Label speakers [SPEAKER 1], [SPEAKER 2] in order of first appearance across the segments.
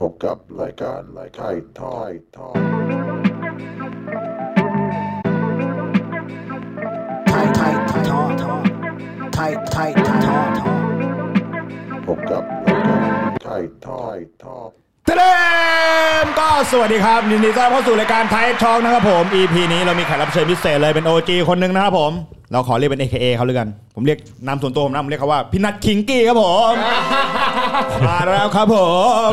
[SPEAKER 1] พบกับรายการรายการทอยทอย
[SPEAKER 2] tight tight talk talk tight tight talk talk
[SPEAKER 1] พบกับรายการไทยทอยทอย
[SPEAKER 3] เตรมก็สวัสดีครับยินดีต้อนรับเข้าสู่รายการไทยช็อกนะครับผม EP นี้เรามีแขกรับเชิญพิเศษเลยเป็น OG คนหนึ่งนะครับผม เราขอเรียกเป็น AKA เขาเลยกัน ผมเรียกนามส่วนตัวผมนะผมเรียกเขาว่าพี่นัทคิงกี้ครับผมมาแล้วครับผม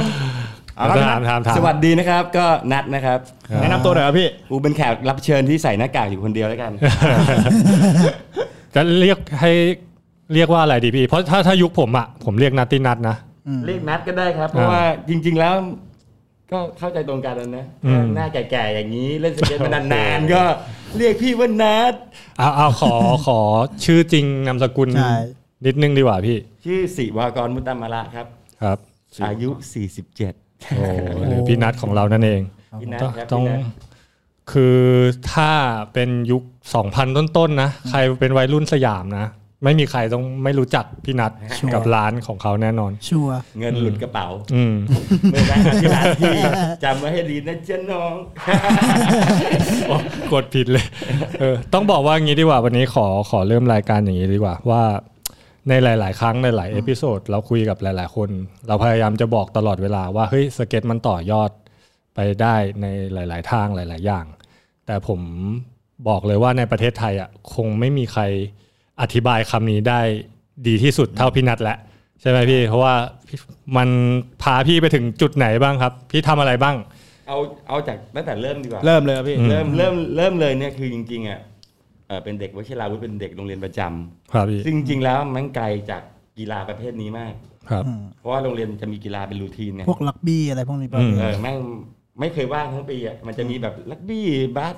[SPEAKER 3] เอาละพี่นัท
[SPEAKER 4] ถามถามถาม
[SPEAKER 5] สวัสดีนะครับก็นัดนะครับ
[SPEAKER 3] แนะนำตัวหน่อยครับพี่
[SPEAKER 5] อูเป็นแขกรับเชิญที่ใส่หน้ากากอยู่คนเดียวแล้วกัน
[SPEAKER 4] จะเรียกให้เรียกว่าอะไรดีพี่ เพราะถ้าถ้ายุคผมอ่ะผมเรียกนัตตินัทนะ
[SPEAKER 5] เรียกนัดก็ได้ครับ เพราะว่าจริง ๆแล้ว ก็เข้าใจตรงกันแล้วนะ
[SPEAKER 4] อืม
[SPEAKER 5] หน้าแก่ๆอย่างนี้เล่นสเก็ตมานานๆก็เรียกพี่ว่านัด
[SPEAKER 4] เอาเอาขอ ขอชื่อจริงนามสกุล
[SPEAKER 2] ใช่
[SPEAKER 4] นิดนึงดีกว่าพี่
[SPEAKER 5] ชื่อสิวากรมุตตมาละครับ
[SPEAKER 4] ครับ
[SPEAKER 5] อายุ 47
[SPEAKER 4] โอ้หรือพี่นัทของเรานั่นเอง
[SPEAKER 5] พี่นัท
[SPEAKER 4] ต้อง
[SPEAKER 5] ครับ
[SPEAKER 4] ต้อง
[SPEAKER 5] พี่นัท
[SPEAKER 4] คือถ้าเป็นยุค 2,000 ต้นๆนะใครเป็นวัยรุ่นสยามนะ ไม่มีใครต้องไม่รู้จักพี่นัทกับร้านของเขาแน่นอน
[SPEAKER 2] ชัวร์
[SPEAKER 5] เงินหลุดกระเป๋า
[SPEAKER 4] อืม
[SPEAKER 5] เมื่อแวะมาที่ร้านพี่จำไว้ให้ดีนะเจ้าน้อง
[SPEAKER 4] กดผิดเลย เออ ต้องบอกว่างี้ดีกว่าวันนี้ขอขอเริ่มรายการอย่างนี้ดีกว่า ว่าในหลาย ๆ ครั้งในหลายเอพิโซดเราคุยกับหลาย ๆ คน เราพยายามจะบอกตลอดเวลาว่าเฮ้ยสเก็ตมันต่อยอดไปได้ในหลาย ๆ ทางหลาย ๆ อย่าง แต่ผมบอกเลยว่าในประเทศไทยอ่ะคงไม่มีใครอธิบายคำนี้ได้ดีที่สุดเท่าพี่นัทแหละใช่ไหมพี่ เพราะว่าพี่มันพาพี่ไปถึงจุดไหนบ้างครับ พี่ทำอะไรบ้าง
[SPEAKER 5] เอาเอาจากตั้งแต่เริ่มดีกว่า
[SPEAKER 3] เริ่มเลยครับพี่
[SPEAKER 5] เริ่มเริ่มเริ่มเลยเนี่ยคือจริงๆอ่ะเอ่อเป็นเด็กวชิราวุธเป็นเด็กโรงเรียนประจำ
[SPEAKER 4] ครับพี่
[SPEAKER 5] ซึ่งจริงๆแล้วมันไกลจากกีฬาประเภทนี้มาก
[SPEAKER 4] ครับ
[SPEAKER 5] เพราะว่าโรงเรียนจะมีกีฬาเป็นรูทีนเนี่ย
[SPEAKER 2] พวกลักบี้อะไรพวกนี้ป่ะ
[SPEAKER 4] อืม
[SPEAKER 5] เออแม่งไม่เคยว่างทั้งปีอ่ะมันจะมีแบบลักบี้บาส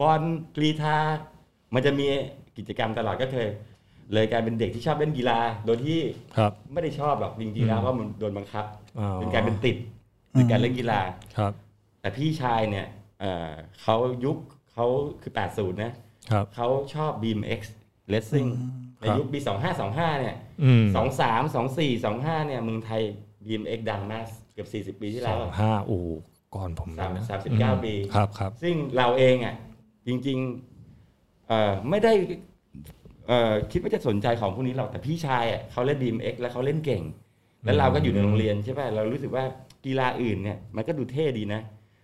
[SPEAKER 5] บอลกรีธามันจะมีกิจกรรมตลอดก็เคย เลยกลายเป็นเด็กที่ชอบเล่นกีฬาโดยที่
[SPEAKER 4] ครับ
[SPEAKER 5] ไม่ได้ชอบหรอกจริงๆแล้วว่ามันโดนบังคับ
[SPEAKER 4] อ๋อ
[SPEAKER 5] เป็นกลายเป็นติดติดการเล่นกีฬา
[SPEAKER 4] ครับ
[SPEAKER 5] แต่พี่ชายเนี่ยเอ่อเขายุคเขาคือ 80 นะ
[SPEAKER 4] ครับ
[SPEAKER 5] เขาชอบ BMX Racing ในยุคปี 2525 เนี่ย
[SPEAKER 4] อืม
[SPEAKER 5] สองสามสองสี่สองห้าเนี่ยเมืองไทย BMX ดังมากเกือบสี่สิบปีที่
[SPEAKER 4] สอ
[SPEAKER 5] แล้ว
[SPEAKER 4] ง
[SPEAKER 5] อะ
[SPEAKER 4] ห้าโอ้โหก่อนผมเลยนะ
[SPEAKER 5] สามสิบเก้า
[SPEAKER 4] อืม
[SPEAKER 5] ปี
[SPEAKER 4] ครับครับ
[SPEAKER 5] ซึ่งเราเองอ่ะจริงๆเอ่อไม่ได้เอ่อคิดว่าจะสนใจของพวกนี้หรอกแต่พี่ชายอ่ะเขาเล่น BMX แล้วเขาเล่นเก่ง แล้วเราก็อยู่ในโรงเรียนใช่ป่ะเรารู้สึกว่ากีฬาอื่นเนี่ยมันก็ดูเท่ดีนะ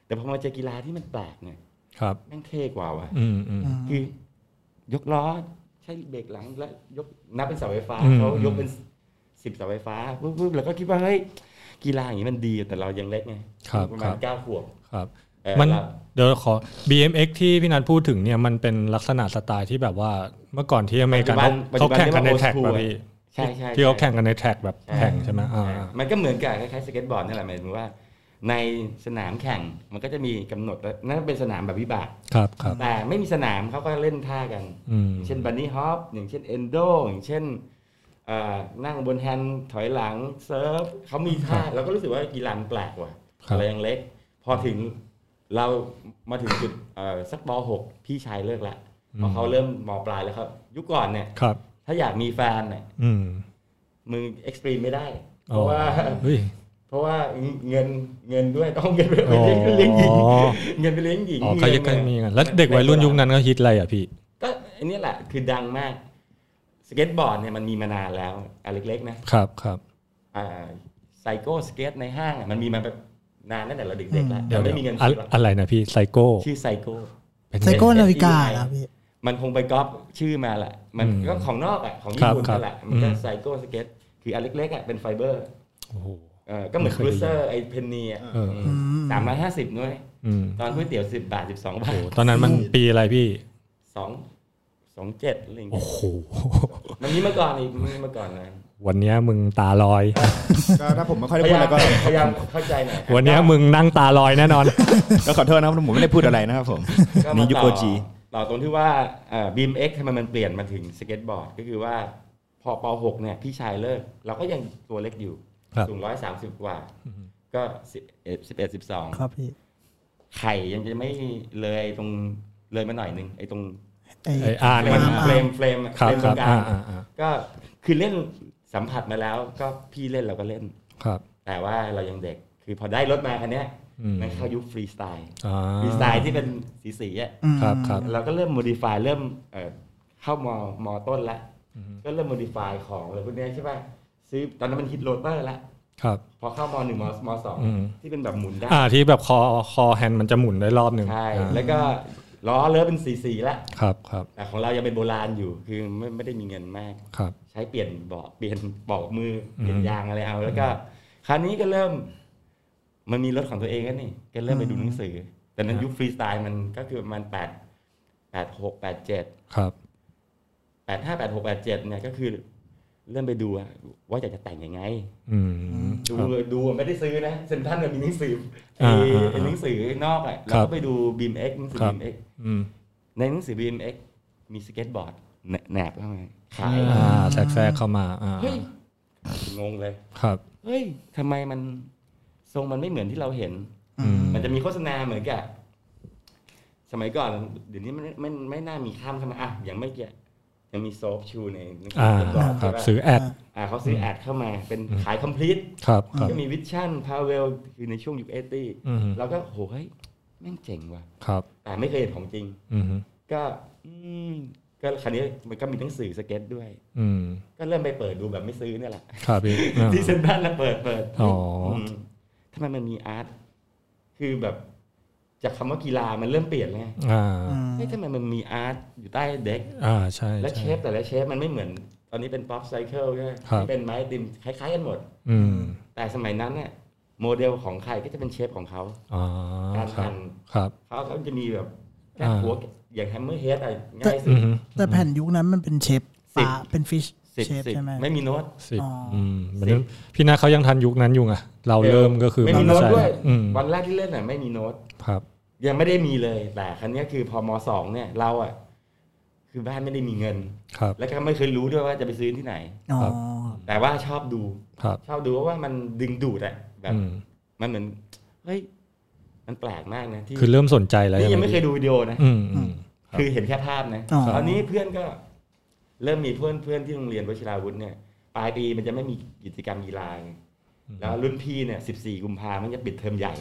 [SPEAKER 5] แต่พอมาเจอกีฬาที่มันแปลกเนี่ย
[SPEAKER 4] ครับ
[SPEAKER 5] แม่งเท่กว่าว่ะ
[SPEAKER 4] อืมอืม
[SPEAKER 5] คือยกล้อใช้เบรกหลังแล้วยกนับเป็นเสาไฟฟ้า
[SPEAKER 4] อืม
[SPEAKER 5] เขายกเป็น สิบเสาไฟฟ้าปุ๊บปุ๊บแล้วก็คิดว่าเฮ้ยกีฬาอย่างนี้มันดีแต่เรายังเล็กไง
[SPEAKER 4] ครับ
[SPEAKER 5] ประ
[SPEAKER 4] ค
[SPEAKER 5] มา
[SPEAKER 4] รั
[SPEAKER 5] ณ
[SPEAKER 4] บ
[SPEAKER 5] เก้าขวบ
[SPEAKER 4] ครับ
[SPEAKER 5] เออ
[SPEAKER 4] มัน
[SPEAKER 5] เรา
[SPEAKER 4] เดี๋ยวขอ BMX ที่พี่นันพูดถึงเนี่ยมันเป็นลักษณะสไตล์ที่แบบว่าเมื่อก่อนที่อเมริกันเขาเขาแข่งกันในแท็กแบบพี่
[SPEAKER 5] ใช่ใช่
[SPEAKER 4] ที่เขา
[SPEAKER 5] ใช่
[SPEAKER 4] แข่งกันในแท็กแบบแข่งใช่ไหมอ่า
[SPEAKER 5] ใช่มันก็เหมือนกับคล้ายๆสเก็ตบอร์ดนั่นแหละหมายถึงว่า ในสนามแข่งมันก็จะมีกำหนดแล้วนั่นเป็นสนามแบบวิบาก
[SPEAKER 4] ครับครับ
[SPEAKER 5] แต่ไม่มีสนามเขาก็เล่นท่ากัน
[SPEAKER 4] อืม
[SPEAKER 5] เช่นบันนี่ฮอปอย่างเช่นเอนโดอย่างเช่นเอ่อนั่งบนแฮนด์ถอยหลังเซิร์ฟเขามีท่าเราก็รู้สึกว่ากีฬามันแปลกว่ะ
[SPEAKER 4] ครับ
[SPEAKER 5] เรายังเล็ก พอถึงเรามาถึงจุดเอ่อสักปหกพี่ชายเลิกละเพราะเขาเริ่มมปลายแล้วครับ ยุคก่อนเนี่ย
[SPEAKER 4] ครับ
[SPEAKER 5] ถ้าอยากมีแฟนเนี่ย
[SPEAKER 4] อืม
[SPEAKER 5] มือเอ็กซ์ตรีมไม่ได้ เพ
[SPEAKER 4] อ๋อ
[SPEAKER 5] ราะ ว่า
[SPEAKER 4] เฮ้ย
[SPEAKER 5] เพราะว่าเงินเงินด้วยต้องเอาเงินไปเลี้ยงเลี้ยงหญิง
[SPEAKER 4] อ๋อ
[SPEAKER 5] เงินไปเลี้ยงหญิง
[SPEAKER 4] อ๋อเขา
[SPEAKER 5] เงิ
[SPEAKER 4] จะ
[SPEAKER 5] น
[SPEAKER 4] กัน
[SPEAKER 5] เ
[SPEAKER 4] มีกันแล้วเด็กวัยรุ่นยุคนั้นเขาฮิตอะไรอ่ะพี่
[SPEAKER 5] ก็อันนี้แหละคือดังมากสเก็ตบอร์ดเนี่ยมันมีมานานแล้วอันเล็กๆนะครับ
[SPEAKER 4] ครับ
[SPEAKER 5] ไซโก้สเก็ตในห้างอะมันมีมาแบบนานตั้งแต่เราเด็กๆแล้ว
[SPEAKER 4] เดี๋
[SPEAKER 5] แต่
[SPEAKER 4] ยว
[SPEAKER 5] ไม่มีเงิน
[SPEAKER 4] อะ
[SPEAKER 5] ซื้อหรอก
[SPEAKER 4] อะไรนะพี่ไซโก้
[SPEAKER 5] ชื่อไซโก้
[SPEAKER 4] เป็น
[SPEAKER 2] ไซ
[SPEAKER 4] ไง
[SPEAKER 2] โก้นาฬิกานะพี่
[SPEAKER 5] มันคงไปก๊อปชื่อมาแหละ มัน
[SPEAKER 4] อืม
[SPEAKER 5] ก็ของนอกอ่ะ ของ
[SPEAKER 4] ครั
[SPEAKER 5] ญี่
[SPEAKER 4] บ
[SPEAKER 5] ปุ่น
[SPEAKER 4] ครับ
[SPEAKER 5] นั่นแหละ มัน
[SPEAKER 4] อื
[SPEAKER 5] ก็
[SPEAKER 4] ม
[SPEAKER 5] ไซโก้สเก็ต คืออันเล็กๆอ่ะ เป็นไฟเบอร์
[SPEAKER 4] โอ้โห
[SPEAKER 5] เออก็เหมือน
[SPEAKER 4] ไม่
[SPEAKER 5] ค
[SPEAKER 4] เคย
[SPEAKER 5] รูเซอร์ไอเพนนีอ่ะ
[SPEAKER 4] เออ
[SPEAKER 2] ม
[SPEAKER 5] สามร้อยห้าสิบด้วย
[SPEAKER 4] อืม
[SPEAKER 5] ตอนก๋วยเตี๋ยวสิบบาทสิบสองบาท
[SPEAKER 4] โอ้ตอนนั้นมันปีอะไรพี่
[SPEAKER 5] สองสองเจ็ดอะไรอย่างเงี้
[SPEAKER 4] โอ้
[SPEAKER 5] ย
[SPEAKER 4] โห
[SPEAKER 5] มันมีมาก่อนอีกมันมีมาก่อนนะ
[SPEAKER 4] วันเนี้ยมึงตาลอย
[SPEAKER 6] ก็ถ้าผมไม่ค่อย
[SPEAKER 5] พ
[SPEAKER 6] ได้
[SPEAKER 5] ยา
[SPEAKER 6] พูดอะไร
[SPEAKER 5] ยาม
[SPEAKER 6] ก็
[SPEAKER 5] พยายามเข้าใจหน่อย
[SPEAKER 4] วันเนี้ยมึงนั่งตาลอยแน่น อน
[SPEAKER 6] ก็ขอโทษนะครับผมไม่ได้พูดอะไรนะครับผม
[SPEAKER 5] ก็
[SPEAKER 6] มี
[SPEAKER 5] มา
[SPEAKER 6] ยุค
[SPEAKER 5] ต่อ
[SPEAKER 6] โอจี
[SPEAKER 5] ต่อตรงที่ว่าบีมเอ็กทำไมมันเปลี่ยนมาถึงสเก็ตบอร์ด ก็คือว่าพอป .6 เนี่ยพี่ชายเลิก เราก็ยังตัวเล็กอยู่
[SPEAKER 4] ครับ
[SPEAKER 5] สูงร้อยสามสิบกว่า ก็สิบเอ็ดสิบเอ็ดสิบสอง
[SPEAKER 2] ครับพี่
[SPEAKER 5] ไข่ยังจะไม่เลยตรงเลยมาหน่อยหนึงไอ้ตรง
[SPEAKER 2] ไอ้
[SPEAKER 4] ไอ้อ่าน
[SPEAKER 5] มั
[SPEAKER 4] มัน น
[SPEAKER 5] เฟรมเฟรมอะ
[SPEAKER 4] ครับ
[SPEAKER 5] เฟม
[SPEAKER 4] ค
[SPEAKER 5] ตร
[SPEAKER 4] รับ
[SPEAKER 5] งกลาง
[SPEAKER 4] อ่าอ่าอ่า
[SPEAKER 5] ก็คือเล่นสัมผัสมาแล้ว ก็พี่เล่นเราก็เล่น
[SPEAKER 4] ครับ
[SPEAKER 5] แต่ว่าเรายังเด็ก คือพอได้รถมาคันเนี้ย
[SPEAKER 4] อืม
[SPEAKER 5] มันเข้ายุคฟรีสไตล์
[SPEAKER 4] อ่า
[SPEAKER 5] ฟรีสไตล์ที่เป็นสีสีๆอ่ะ
[SPEAKER 4] ครับครับ
[SPEAKER 5] เราก็เริ่มโมดิฟายเริ่มเอ่อเข้ามอมอต้นละก็เริ่มโมดิฟายของอะไรพวกเนี้ยใช่ป่ะซื้อตอนนั้นมันฮิตโรเตอร์ละ
[SPEAKER 4] ครับ
[SPEAKER 5] พอเข้ามอหนึ่งมมสอง
[SPEAKER 4] อืม
[SPEAKER 5] ที่เป็นแบบหมุนได้
[SPEAKER 4] อ่าที่แบบคอคอแฮนด์มันจะหมุนได้รอบหนึ่ง
[SPEAKER 5] ใช่
[SPEAKER 4] อ่า
[SPEAKER 5] แล้วก็ล้อเลิฟเป็นสีสีละ
[SPEAKER 4] ครับครับ
[SPEAKER 5] แต่ของเรายังเป็นโบราณอยู่คือไม่ไม่ได้มีเงินมาก
[SPEAKER 4] ครับ
[SPEAKER 5] ใช้เปลี่ยนเบาะ เปลี่ยนปอกมือ
[SPEAKER 4] อืม
[SPEAKER 5] เปลี่ยนยางอะไรเอา แล้วก็ คราวนี้ก็เริ่ม มันมีรถของตัวเองแล้วนี่ก็เริ่มไปดูหนังสือ แต่นั้นยุคฟรีสไตล์มันก็คือประมาณแปดแปดหกแปดเจ็ด
[SPEAKER 4] ครับ
[SPEAKER 5] แปดห้าแปดหกแปดเจ็ดเนี่ยก็คือ เริ่มไปดูอะว่าอยากจะแต่งยังไง
[SPEAKER 4] อืม
[SPEAKER 5] ดู
[SPEAKER 4] ครับ
[SPEAKER 5] ดูอะไม่ได้ซื้อนะเซ็นทรัลเนี่ยมีหนังสือไอ
[SPEAKER 4] อ่าอ่า
[SPEAKER 5] ไอ้หนังสือนอกอ่ะเรา
[SPEAKER 4] ครั
[SPEAKER 5] ก็
[SPEAKER 4] บ
[SPEAKER 5] ไปดูบีมเอ็กหนังสือ
[SPEAKER 4] ครับ
[SPEAKER 5] บีมเอ็ก
[SPEAKER 4] อืม
[SPEAKER 5] ในหนังสือ BMX มีสเก็ตบอร์ดแหนแหนบเข้ามาขาย
[SPEAKER 4] อ่าแทรกแทรกเข้ามาอ่า
[SPEAKER 5] เฮ้ยงงเลย
[SPEAKER 4] ครับ
[SPEAKER 5] เฮ้ยทำไมมันทรงมันไม่เหมือนที่เราเห็น
[SPEAKER 4] อืม
[SPEAKER 5] มันจะมีโฆษณาเหมือนกับสมัยก่อน เดี๋ยวนี้มันไม่ไม่ไม่น่ามีข้ามเข้ามาอ่ะอย่างไม่เกี่ยยังมีโซฟชูในหนังสื
[SPEAKER 4] อ่า
[SPEAKER 5] สเก็ตบอร์ด
[SPEAKER 4] ค
[SPEAKER 5] ใช่
[SPEAKER 4] รับ
[SPEAKER 5] ปะ
[SPEAKER 4] ซื้อแอด
[SPEAKER 5] อ่าเขาซื้อแอดเข้ามา เป็นขายคอมพลีท
[SPEAKER 4] ครับครับ
[SPEAKER 5] ก็มีวิชั่นพาเวลคือในช่วงยุคเอตี้
[SPEAKER 4] อืม
[SPEAKER 5] เราก็โหเฮ้ยแม่งเจ๋งว่ะ
[SPEAKER 4] ครับ
[SPEAKER 5] แต่ไม่เคยเห็นของจริง
[SPEAKER 4] อืม
[SPEAKER 5] ก็อืมก็คราวนี้มันก็มีหนังสือสเก็ตด้วย
[SPEAKER 4] อืม
[SPEAKER 5] ก็เริ่มไปเปิดดูแบบไม่ซื้อเนี่ยแหละ
[SPEAKER 4] ครับ พี่อ่า
[SPEAKER 5] ที่เซ็นทรัลแล้วเปิดเปิด
[SPEAKER 4] อ๋ออื
[SPEAKER 5] มทำไมมันมีอาร์ตคือแบบ จากคำว่ากีฬามันเริ่มเปลี่ยนแล้วไง
[SPEAKER 4] อ่า
[SPEAKER 5] เฮ้ยทำไมมันมีอาร์ตอยู่ใต้เด็ก
[SPEAKER 4] อ่าใช่
[SPEAKER 5] และเช
[SPEAKER 4] ใช่
[SPEAKER 5] ฟแต่ละเชฟมันไม่เหมือน ตอนนี้เป็นป๊อปไซเคิลใช่ไหม
[SPEAKER 4] ครับ
[SPEAKER 5] ที่เป็นไม้ติมคล้ายๆกันหมด
[SPEAKER 4] อืม
[SPEAKER 5] แต่สมัยนั้นเนี่ยโมเดลของใครก็จะเป็นเชฟของเขา
[SPEAKER 4] อ่าครับครับ
[SPEAKER 5] เขาเขาจะมีแบบ
[SPEAKER 4] อ่า
[SPEAKER 5] หัวอย่างแฮมเมอร์เฮดอะไรง่ายสุ
[SPEAKER 4] อื
[SPEAKER 5] ด
[SPEAKER 4] ม
[SPEAKER 2] แต่แผ่นยุคนั้นมันเป็นเชฟ
[SPEAKER 5] สิ
[SPEAKER 2] ป
[SPEAKER 5] บ
[SPEAKER 2] ลาเป็นฟิช
[SPEAKER 5] สิบ
[SPEAKER 2] เชฟ
[SPEAKER 5] สิบ
[SPEAKER 2] ใช่ไหม
[SPEAKER 5] ไม่มีโน้ต
[SPEAKER 4] สิบ
[SPEAKER 2] อ๋ออื
[SPEAKER 4] มมันนั้นพี่นาเขายังทันยุคนั้นอยู่ไงเราเริ่มก็คือ
[SPEAKER 5] ไม่มีโน้ต
[SPEAKER 4] ใช่
[SPEAKER 5] ด้วย
[SPEAKER 4] อืม
[SPEAKER 5] วันแรกที่เล่นอ่ะไม่มีโน้ต
[SPEAKER 4] ครับ
[SPEAKER 5] ยังไม่ได้มีเลย แต่ครั้นี้ยคือพอมสองเนี่ยเราอ่ะคือบ้านไม่ได้มีเงิน
[SPEAKER 4] ครับ
[SPEAKER 5] แล้วก็ไม่เคยรู้ด้วยว่าจะไปซื้อที่ไหน
[SPEAKER 2] อ๋อ
[SPEAKER 4] ครับ
[SPEAKER 5] แต่ว่าชอบดู
[SPEAKER 4] ครับ
[SPEAKER 5] ชอบดูเพราะว่ามันดึงดูดอ่ะแบบ
[SPEAKER 4] อืม
[SPEAKER 5] มันเหมือนเฮ้ยมันแปลกมากนะที่
[SPEAKER 4] คือเริ่มสนใจแล้ว
[SPEAKER 5] นี่ยัง
[SPEAKER 4] ห
[SPEAKER 5] ไม่เคยดูวิดีโอนะ
[SPEAKER 4] อืมอืม ครับ
[SPEAKER 5] คือเห็นแค่ภาพนะ
[SPEAKER 2] อ๋อ
[SPEAKER 5] ตอนนี้เพื่อนก็เริ่มมีเพื่อนเพื่อนที่โรงเรียนวชิราวุธเนี่ยปลายปีมันจะไม่มีกิจกรรมกีฬาไงแล้วรุ่นพี่เนี่ยสิบสี่กุมภามันจะปิดเทอมใหญ่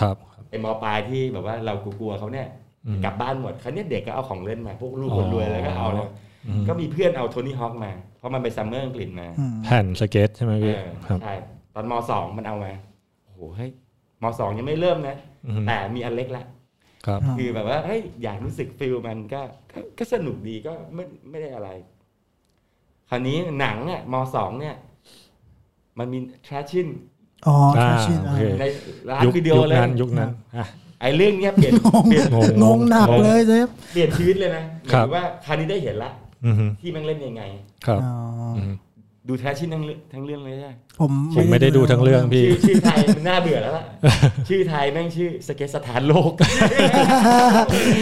[SPEAKER 4] ครับครับ
[SPEAKER 5] ไอ้มอปลายที่แบบว่าเรากลัวๆเขาเนี่ย
[SPEAKER 4] อืม
[SPEAKER 5] กลับบ้านหมดคราวเนี้ยเด็กก็เอาของเล่นมา พวกลูกคนรวยแล้วก็เอาแล้ว
[SPEAKER 4] อืม
[SPEAKER 5] ก็มีเพื่อนเอาโทนี่ฮอคมา เพราะมันไปซัมเมอร์อังกฤษมา
[SPEAKER 2] อืม
[SPEAKER 4] แผ่นสเก็ตใช่ไหม
[SPEAKER 5] เอ
[SPEAKER 4] พี่
[SPEAKER 5] อ
[SPEAKER 4] ครับ
[SPEAKER 5] ใช่ตอนมสองมันเอามาโอ้โหเฮ้ยมสองยังไม่เริ่มนะ
[SPEAKER 4] อืม
[SPEAKER 5] แต่มีอันเล็กละ
[SPEAKER 4] ครับ
[SPEAKER 5] คือแบบว่าเฮ้ยอยากรู้สึกฟิลมันก็ก็ก็สนุกดีก็ไม่ไม่ได้อะไร คราวนี้หนังอ่ะมสองเนี่ย มันมีทราชิน
[SPEAKER 2] อ๋อ
[SPEAKER 4] อ่า
[SPEAKER 2] คาชิน
[SPEAKER 4] โอเค
[SPEAKER 5] ในร้าน
[SPEAKER 4] ยุค
[SPEAKER 5] วิดีโอ
[SPEAKER 4] ยุค
[SPEAKER 5] เลย
[SPEAKER 4] นั้นยุคนั้นอ่ะ
[SPEAKER 5] ไอ้เรื่องเนี้ย เปลี่ยนเปลี่ยน
[SPEAKER 4] งง
[SPEAKER 2] งงหนักเลยเชฟ
[SPEAKER 5] เปลี่ยนชีวิตเลยนะห
[SPEAKER 4] ครั
[SPEAKER 5] มา
[SPEAKER 4] บ
[SPEAKER 5] ยถึงว่าคราวนี้ได้เห็นละ
[SPEAKER 4] อืม
[SPEAKER 5] ที่แม่งเล่นยังไง
[SPEAKER 4] ครับ
[SPEAKER 2] อ๋ออ
[SPEAKER 4] ม
[SPEAKER 5] ดูแทชชิ่นทั้งเรื่องทั้งเรื่องเลยใช่ไหม
[SPEAKER 2] ผม
[SPEAKER 4] ผมไม่ได้ดูทั้งเรื่องพี่
[SPEAKER 5] ชื่อชื่อไทยมันน่าเบื่อ แล้วล่ะ ชื่อไทยแม่งชื่อสเก็ตสถานโลก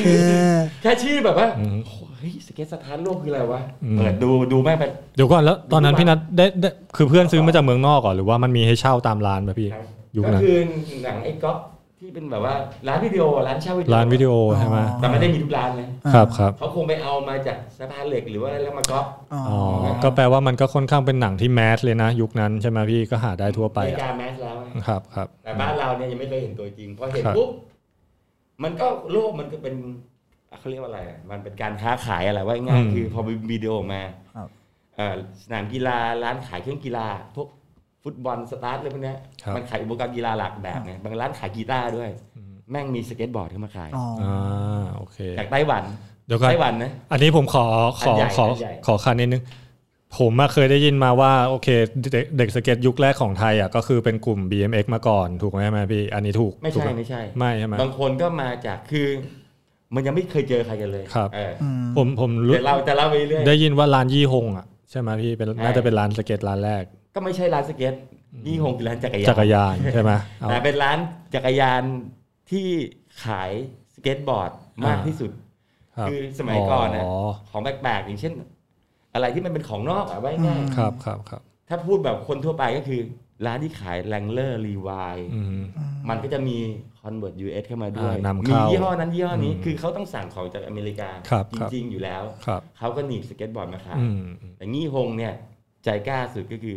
[SPEAKER 2] เออ
[SPEAKER 5] แค่ชื่อแบบว่า
[SPEAKER 4] อืม
[SPEAKER 5] โอ้โหเฮ้ยสเก็ตสถานโลกคืออะไรวะ
[SPEAKER 4] อืม
[SPEAKER 5] เปิดดูดูแม่งเป็น
[SPEAKER 4] เดี๋ยวก่อนแล้วตอนนั้น
[SPEAKER 5] ดูว่า
[SPEAKER 4] พี่นัทได้ได้คือเพื่อนซื้อมาจากเมืองนอกก่อนหรือว่ามันมีให้เช่าตามร้านป่ะพี่ ยุค
[SPEAKER 5] ก็
[SPEAKER 4] นั้น
[SPEAKER 5] คือหนังไอ้ก๊อฟที่เป็นแบบว่าร้านวิดีโอร้านเช่าวิดีโอ
[SPEAKER 4] ร้านวิดีโอใช่ไหม
[SPEAKER 2] อ๋อ
[SPEAKER 5] แต่ไม่ได้มีทุกร้านเลย
[SPEAKER 4] ครับครับ
[SPEAKER 5] เขาคงไปเอามาจากสะพานเหล็กหรือว่าอะไรแล้วมาก๊อป
[SPEAKER 2] อ๋อ
[SPEAKER 4] อ๋อก็แปลว่ามันก็ค่อนข้างเป็นหนังที่แมสเลยนะ ยุคนั้นใช่ไหมพี่ก็หาได้ทั่วไป
[SPEAKER 5] ใน
[SPEAKER 4] อะ
[SPEAKER 5] การแมสแล้วไง
[SPEAKER 4] ครับครับ
[SPEAKER 5] แต่บ้านเราเนี่ยยังไม่เคยเห็นตัวจริงพอเห็น
[SPEAKER 4] ครับ
[SPEAKER 5] ปุ๊บมันก็โลกมันก็เป็นอ่ะเขาเรียกว่าอะไรอ่ะมันเป็นการค้าขายอะไรว่าง่ายๆคือพอมีวิดีโอมา
[SPEAKER 2] ครับ
[SPEAKER 5] เอ่อสนามกีฬาร้านขายเครื่องกีฬา พวกฟุตบอลสตาร์ทอะไรพวกเนี้ยมันขายอุปกรณ์กีฬาหลากแบบเนี่ยบางร้านขายกีตาร์ด้วย แม่งมีสเก็ตบอร์ดเข้ามาขาย
[SPEAKER 2] อ๋อ
[SPEAKER 4] อ่าโอเค
[SPEAKER 5] จากไต้หวัน
[SPEAKER 4] เดี๋ยวก่อน
[SPEAKER 5] ไต้หวันนะ
[SPEAKER 4] อันนี้ผมขอขอ
[SPEAKER 5] อันใหญ่
[SPEAKER 4] ขอ
[SPEAKER 5] อันใหญ่
[SPEAKER 4] ขอคันนิดนึง ผมมาเคยได้ยินมาว่าโอเคเด็กเด็กสเก็ตยุคแรกของไทยอ่ะก็คือเป็นกลุ่ม BMX มาก่อนถูกไหมไหมพี่ อันนี้ถูก
[SPEAKER 5] ไม่
[SPEAKER 4] ถูก
[SPEAKER 5] ใช่ไม่ใช่
[SPEAKER 4] ไม่ใช่ไหม
[SPEAKER 5] บางคนก็มาจากคือ มันยังไม่เคยเจอใครกันเลย
[SPEAKER 4] ครับ
[SPEAKER 5] เออ
[SPEAKER 2] อืม
[SPEAKER 4] ผมผมรู้
[SPEAKER 5] แต่เราแต่เราไปเรื่อย
[SPEAKER 4] ได้ยินว่าร้านยี่หงอ่ะใช่ไหมพี่เป็น
[SPEAKER 5] ใช่
[SPEAKER 4] น่าจะเป็นร้านสเก็ตร้านแรก
[SPEAKER 5] ก็ไม่ใช่ร้านสเก็ตนี่คงคือร้านจักรยาน
[SPEAKER 4] จักรยานใช่ไหมเอา
[SPEAKER 5] แต่เป็นร้านจักรยานที่ขายสเก็ตบอร์ดมาก
[SPEAKER 4] อ่า
[SPEAKER 5] ที่สุด
[SPEAKER 4] รับ
[SPEAKER 5] คือสมัยก่อนนะ
[SPEAKER 4] อ๋อ
[SPEAKER 5] ของแปลกๆอย่างเช่น อะไรที่มันเป็นของนอกอะไว้ง่าย
[SPEAKER 2] อืม
[SPEAKER 4] ครับครับครับ
[SPEAKER 5] ถ้าพูดแบบคนทั่วไปก็คือ ร้านที่ขายแรงเลอร์รีวาย
[SPEAKER 4] อืม
[SPEAKER 5] มันก็จะมี Convert US เข้ามาด้วย
[SPEAKER 4] อ่านำ
[SPEAKER 5] มี
[SPEAKER 4] เข้ามี
[SPEAKER 5] ยี่ห้อนั้นยี่ห้อนี้
[SPEAKER 4] อืม
[SPEAKER 5] คือเขาต้องสั่งของจากอเมริกา
[SPEAKER 4] ครับ
[SPEAKER 5] จ
[SPEAKER 4] ครับ
[SPEAKER 5] ริงๆอยู่แล้ว
[SPEAKER 4] ครับ
[SPEAKER 5] เขาก็หนีบสเก็ตบอร์ดมาขาย
[SPEAKER 4] อืม
[SPEAKER 5] แต่งี่ฮงเนี่ยใจกล้าสุดก็คือ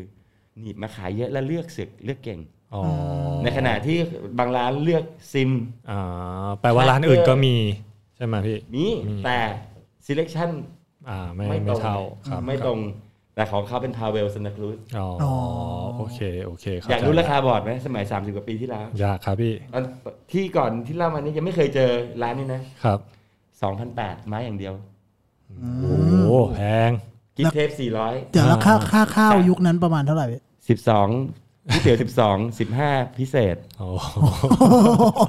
[SPEAKER 5] หนีบมาขายเยอะและเลือกเสือกเลือกเก่ง
[SPEAKER 4] อ๋อ
[SPEAKER 5] ในขณะที่บางร้านเลือกซิม
[SPEAKER 4] อ่าแปลว่าร้านอื่นก็มีใช่ไหมพี่
[SPEAKER 5] มี
[SPEAKER 4] มี
[SPEAKER 5] แต่ selection
[SPEAKER 4] อ่าไม่
[SPEAKER 5] ไม่ต
[SPEAKER 4] ไม่
[SPEAKER 5] รง
[SPEAKER 4] เท่าครับ
[SPEAKER 5] ไม่ตรง แต่ของเขาเป็น Pavel Santa Cruz
[SPEAKER 4] อ๋อ
[SPEAKER 2] อ
[SPEAKER 4] โอเคโอเคเข้
[SPEAKER 5] อยาก
[SPEAKER 4] ใจ
[SPEAKER 5] รู้ราคาบอร์ดไหมสมัย 30 กว่าปีที่แล้ว
[SPEAKER 4] อยากครับพี่
[SPEAKER 5] ตอนที่ก่อนที่เล่ามานี้ยังไม่เคยเจอร้านนี้นะครับ 2008ไม้อย่างเดียว
[SPEAKER 4] โอ้โหแพง
[SPEAKER 5] กินเทป
[SPEAKER 2] เดี๋ยวแล้วค่า
[SPEAKER 4] อ่า
[SPEAKER 2] ค่าข้าวยุคนั้นประมาณเท่าไหร่พี่
[SPEAKER 5] 400 12ก๋วยเตี๋ยว12 15 พิเศษ
[SPEAKER 4] โอ้โห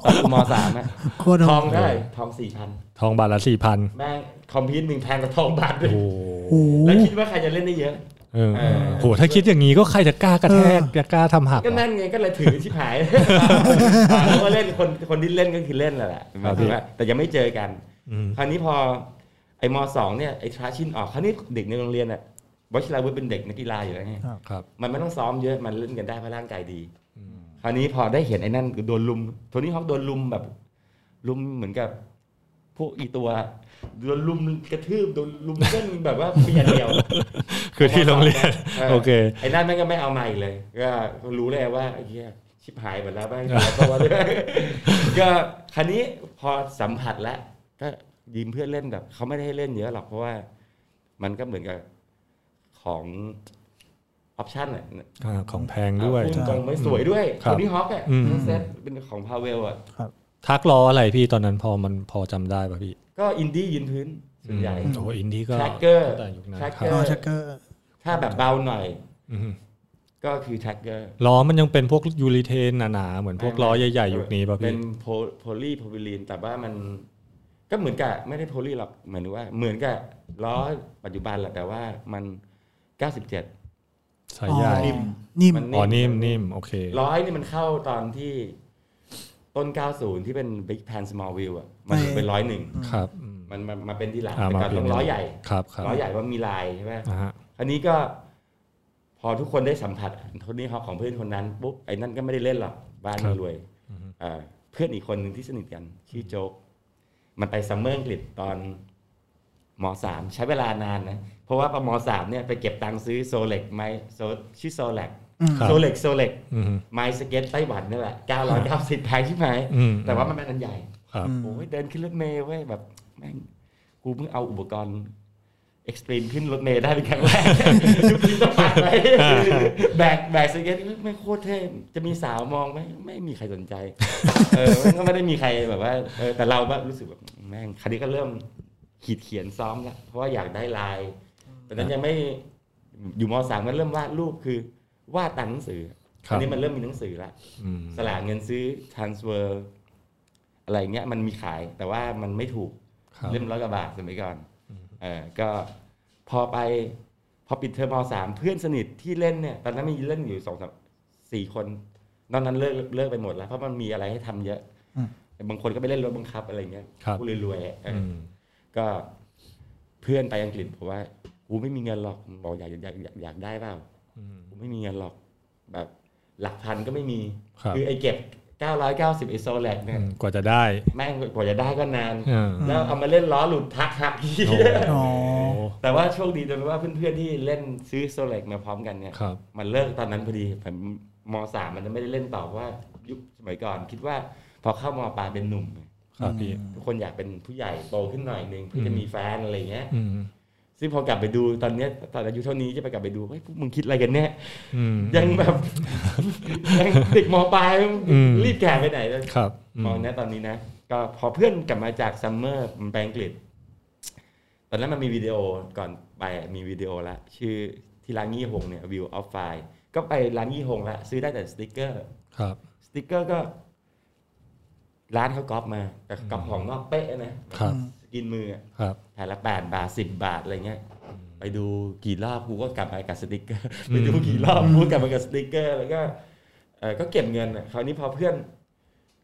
[SPEAKER 5] ตอนมสามอะ
[SPEAKER 2] โคตร
[SPEAKER 5] ท
[SPEAKER 2] โห
[SPEAKER 5] อง
[SPEAKER 2] ด
[SPEAKER 5] เท่าไหร่ทอง4,000
[SPEAKER 4] ทองบาทละสี่พัน
[SPEAKER 5] แม่งคอมพิวต์หนึ่งแพงกว่าทองบาทด้วย
[SPEAKER 4] โอ้โห
[SPEAKER 2] โอ้โห
[SPEAKER 5] แล้วคิดว่าใครจะเล่นได้เยอะ
[SPEAKER 4] เออเออโหถ้าคิดอย่างนี้ก็ใครจะกล้ากระแทก
[SPEAKER 2] เออ
[SPEAKER 4] จะกล้าทำหัก
[SPEAKER 5] ก็
[SPEAKER 4] เหรอ
[SPEAKER 5] นั่นไงก็เลยถือชิบ หายเขาก็เล่นคนคนที่เล่นก็คือเล่นแหละแหละหมายถึงว่าแต่ยังไม่เจอกัน
[SPEAKER 4] อืม
[SPEAKER 5] คราวนี้พอไอ้มสองเนี่ยไอ้ทราชินออกคราวนี้เด็กในโรงเรียนอะวชิราวุธเป็นเด็กนักกีฬาอยู่แล้วไง
[SPEAKER 4] ครับ
[SPEAKER 5] มันไม่ต้องซ้อมเยอะมันเล่นกันได้เพราะร่างกายดีคราวนี้พอได้เห็นไอ้นั่นคือโดนลุมโทนี่ฮอกโดนลุมแบบลุมเหมือนกับ พวกอีตัวโดนลุมกระทืบโดนลุมเล่นแบบว่าเปียเดียว
[SPEAKER 4] คือที่โรงเรียนโอเค
[SPEAKER 5] ไอ้นั่นแม่งก็ไม่เอาใหม่เลยก็รู้เลยว่าไอ้เหี้ยชิบหายหมดแล้วแม่ง ตัวเลยก็คราวนี้พอสัมผัสแล้วก็ยืมเพื่อนเล่นแบบเขาไม่ได้ให้เล่นเยอะหรอกเพราะว่า มันก็เหมือนกับของออปชั่นอ่ะ
[SPEAKER 4] อ่าของแพงด้วย
[SPEAKER 5] พูตรงๆไม่สวยด้วย
[SPEAKER 4] ค
[SPEAKER 5] โท
[SPEAKER 4] รับ
[SPEAKER 5] นี่ฮอกอ่ะ
[SPEAKER 4] อืม
[SPEAKER 5] ทั้งเซตเป็นของพาเวลอ่ะ
[SPEAKER 4] ทักล้ออะไรพี่ตอนนั้นพอมันพอจำได้ป่ะพี่
[SPEAKER 5] ก็อินดี้ยืนพื้นส่วนใหญ่
[SPEAKER 4] อืมโอ้อินดี้ก็
[SPEAKER 5] Tracker
[SPEAKER 4] ตั้งแต่ยุคนั้นค
[SPEAKER 5] Tracker
[SPEAKER 4] รับ
[SPEAKER 2] อชักเกอร์
[SPEAKER 5] ถ้าแบบเบาหน่อย
[SPEAKER 4] อืม
[SPEAKER 5] ก็คือแท็กเกอร์
[SPEAKER 4] ล้อมันยังเป็นพวกยูริเทนหนาๆเหมือนพวกล้อใหญ่ๆยุคนี้ป่ะ
[SPEAKER 5] เป็
[SPEAKER 4] พี่
[SPEAKER 5] นโพโพลีโพวิลีนแต่ว่ามัน ก็เหมือนกับไม่ได้โพลีหรอกเหมือนว่า เหมือนกับล้อปัจจุบันแหละแต่ว่ามัน 97
[SPEAKER 4] สายให
[SPEAKER 2] อ๋
[SPEAKER 4] ญ่
[SPEAKER 2] อนิ่ม
[SPEAKER 5] มัน
[SPEAKER 4] อ๋อนิ่มนิ่มโอเค
[SPEAKER 5] ร้อยนี่มันเข้าตอนที่ต้น 90 ที่เป็น Big Pan Small Wheel อ่ะมัน
[SPEAKER 2] ไม่
[SPEAKER 5] เป็นร้อยหนึ่ง
[SPEAKER 4] ครับอืม
[SPEAKER 5] มันมามาเป็นที่หลัง
[SPEAKER 4] อ่า
[SPEAKER 5] แต่ก่อน
[SPEAKER 4] มาเป็น
[SPEAKER 5] ต้องร้อยใหญ่
[SPEAKER 4] ครับครับ
[SPEAKER 5] ร้อยใหญ่ว่ามีลายใช่ไหม
[SPEAKER 4] อ่าฮะ
[SPEAKER 5] อันนี้ก็ พอทุกคนได้สัมผัสโทนี่ฮอปของเพื่อนคนนั้นปุ๊บไอ้นั่นก็ไม่ได้เล่นหรอกบ้านมันรวย
[SPEAKER 4] อืม
[SPEAKER 5] อ่าเพื่อนอีกคนหนึ่งที่สนิทกัน ชื่อโจ๊ก มันไปซัมเมอร์อังกฤษตอนมสามใช้เวลานานนะ เพราะว่าประมสามเนี่ยไปเก็บตังค์ซื้อโซเล็กไม้โซชื่อโซเล็กโซเล็กโซเล็ก
[SPEAKER 4] อืม
[SPEAKER 5] ไม้สเก็ตไต้หวันนี่แหละ 990แพงใช่ไหม
[SPEAKER 4] อืม
[SPEAKER 5] แต่ว่ามันเป็นอันใหญ่
[SPEAKER 4] ครับ
[SPEAKER 5] โอ้ยเดินขึ้นรถเมล์เว้ยแบบแม่งกูเพิ่งเอาอุปกรณ์เอ็กซ์ตรีมขึ้นรถเมล์ได้เป็นครั้งแร ก ยุคนี้ต้องผ่านไปแบกแบกสเก็ตไม่งโคตรเท่จะมีสาวมองไหมไม่มีใครสนใจ เออมันก็ไม่ได้มีใครแบบว่าเออแต่เราแบบรู้สึกแบบแม่งคราวนี้ก็เริ่มขีดเขียนซ้อมละเพราะว่าอยากได้ลายตอนนั้นยังไม่อยู่มสามก็เริ่มวาดรูปคือวาดตามหนังสือ
[SPEAKER 4] ค
[SPEAKER 5] ต
[SPEAKER 4] รั
[SPEAKER 5] อบ นนี้มันเริ่มมีหนังสือละ
[SPEAKER 4] อืม
[SPEAKER 5] สลากเงินซื้อ transfer อะไรเงี้ยมันมีขายแต่ว่ามันไม่ถูก
[SPEAKER 4] ครับ
[SPEAKER 5] เล่มร้อยกว่าบาทสมัยก่อนเออก็พอไปพอปิดเทอมมสามเพื่อนสนิทที่เล่นเนี่ย ตอนนั้นมีเล่นอยู่สองสามสี่คนนอกนั้นเลิกเลิกไปหมดแล้ว เพราะมันมีอะไรให้ทำเยอะ
[SPEAKER 2] อืม
[SPEAKER 5] บางคนก็ไปเล่นรถบังคับอะไรเงี้ย
[SPEAKER 4] ครับ
[SPEAKER 5] ผู้รวยๆอะเออ
[SPEAKER 4] อื
[SPEAKER 5] อ
[SPEAKER 4] ม
[SPEAKER 5] ก็เพื่อนไปอังกฤษบอกว่ากูไม่มีเงินหรอกบอกอยากอยากอยากอยากได้เปล่า
[SPEAKER 4] อืม
[SPEAKER 5] ผมไม่มีเงินหรอกแบบหลักพันก็ไม่มี
[SPEAKER 4] ครับ
[SPEAKER 5] อไอ้เก็บ 990ไอโซแลกเนี่
[SPEAKER 4] อื
[SPEAKER 5] ย
[SPEAKER 4] มกว่าจะได้
[SPEAKER 5] แม่งกว่าจะได้ก็นาน
[SPEAKER 4] เออ
[SPEAKER 5] แล้วเอามาเล่นล้อหลุดทักหักทีย
[SPEAKER 4] โอ้โห
[SPEAKER 2] อ๋อ
[SPEAKER 5] แต่ว่าโชคดีตรงที่ว่าเพื่อนๆที่เล่นซื้อโซแลกมาพร้อมกันเนี่ย
[SPEAKER 4] ครับ
[SPEAKER 5] มันเลิกตอนนั้นพอดีผมมสามมันจะไม่ได้เล่นต่อเพราะว่ายุคสมัยก่อน คิดว่าพอเข้ามปลายเป็นหนุ่ม
[SPEAKER 4] ครับพี่
[SPEAKER 5] ทุกคนอยากเป็นผู้ใหญ่โตขึ้นหน่อยนึงเพื่อ
[SPEAKER 4] อื
[SPEAKER 5] จะ
[SPEAKER 4] ม
[SPEAKER 5] มีแฟนอะไรอย่างเงี้ย
[SPEAKER 4] อืม
[SPEAKER 5] ซึ่งพอกลับไปดูตอนเนี้ยตอนอายุเท่านี้จะไปกลับไปดูเฮ้ยพวกมึงคิดอะไรกันแน่
[SPEAKER 4] อืม
[SPEAKER 5] ยังแบบ ยังเด็กมปลาย
[SPEAKER 4] อืม
[SPEAKER 5] รีบแก่ไปไหนเลย
[SPEAKER 4] ครับ
[SPEAKER 5] มองนะตอนนี้นะ ก็พอเพื่อนกลับมาจากซัมเมอร์มันไปอังกฤษ ตอนนั้นมันมีวิดีโอก่อนไปอะมีวิดีโอละ ชื่อที่ร้านยี่หงเนี่ย view of file ก็ไปร้านยี่หงละ ซื้อได้แต่สติกเกอร์
[SPEAKER 4] ครับ
[SPEAKER 5] สติกเกอร์ก็ ร้านเขาก๊อปมา แต่ก๊อปของนอกเป๊ะนะครับ กินมืออะ
[SPEAKER 4] ครับ
[SPEAKER 5] แผ่นละแปดบาทสิบบาทอะไรเงี้ย ไปดูกี่รอบกูก็กลับมากับสติกเกอร์ ไปดูกี่รอบกูก็กลับมากับสติกเกอร์ แล้วก็เออก็เก็บเงินอะคราวนี้พอเพื่อน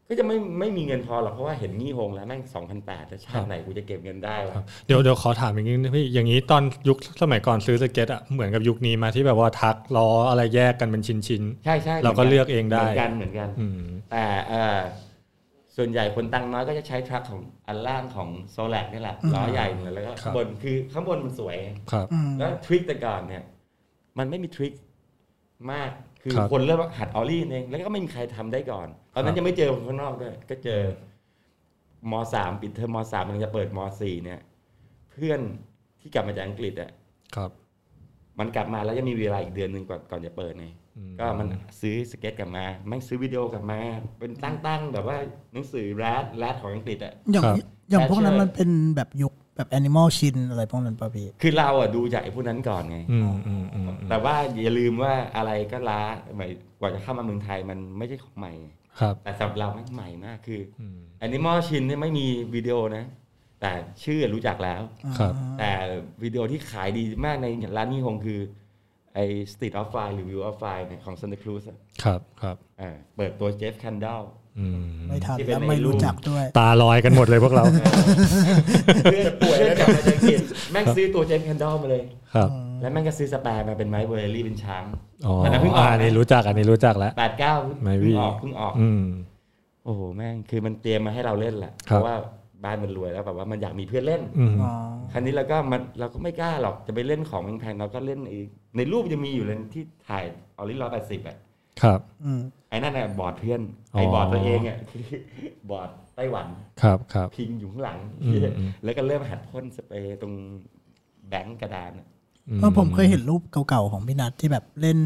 [SPEAKER 5] ก็จะไม่ไม่มีเงินพอหรอกเพราะว่าเห็นงี้โฮงแล้วแม่งสองพันแปดแล้วชาติไหนกูจะเก็บเงินได้วะ
[SPEAKER 4] เดี๋ยวเดี๋ยวขอถามอีกนิดนึงพี่อย่างนี้ตอนยุคสมัยก่อนซื้อสเก็ตอ่ะเหมือนกับยุคนี้มาที่แบบว่าทักล้ออะไรแยกกันเป็นชิ้น
[SPEAKER 5] ใช่ใช่
[SPEAKER 4] เราก็เลือกเองได้
[SPEAKER 5] เหมือนกันเหมือนกัน
[SPEAKER 4] ๆ อืม
[SPEAKER 5] แต่เออส่วนใหญ่คนตังค์น้อยก็จะใช้ทรัคของอันล่างของโซแลกนี่แหละล้อใหญ่เลยแล้วก็
[SPEAKER 4] ครับ
[SPEAKER 5] บนคือข้างบนมันสวย
[SPEAKER 4] ครับ
[SPEAKER 2] อืม
[SPEAKER 5] แล้วทริคแต่ก่อนเนี่ย มันไม่มีทริคมาก คือ
[SPEAKER 4] ครับ
[SPEAKER 5] คนเริ่มหัดออลลี่เองแล้วก็ไม่มีใครทำได้ก่อน ตอนนั้นยังไม่เจอคนข้างนอกด้วย ก็เจอมสามปิดเทอมมสามกำลังจะเปิดมสี่เนี่ย เพื่อนที่กลับมาจากอังกฤษอ่ะ
[SPEAKER 4] ครับ
[SPEAKER 5] มันกลับมาแล้วยังมีเวลาอีกเดือนหนึ่งก่อนก่อนจะเปิดไง
[SPEAKER 4] อืม
[SPEAKER 5] ก็มันซื้อสเก็ตกลับมาแม่งซื้อวิดีโอกลับมา เป็นตั้งๆแบบว่าหนังสือแรดแรดของอังกฤษอ่ะ
[SPEAKER 2] อย่าง
[SPEAKER 4] ครับ
[SPEAKER 2] อย่างพวกนั้น
[SPEAKER 5] แต่เชื่อ
[SPEAKER 2] มันเป็นแบบยุคแบบแอนิมอลชินอะไรพวกนั้นป่ะพี่
[SPEAKER 5] คือเราอ่ะดูจากไอ้พวกนั้นก่อนไง
[SPEAKER 4] อืมอืมอืม
[SPEAKER 5] แต่ว่าอย่าลืมว่าอะไรก็ล้าหมายกว่าจะเข้ามาเมืองไทยมันไม่ใช่ของใหม่
[SPEAKER 4] ครับ
[SPEAKER 5] แต่สำหรับเราแม่งใหม่มากคือ
[SPEAKER 4] อืม
[SPEAKER 5] แอนิมอลชินเนี่ยไม่มีวิดีโอนะ แต่ชื่อรู้จักแล้ว
[SPEAKER 4] ครับ
[SPEAKER 5] แต่วิดีโอที่ขายดีมากในร้านนี้คงคือไอ้ Street of Fire หรือ View of Fire เนี่ยของ Santa Cruz อะ
[SPEAKER 4] ครับครับ
[SPEAKER 5] อ่าเปิดตัวเจฟคันด l ล
[SPEAKER 4] อืม
[SPEAKER 2] ไม่ทัน
[SPEAKER 5] ที่เป็น
[SPEAKER 2] แล้ว
[SPEAKER 5] ใน
[SPEAKER 2] ไม่รู้
[SPEAKER 5] รูป
[SPEAKER 2] จักด้วย
[SPEAKER 4] ตาลอยกันหมดเลยพวกเรา
[SPEAKER 5] เพื่อนป่วย จากมาจากอังกฤษแม่งซื้อตัวเจฟคันด l ลมาเลย
[SPEAKER 4] ครับ
[SPEAKER 5] แล้วแม่งก็ซื้อสแปร์มาเป็นไม้เบอร์รี่เป็นช้าง
[SPEAKER 4] อ๋อ
[SPEAKER 5] แต่นั้นเพิ่งออกนะ
[SPEAKER 4] อันนี้รู้จักอันนี้รู้จักแล้ว
[SPEAKER 5] แปดเก้า
[SPEAKER 4] ไม่
[SPEAKER 5] เพิ่ง
[SPEAKER 4] วิ่ง
[SPEAKER 5] ออกเพิ่งออก
[SPEAKER 4] อืม
[SPEAKER 5] โอ้โหแม่งคือมันเตรียมมาให้เราเล่นแหละ
[SPEAKER 4] ค
[SPEAKER 5] เพ
[SPEAKER 4] รับ
[SPEAKER 5] ราะว่าบ้านมันรวยแล้วแบบว่ามันอยากมีเพื่อนเล่น
[SPEAKER 4] อืม
[SPEAKER 2] อ๋อ
[SPEAKER 5] ครั้นี้เราก็มันเราก็ไม่กล้าหรอกจะไปเล่นของแพงๆเราก็เล่นไอ้ในรูปยังมีอยู่เลยที่ถ่ายออริร้อยแปดสิบอ่ะ
[SPEAKER 4] ครับ
[SPEAKER 2] อืม
[SPEAKER 5] ไอ้นั่นน่ะบอร์ดเพื่อน
[SPEAKER 4] อ๋อ
[SPEAKER 5] ไอ้บอร์ดตัวเองอ่ะ คือบอร์ดไต้หวัน
[SPEAKER 4] ครับครับ
[SPEAKER 5] พิงอยู่ข้างหลัง
[SPEAKER 4] อืมอืม
[SPEAKER 5] แล้วก็เริ่มหัดพ่นสเปรย์ตรงแบงก์กระดานน่ะ
[SPEAKER 4] อื
[SPEAKER 2] เพราะผมเคยเห็นรูปเก่าๆของพี่นัทที่แบบเล่น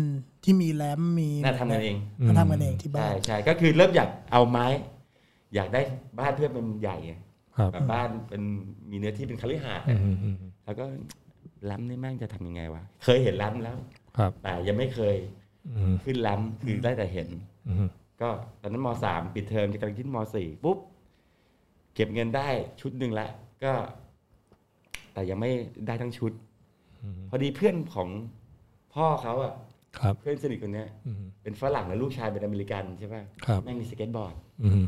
[SPEAKER 2] ที่มีแรมมี
[SPEAKER 5] น่าทำกันเอง
[SPEAKER 2] มาทำกันเองที่บ้า
[SPEAKER 5] ใช่
[SPEAKER 2] น
[SPEAKER 5] ใช่ก็คือเริ่มอยากเอาไม้ อยากได้บ้านเพื่อนมันใหญ่อะ
[SPEAKER 4] ครับ
[SPEAKER 5] แบบบ้านเป็นมีเนื้อที่เป็นคฤหาสน์
[SPEAKER 4] อื
[SPEAKER 5] อะ
[SPEAKER 4] มอืมอืม
[SPEAKER 5] แล้วก็ล้ำนี่แม่งจะทำยังไงวะ เคยเห็นล้ำแล้ว
[SPEAKER 4] ครับ
[SPEAKER 5] แต่ยังไม่เคย
[SPEAKER 4] อืม
[SPEAKER 5] ขึ้นล้ำคือได้แต่เห็น
[SPEAKER 4] อืม
[SPEAKER 5] ก็ตอนนั้นมสามปิดเทอมจะกำลังขึ้นมสี่ปุ๊บ เก็บเงินได้ชุดหนึ่งละก็ แต่ยังไม่ได้ทั้งชุด พอดีเพื่อนของพ่อเขาอะ
[SPEAKER 4] ครับ
[SPEAKER 5] เพื่อนสนิทคนเนี้ย
[SPEAKER 4] อืม
[SPEAKER 5] เป็นฝรั่งแล้วลูกชายเป็นอเมริกันใช่ป่ะ
[SPEAKER 4] ครับ
[SPEAKER 5] แม่งมีสเก็ตบอร์ด
[SPEAKER 4] อืม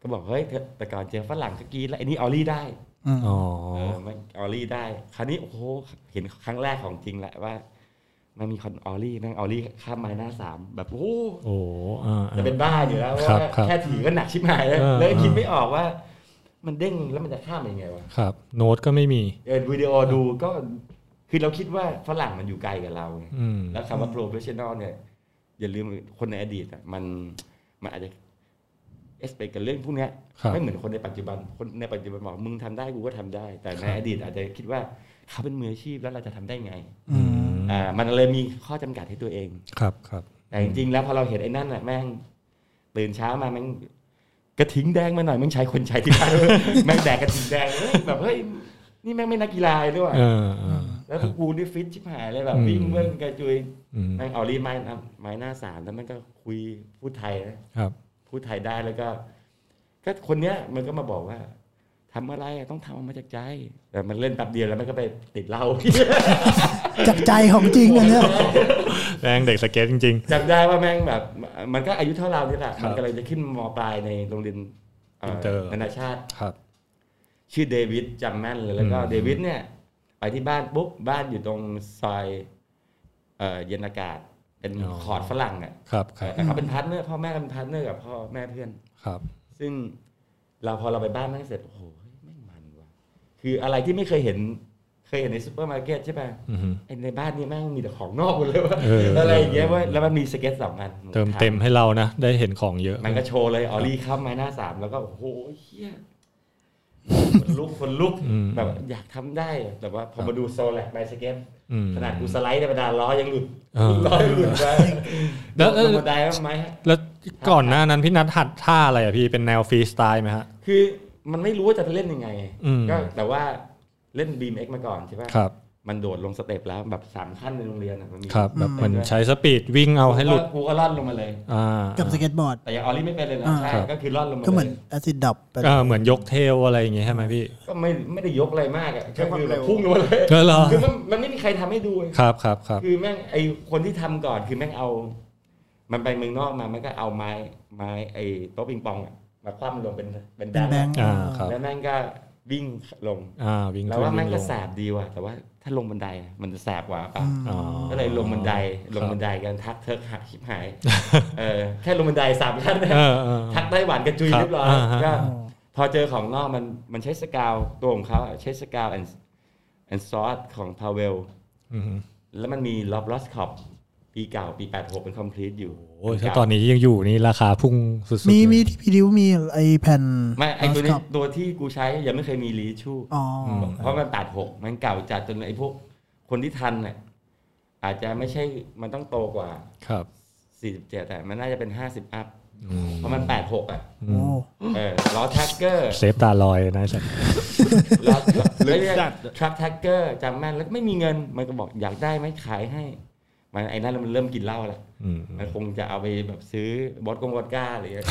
[SPEAKER 5] ก็บอกเฮ้ยเธอแต่ก่อนเจอฝรั่งก็กรีดแล้วไอ้นี่ออลลี่ได้
[SPEAKER 2] อืม
[SPEAKER 4] อ๋อ
[SPEAKER 5] เออมันออลลี่ได้ คราวนี้โอ้โหเห็นครั้งแรกของจริงแหละว่า มันมีคนออลลี่แม่งออลลี่ข้ามไม้หน้าสามแบบโอ้โห
[SPEAKER 4] โอ้อ่าอ่า
[SPEAKER 5] จะเป็นบ้าอยู่แล้ว
[SPEAKER 4] ครับ
[SPEAKER 5] ว่า
[SPEAKER 4] ครับ
[SPEAKER 5] แค่ถือก็หนักชิบหายแล้ว
[SPEAKER 4] เออ
[SPEAKER 5] แล้วก็คิด
[SPEAKER 4] เออ
[SPEAKER 5] ไม่ออกว่า มันเด้งแล้วมันจะข้ามยังไงวะ
[SPEAKER 4] ครับ โน้ตก็ไม่มี
[SPEAKER 5] เออวิดีโอดูก็คือเราคิดว่าฝรั่งมันอยู่ไกลกับเราไง
[SPEAKER 4] อืม
[SPEAKER 5] แล้วคำว่า professional เนี่ย อย่าลืมคนในอดีตอะมันมันอาจจะเอสเปกับเรื่องพวกเนี้ย
[SPEAKER 4] ครับ
[SPEAKER 5] ไม่เหมือนคนในปัจจุบัน คนในปัจจุบันบอกมึงทำได้กูก็ทำได้ แต่ใน
[SPEAKER 4] ครับ
[SPEAKER 5] อดีตอาจจะคิดว่าเขาเป็นมืออาชีพแล้วเราจะทำได้ไง
[SPEAKER 4] อืม
[SPEAKER 5] อ่า มันเลยมีข้อจำกัดให้ตัวเอง
[SPEAKER 4] ครับครับ
[SPEAKER 5] แต่จริงๆแล้วพอเราเห็นไอ้นั่นน่ะแม่งตื่นเช้ามาแม่งกระถิงแดงมาหน่อยแม่งใช้คนใช้ที่บ้าน แม่งแดกกระถิงแดงเฮ้ยแบบเฮ้ยนี่แม่งไม่นักกีฬาเลยด้วย
[SPEAKER 4] เออเออ
[SPEAKER 5] แล้วกูนี่ฟิตชิบหายเลยแบบ
[SPEAKER 4] อืม
[SPEAKER 5] วิ่งเวิ่งกระจุย
[SPEAKER 4] อืม
[SPEAKER 5] แม่งเอารีดไม้หน้าไม้หน้าสามแล้วแม่งก็คุยพูดไทยนะ
[SPEAKER 4] ครับ
[SPEAKER 5] พูดไทยได้แล้วก็ ก็คนเนี้ยมันก็มาบอกว่าทำอะไรอะต้องทำออกมาจากใจแต่มันเล่นแป๊บเดียวแล้วมันก็ไปติดเหล้า
[SPEAKER 2] จากใจของจริงอันเนี้ย
[SPEAKER 4] แรงเด็กสเก็ตจริง
[SPEAKER 5] จำได้ว่าแม่งแบบ มันก็อายุเท่าเราเนี่ยแหละ
[SPEAKER 4] ครับ
[SPEAKER 5] มันกำลังจะขึ้นมปลายในโรงเรียนเอ่อ
[SPEAKER 4] อินเตอร์
[SPEAKER 5] นานาชาติ
[SPEAKER 4] ๆ ครับ
[SPEAKER 5] ชื่อเดวิดจำแม่นเลยแล้วก็
[SPEAKER 4] อืม
[SPEAKER 5] เดวิดเนี่ย ไปที่บ้านปุ๊บบ้านอยู่ตรงซอยเอ่อเย็นอากาศ เป็นคอร์ดฝรั่งอ่ะ
[SPEAKER 4] ครับครับ
[SPEAKER 5] แต่เขาเป็นพาร์ทเนอร์พ่อแม่ก็เป็นพาร์ทเนอร์กับพ่อแม่เพื่อน
[SPEAKER 4] ครับ
[SPEAKER 5] ซึ่งเราพอเราไปบ้านแม่งเสร็จ โอ้โหแม่งมันว่ะคืออะไรที่ไม่เคยเห็น เคยเห็นในซูเปอร์มาร์เก็ตใช่ป่ะ
[SPEAKER 4] อืม
[SPEAKER 5] ไอ้ในบ้านนี่แม่งมีแต่ของนอกหมดเลยว่ะ
[SPEAKER 4] เอออ
[SPEAKER 5] อะไรอย่างเงี้ยเว่าแล้วมันมีสเก็ตสองอัน
[SPEAKER 4] เติมเต็มให้เรานะ ได้เห็นของเยอะ
[SPEAKER 5] มันก็โชว์เลยออรี่เข้ามาหน้าสามแล้วก็โอ้โหเฮียคนลุกคนลุก
[SPEAKER 4] อืม
[SPEAKER 5] แบบอยากทำได้อะแต่ว่าพอมาดูโซแลกไบสเก็ต
[SPEAKER 4] อืม
[SPEAKER 5] ขนาดกูสไลด์ธรรมดาล้อยังหลุด
[SPEAKER 4] เออ
[SPEAKER 5] ล้อยังหลุดไป
[SPEAKER 4] แล้ว
[SPEAKER 5] ธรรมดาบ้างไหมฮะ
[SPEAKER 4] แล้วก่อนหน้านั้นพี่นัทหัดท่าอะไรอ่ะพี่เป็นแนวฟรีสไตล์ไหมฮะ
[SPEAKER 5] คือมันไม่รู้ว่าจะเล่นยังไง
[SPEAKER 4] อืม
[SPEAKER 5] ก็แต่ว่าเล่นบีมเอ็กมาก่อนใช่ปะ
[SPEAKER 4] ครับ
[SPEAKER 5] มันโดดลงสเต็ปแล้วแบบสามขั้นในโรงเรียนอะมันมี
[SPEAKER 4] ครับแบบเหมือนใช้สปีดวิ่งเอาให้หลุด
[SPEAKER 5] กูก็ล่อนลงมาเลย
[SPEAKER 4] อ่า
[SPEAKER 2] กับสเก็ตบอร์ด
[SPEAKER 5] แต่ยังออลลี่ไม่เป็นเลยนะ
[SPEAKER 2] อ่า
[SPEAKER 5] ใช่
[SPEAKER 4] ครับ
[SPEAKER 5] ก็คือล่อนลงมา
[SPEAKER 2] ก็เหมือน
[SPEAKER 5] เลย
[SPEAKER 2] แอซิดดับไป
[SPEAKER 4] เออเหมือนยกเทลอะไรอย่างเงี้ยใช่ไหมพี่
[SPEAKER 5] ก็ไม่ไม่ได้ยกอะไรมากอะ
[SPEAKER 6] ใช้
[SPEAKER 5] ก็
[SPEAKER 6] ความ
[SPEAKER 5] คือ
[SPEAKER 6] เร็ว
[SPEAKER 5] พุ่งลงมาเลย
[SPEAKER 4] เออเหรอ
[SPEAKER 5] คือมันมันไม่มีใครทำให้ดูเลย
[SPEAKER 4] ครับครับครับ
[SPEAKER 5] คือแม่งไอคนที่ทำก่อนคือแม่งเอา มันไปเมืองนอกมามันก็เอาไม้ไม้ไอโต๊ะปิงปองอะมาคว่ำลงเป็นเป็น
[SPEAKER 2] เป็น
[SPEAKER 5] แบ
[SPEAKER 2] แบ
[SPEAKER 5] ง
[SPEAKER 2] ง
[SPEAKER 5] ค์
[SPEAKER 2] ค์
[SPEAKER 4] อ่าครับ
[SPEAKER 5] แล้วแม่งก็วิ่งลง
[SPEAKER 4] อ่าวิ่ง
[SPEAKER 5] เรา
[SPEAKER 4] ขึ้น
[SPEAKER 5] ว่าแม่ง
[SPEAKER 4] วิ่งล
[SPEAKER 5] ก็
[SPEAKER 4] ง
[SPEAKER 5] แสบดีว่ะแต่ว่าถ้าลงบันไดอะมันจะแสบกว่าป่ะ
[SPEAKER 2] อืม
[SPEAKER 4] อ๋อ
[SPEAKER 5] ก็เลยลงบันไดลงบันไดกันทักเทิกหักชิบหายเออแค่ลงบันไดสามขั้นนะ
[SPEAKER 4] เออเออ
[SPEAKER 5] ทักไต้หวันกระจุย
[SPEAKER 4] ครับ
[SPEAKER 5] เรียบร้อย
[SPEAKER 4] อ่าฮะ
[SPEAKER 5] ก็พอเจอของนอกมันมันใช้สกาวตัวของเขาใช้สกาวแอนแอนซอสของพาเวล
[SPEAKER 4] อืม
[SPEAKER 5] แล้วมันมีล็อบลอสคอป ปีเก่าปี 86 เป็นคอมพลีทอยู่
[SPEAKER 4] โอ้ยถ้าตอนนี้ยังอยู่นี่ราคาพุ่งสุดๆ
[SPEAKER 7] มีมี
[SPEAKER 4] เลย
[SPEAKER 7] ที่พี่ดิวมีไอแผ่น
[SPEAKER 5] ไม่ไอตัวนี้
[SPEAKER 7] ครับ
[SPEAKER 5] ตัวที่กูใช้ยังไม่เคยมีรีชู
[SPEAKER 7] อ๋อ
[SPEAKER 5] เพราะมันตัดหกมันเก่าจัดจนไอพวกคนที่ทันน่ะอาจจะไม่ใช่มันต้องโตกว่า
[SPEAKER 4] ครับ
[SPEAKER 5] 47แต่มันน่าจะเป็น 50 อัพ เพราะมัน 86 อ่ะ
[SPEAKER 7] โอ้
[SPEAKER 5] เออล้อแท็กเกอร์
[SPEAKER 4] เซฟตาลอยนะสัตว์
[SPEAKER 5] ล้อ
[SPEAKER 3] ลึก
[SPEAKER 5] เรียก
[SPEAKER 3] จัด
[SPEAKER 5] ทรัคแท็กเกอร์จำแม่นแล้วไม่มีเงิน มันก็บอกอยากได้ไหมขายให้ มันไอ้นั่นมันเริ่มกินเหล้าแล้ว
[SPEAKER 4] อืม
[SPEAKER 5] มันคงจะเอาไปแบบซื้อบอสกงวอดก้าอะไรอย่างเงี้ย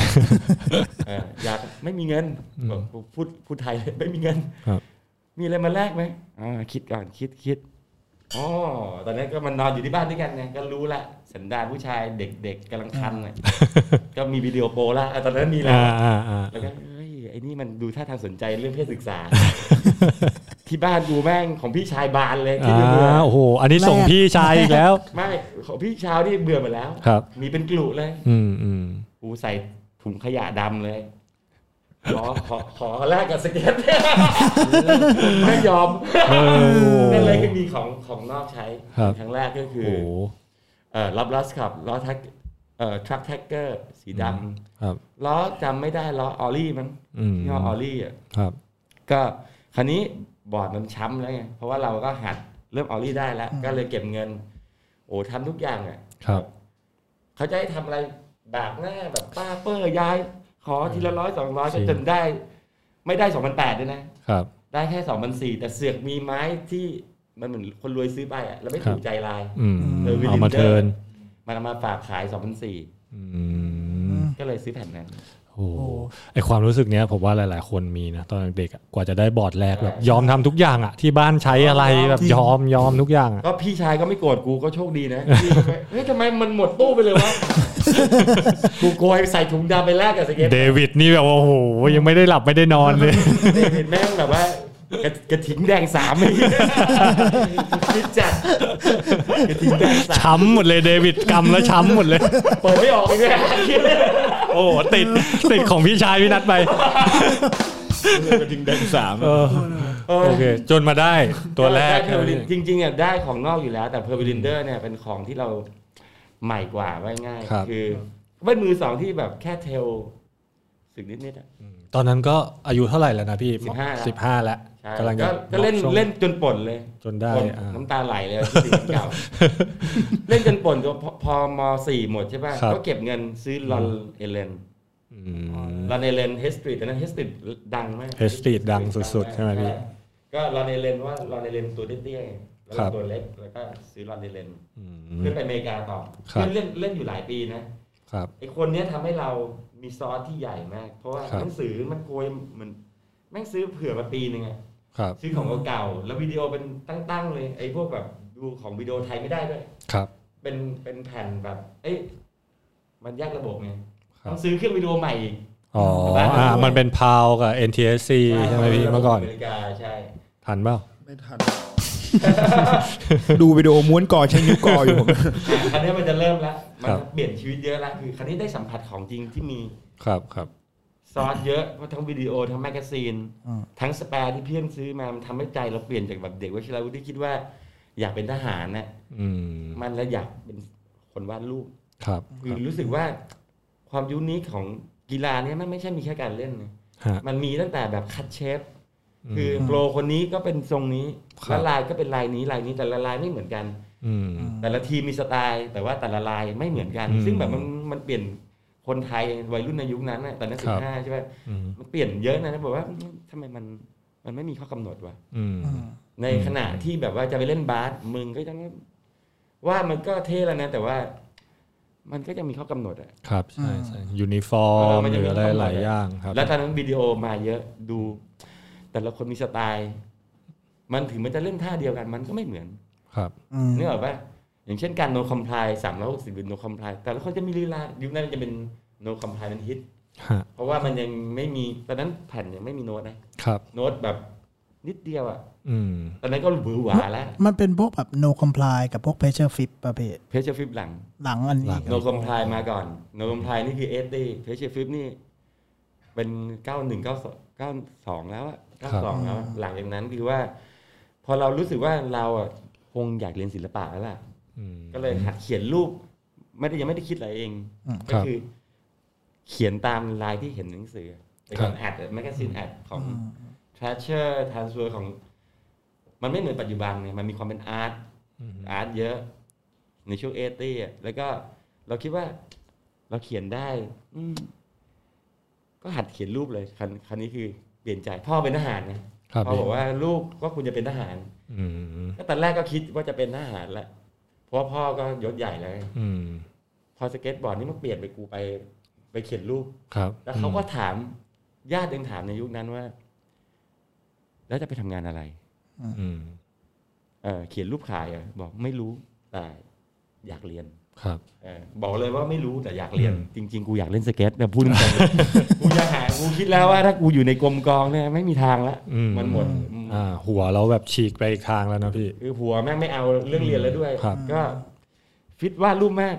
[SPEAKER 5] เอออยากไม่มีเงินบอกพูดพูดไทย เลยไม่มีเงิน
[SPEAKER 4] ครับ
[SPEAKER 5] มีอะไรมาแลกไหมอ่าคิดก่อนคิดคิดอ๋อตอนนั้นก็มันนอนอยู่ที่บ้านด้วยกันไงก็รู้ละสันดานผู้ชายเด็กๆกำลังคันน่ะก็มีวิดีโอโปรละอ่ะตอนนั้นมีแล้ว
[SPEAKER 4] อ่าอ่าอ่า
[SPEAKER 5] แล้วก็เฮ้ยไอ้นี่มันดูท่าทางสนใจเรื่องเพศศึก ษา ที่บ้านดูแม่งของพี่ชายบานเลยคิด
[SPEAKER 4] อ่า
[SPEAKER 5] ดูเบื่อ
[SPEAKER 4] โอ้โหอันนี้ส่งพี่ชายอีกแล้ว
[SPEAKER 5] ไม่ของพี่ชาวนี่เบื่อหมดแล้ว
[SPEAKER 4] ครับ
[SPEAKER 5] มีเป็นกลุ่เลย
[SPEAKER 4] อืมอืม
[SPEAKER 5] กูใส่ถุงขยะดำเลย ขอขอขอแลกกับสเก็ต ไม่ยอม
[SPEAKER 4] เออโอ้
[SPEAKER 5] นั่นเลยคือ
[SPEAKER 4] โห
[SPEAKER 5] มีของของนอกใช้
[SPEAKER 4] ครับ
[SPEAKER 5] ครั้งแรกก็คื
[SPEAKER 4] โอ้
[SPEAKER 5] อ
[SPEAKER 4] โห
[SPEAKER 5] เอ่อรับลัสขับล้อแท็กเอ่อทรัคแท็กเกอร์สีด
[SPEAKER 4] ครับ
[SPEAKER 5] ำล้อจำไม่ได้ล้อออลี่มั้ง
[SPEAKER 4] อืม
[SPEAKER 5] ยี่ห้อออลี่อ่ะ
[SPEAKER 4] ครับ
[SPEAKER 5] ก็คันนี้บอร์ดมันช้ำแล้วไง เพราะว่าเราก็หัดเริ่มออลี่ได้แล้ว ก็เลยเก็บเงิน โอ้ทำทุกอย่างอ่ะ
[SPEAKER 4] ครับ
[SPEAKER 5] เขาจะให้ทำอะไรแบบหน้าแบบป้าเปอร์ย้าย ขอทีละร้อยสองร้อย
[SPEAKER 4] จ
[SPEAKER 5] ก็
[SPEAKER 4] ริง
[SPEAKER 5] จนได้ ไม่ได้สองพันแปดด้วยนะ
[SPEAKER 4] ครับ
[SPEAKER 5] ได้แค่สองพันสี่แต่เสือกมีไม้ที่มันเหมือนคนรวยซื้อไปอะแล้วไม่
[SPEAKER 4] ครั
[SPEAKER 5] ถู
[SPEAKER 4] บ
[SPEAKER 5] กใจลาย
[SPEAKER 4] อืม
[SPEAKER 5] เออ Windlander
[SPEAKER 4] เอามาเทิร์น
[SPEAKER 5] มันเอามาฝากขายสองพันสี่
[SPEAKER 4] อืม
[SPEAKER 5] ก็เลยซื้อแผ่นนั้น
[SPEAKER 4] โอ้โหไอความรู้สึกเนี้ยผมว่าหลาย ๆ คนมีนะตอนเด็กๆอะกว่าจะได้บอร์ดแรกแบบยอมทำทุกอย่างอ่ะที่บ้านใช้อะไรแบบยอมยอมทุกอย่างอ่ะ
[SPEAKER 5] ก็พี่ชายก็ไม่โกรธกูก็โชคดีนะพี่ก็ไม่เฮ้ยทำไมมันหมดตู้ไปเลยวะ กูโกยใส่ถุงดำไปแลกกับสเก็ต
[SPEAKER 4] เดวิดนี่แบบว่าโอ้โหยังไม่ได้หลับไม่ได้นอน เลย
[SPEAKER 5] เดวิดแม่งแบบว่ากระกระถิ่งแดง สามไม่คิดจัดกระถิ่งแดงสาม
[SPEAKER 4] ช้ำหมดเลยเดวิดกำแล้วช้ำหมดเลย
[SPEAKER 5] เปิดไม่ออกเลยเนี่ย
[SPEAKER 4] โอ้โหติดติดของพี่ชายพี่นัดไป
[SPEAKER 3] กระทิงแดงสาม
[SPEAKER 4] เออโอเค จนมาได้ตัวแรก
[SPEAKER 5] ได้ Purolin จริงๆอ่ะได้ของนอกอยู่แล้ว แต่เพอร์วิลินเดอร์เนี่ยเป็นของที่เราใหม่กว่าไว้ง่าย
[SPEAKER 4] ครับ
[SPEAKER 5] อเป็นมือสองที่แบบแค่เทลสึกนิดๆอะ
[SPEAKER 4] ตอนนั้นก็อายุเท่าไหร่แล้วนะพี่
[SPEAKER 5] สิบห้า
[SPEAKER 4] สิบห้าแล้ว
[SPEAKER 5] ใช่
[SPEAKER 4] กำลัง
[SPEAKER 5] ก็
[SPEAKER 4] จะ
[SPEAKER 5] ก็เล่น
[SPEAKER 4] ช่วง
[SPEAKER 5] เล่นจนป่นเลย
[SPEAKER 4] จนได้
[SPEAKER 5] ป่
[SPEAKER 4] อ่า
[SPEAKER 5] น้ำตาไหลเลยที่สิ่ง เก่า เล่นจนป่นจนพอพอมสี่หมดใช่ป่ะ
[SPEAKER 4] ครับ
[SPEAKER 5] ก็เก็บเงินซื้อลอนเอเลน
[SPEAKER 4] อืม
[SPEAKER 5] ลอนเอเลนเฮสตรีตอนนั้นเฮสตรีตดังมาก
[SPEAKER 4] Hate Street ดังสุดๆใช่ไหมพี่
[SPEAKER 5] ก็ลอนเอเลนว่าลอนเอเลนตัวเตี้ยๆไงแล้ว
[SPEAKER 4] ครั
[SPEAKER 5] เรา
[SPEAKER 4] บ
[SPEAKER 5] ตัวเล็กแล้วก็ซื้อลอนเอเลน
[SPEAKER 4] อืม
[SPEAKER 5] ขึ้นไปอเมริกาต่อ
[SPEAKER 4] ครับ
[SPEAKER 5] เล่นเล่นอยู่หลายปีนะครับ ไอคนเนี้ยทำให้เรามีซอสที่ใหญ่มาก เพราะว่า
[SPEAKER 4] ครับ
[SPEAKER 5] หนังสือมันโกยเหมันแม่งซื้อเผื่อมาปีหนึ่งอะ
[SPEAKER 4] ครับ
[SPEAKER 5] ซื้อของเก่าๆแล้ววิดีโอเป็นตั้งๆเลยไอพวกแบบดูของวิดีโอไทยไม่ได้ด้วย
[SPEAKER 4] ครับ
[SPEAKER 5] เป็นเป็นแผ่นแบบ เอ้ยมันแยกระบบไง
[SPEAKER 4] ครั
[SPEAKER 5] ต้
[SPEAKER 4] บ
[SPEAKER 5] องซื้อเครื่องวิดีโอใหม่อีก
[SPEAKER 4] อ๋ออ่ามันเป็นพาวกับ NTSC ใช่ไหมพี่เมื่อก่อน
[SPEAKER 5] อเมริกาใช่
[SPEAKER 4] ทันเปล่า
[SPEAKER 6] ไม่ทัน
[SPEAKER 3] ดูวิดีโอม้วนก่อใช้นิ้วก่ออยู่ผม
[SPEAKER 5] คันนี้มันจะเริ่มแล้ว มัน
[SPEAKER 4] ครับ
[SPEAKER 5] เปลี่ยนชีวิตเยอะแล้วคือคันนี้ได้สัมผัสของจริงที่มี
[SPEAKER 4] ครับครับ
[SPEAKER 5] ซอสเยอะเพราะทั้งวิดีโอทั้งแมกกาซีน ทั้งสแปร์ที่เพื่อนซื้อมา มันทำให้ใจเราเปลี่ยนจากแบบเด็กวชิรวุฒิที่คิดว่า อยากเป็นทหารน่ะ
[SPEAKER 4] อืม
[SPEAKER 5] มันแล้วอยากเป็นคนวาดรูป
[SPEAKER 4] ครับ
[SPEAKER 5] คือรู้สึกว่าความยูนิคของกีฬาเนี่ยมันไม่ใช่มีแค่การเล่นนะ
[SPEAKER 4] ฮะ
[SPEAKER 5] มันมีตั้งแต่แบบคัดเชฟ
[SPEAKER 4] อืม
[SPEAKER 5] คือโปรคนนี้ก็เป็นทรงนี้
[SPEAKER 4] ครับ
[SPEAKER 5] และลายก็เป็นลายนี้ลายนี้แต่ละลายไม่เหมือนกัน
[SPEAKER 4] อืม
[SPEAKER 5] แต่ละทีมมีสไตล์แต่ว่าแต่ละลายไม่เหมือนกัน
[SPEAKER 4] อืม
[SPEAKER 5] ซึ่งแบบมันมันเปลี่ยนคนไทยวัยรุ่นในยุคนั้นน่ะตอนนั้นสิ
[SPEAKER 4] ครับ บ
[SPEAKER 5] ห้าใช่ไหม
[SPEAKER 4] อืม
[SPEAKER 5] มันเปลี่ยนเยอะนะบอกว่าทำไมมันมันไม่มีข้อกำหนดวะ
[SPEAKER 4] อืม
[SPEAKER 5] ในขณะที่แบบว่าจะไปเล่นบาสมึงก็ต้องว่ามันก็เท่แล้วนะ แต่ว่า มันก็ยังมีข้อกำหนดอะ
[SPEAKER 4] ครับ ใช่ใช่ยูนิฟอร์มหรืออะไรหลายอย่างครับ
[SPEAKER 5] แล้วตอนนั้นวิดีโอมาเยอะดู แต่ละคนมีสไตล์ มันถึงมันจะเล่นท่าเดียวกัน มันก็ไม่เหมือน
[SPEAKER 4] ครับ
[SPEAKER 7] อืม
[SPEAKER 5] นึกออกป่ะอย่างเช่นการโนคอมพลายสามร้อยหกสิบหรือโนคอมพลายแต่ละคนจะมีลีลายุคนั้นมันจะเป็นโนคอมพลายมันฮิต
[SPEAKER 4] ฮะ
[SPEAKER 5] เพราะว่ามันยังไม่มีตอนนั้นแผ่นยังไม่มีโน้ตนะ
[SPEAKER 4] ครับ
[SPEAKER 5] โน้ตแบบนิดเดียวอ่ะ
[SPEAKER 4] อืม
[SPEAKER 5] ตอนนั้นก็หวือหวาแล้ว
[SPEAKER 7] มันเป็นพวกแบบ no comply กับพวก pressure fit ประเภท
[SPEAKER 5] เพชเชอร์ฟิปหลัง
[SPEAKER 7] หลังอันนี้
[SPEAKER 5] โนคอมพลายมาก่อน โนคอมพลายนี่คือเอสดีเพชเชอร์ฟิปนี่ เป็นเก้าหนึ่งเก้าสองเก้าสองแล้วอะ
[SPEAKER 4] ครั
[SPEAKER 5] เก้า
[SPEAKER 4] บ
[SPEAKER 5] สองแล้วอะหลังจากนั้นคือว่า พอเรารู้สึกว่าเราอ่ะคงอยากเรียนศิลปะแล้วล่ะ
[SPEAKER 4] อืม
[SPEAKER 5] ก็เลยหัดเขียนรูป ไม่ได้ยังไม่ได้คิดอะไรเอง
[SPEAKER 7] อืม
[SPEAKER 5] ก็คือ เขียนตามลายที่เห็นในหนังสือเป็นการแอดแมกกาซีนแอดของ t r a s h e r t r a n s f e r ของ มันไม่เหมือนปัจจุบันไงมันมีความเป็นอาร์ตอาร์ตเยอะ ในช่วงเอตี้แล้วก็เราคิดว่า เราเขียนได้ อืมก็หัดเขียนรูปเลยคันคันนี้คือเปลี่ยนใจพ่อเป็นทหารไง
[SPEAKER 4] ครับ
[SPEAKER 5] พ่อบอกว่าลูกก็คุณจะเป็นทหาร
[SPEAKER 4] อืม
[SPEAKER 5] ก็ตอนแรกก็คิดว่าจะเป็นทหารแหละเพราะว่าพ่อก็ยศใหญ่แล้วไง
[SPEAKER 4] อืม
[SPEAKER 5] พอสเก็ตบอร์ดนี่มันเปลี่ยนไปกูไป ไปเขียนรูป
[SPEAKER 4] ครับ
[SPEAKER 5] แล้วเขาก็ถามญาติยังถามในยุคนั้นว่า แล้วจะไปทำงานอะไร
[SPEAKER 4] อืม
[SPEAKER 5] เออเขียนรูปขายเหรอบอกไม่รู้แต่อยากเรียน
[SPEAKER 4] ครับ
[SPEAKER 5] เออบอกเลยว่าไม่รู้แต่อยากเรียน
[SPEAKER 4] อืม
[SPEAKER 5] จริง ๆ กูอยากเล่นสเก็ตแต่พูดตรง ๆ กูจะหากูคิดแล้วว่าถ้ากูอยู่ในกรมกองเนี่ยไม่มีทางละ
[SPEAKER 4] อื
[SPEAKER 5] มันหมด
[SPEAKER 4] อ่า หัวเราแบบฉีกไปอีกทางแล้วนะพี่
[SPEAKER 5] คือผัวแม่งไม่เอาเรื่องเรียนแล้วด้วย
[SPEAKER 4] ครับ
[SPEAKER 5] ก็ฟิตวาดรูปมาก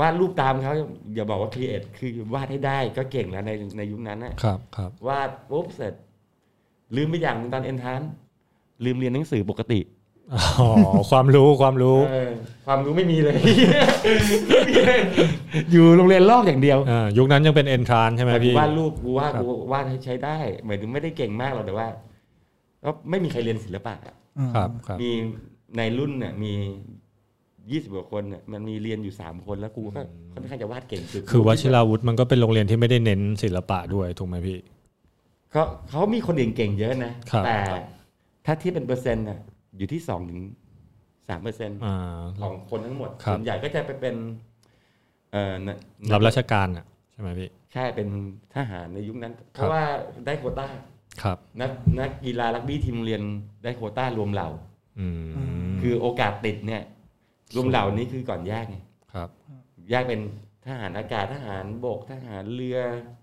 [SPEAKER 5] วาดรูปตามเขาอย่าบอกว่าครีเอทคือวาดให้ได้ก็เก่งแล้วในในยุคนั้นนะครับ
[SPEAKER 4] ครับ
[SPEAKER 5] วาดปุ๊บเสร็จ ลืมไปอย่างหนึ่งตอนเอนทานลืมเรียนหนังสือปกติ
[SPEAKER 4] อ๋อความรู้ความรู้
[SPEAKER 5] เออความรู้ไม่มีเลย ไม่มีเลย อยู่โรงเรียนลอกอย่างเดียว
[SPEAKER 4] อ่ายุคนั้นยังเป็นเอนทรานใช่ไหม
[SPEAKER 5] แต่กู
[SPEAKER 4] พี่
[SPEAKER 5] วาดรูปกูวาด
[SPEAKER 4] ครับ
[SPEAKER 5] กูวาดให้ใช้ได้หมายถึงไม่ได้เก่งมากหรอกแต่ว่าก็ไม่มีใครเรียนศิลปะอะ
[SPEAKER 7] อืม
[SPEAKER 4] ครับครับ
[SPEAKER 5] มีในรุ่นเนี่ยมียี่สิบกว่าคนเนี่ยมันมีเรียนอยู่สามคนแล้วกูก็ค่อนข้างจะวาดเก่งสุด
[SPEAKER 4] คือวชิราวุธมันก็เป็นโรงเรียนที่ไม่ได้เน้นศิลปะด้วยถูกไหมพี่
[SPEAKER 5] เขาเขามีคนเก่งๆเยอะนะ
[SPEAKER 4] ครับ
[SPEAKER 5] แต่ถ้าที่เป็นเปอร์เซ็นต์น่ะอยู่ที่สองถึงสามเปอร์เซ็นต์
[SPEAKER 4] อ่า
[SPEAKER 5] ของคนทั้งหมด
[SPEAKER 4] ครับ
[SPEAKER 5] ส่วนใหญ่ก็จะไปเป็น เอ่อนะ
[SPEAKER 4] รับราชการอ่ะใช่ไหมพี่
[SPEAKER 5] ใช่เป็นทหารในยุคนั้น
[SPEAKER 4] ครับ
[SPEAKER 5] เพราะว่าได้โควต้า
[SPEAKER 4] ครับ
[SPEAKER 5] นักนักกีฬารักบี้ทีมโรงเรียนได้โควต้ารวมเหล่า
[SPEAKER 4] อืม
[SPEAKER 5] คือโอกาสติดเนี่ย รวมเหล่านี้คือก่อนแยกไง
[SPEAKER 4] ครับ
[SPEAKER 5] แยกเป็นทหารอากาศทหารบกทหารเรือ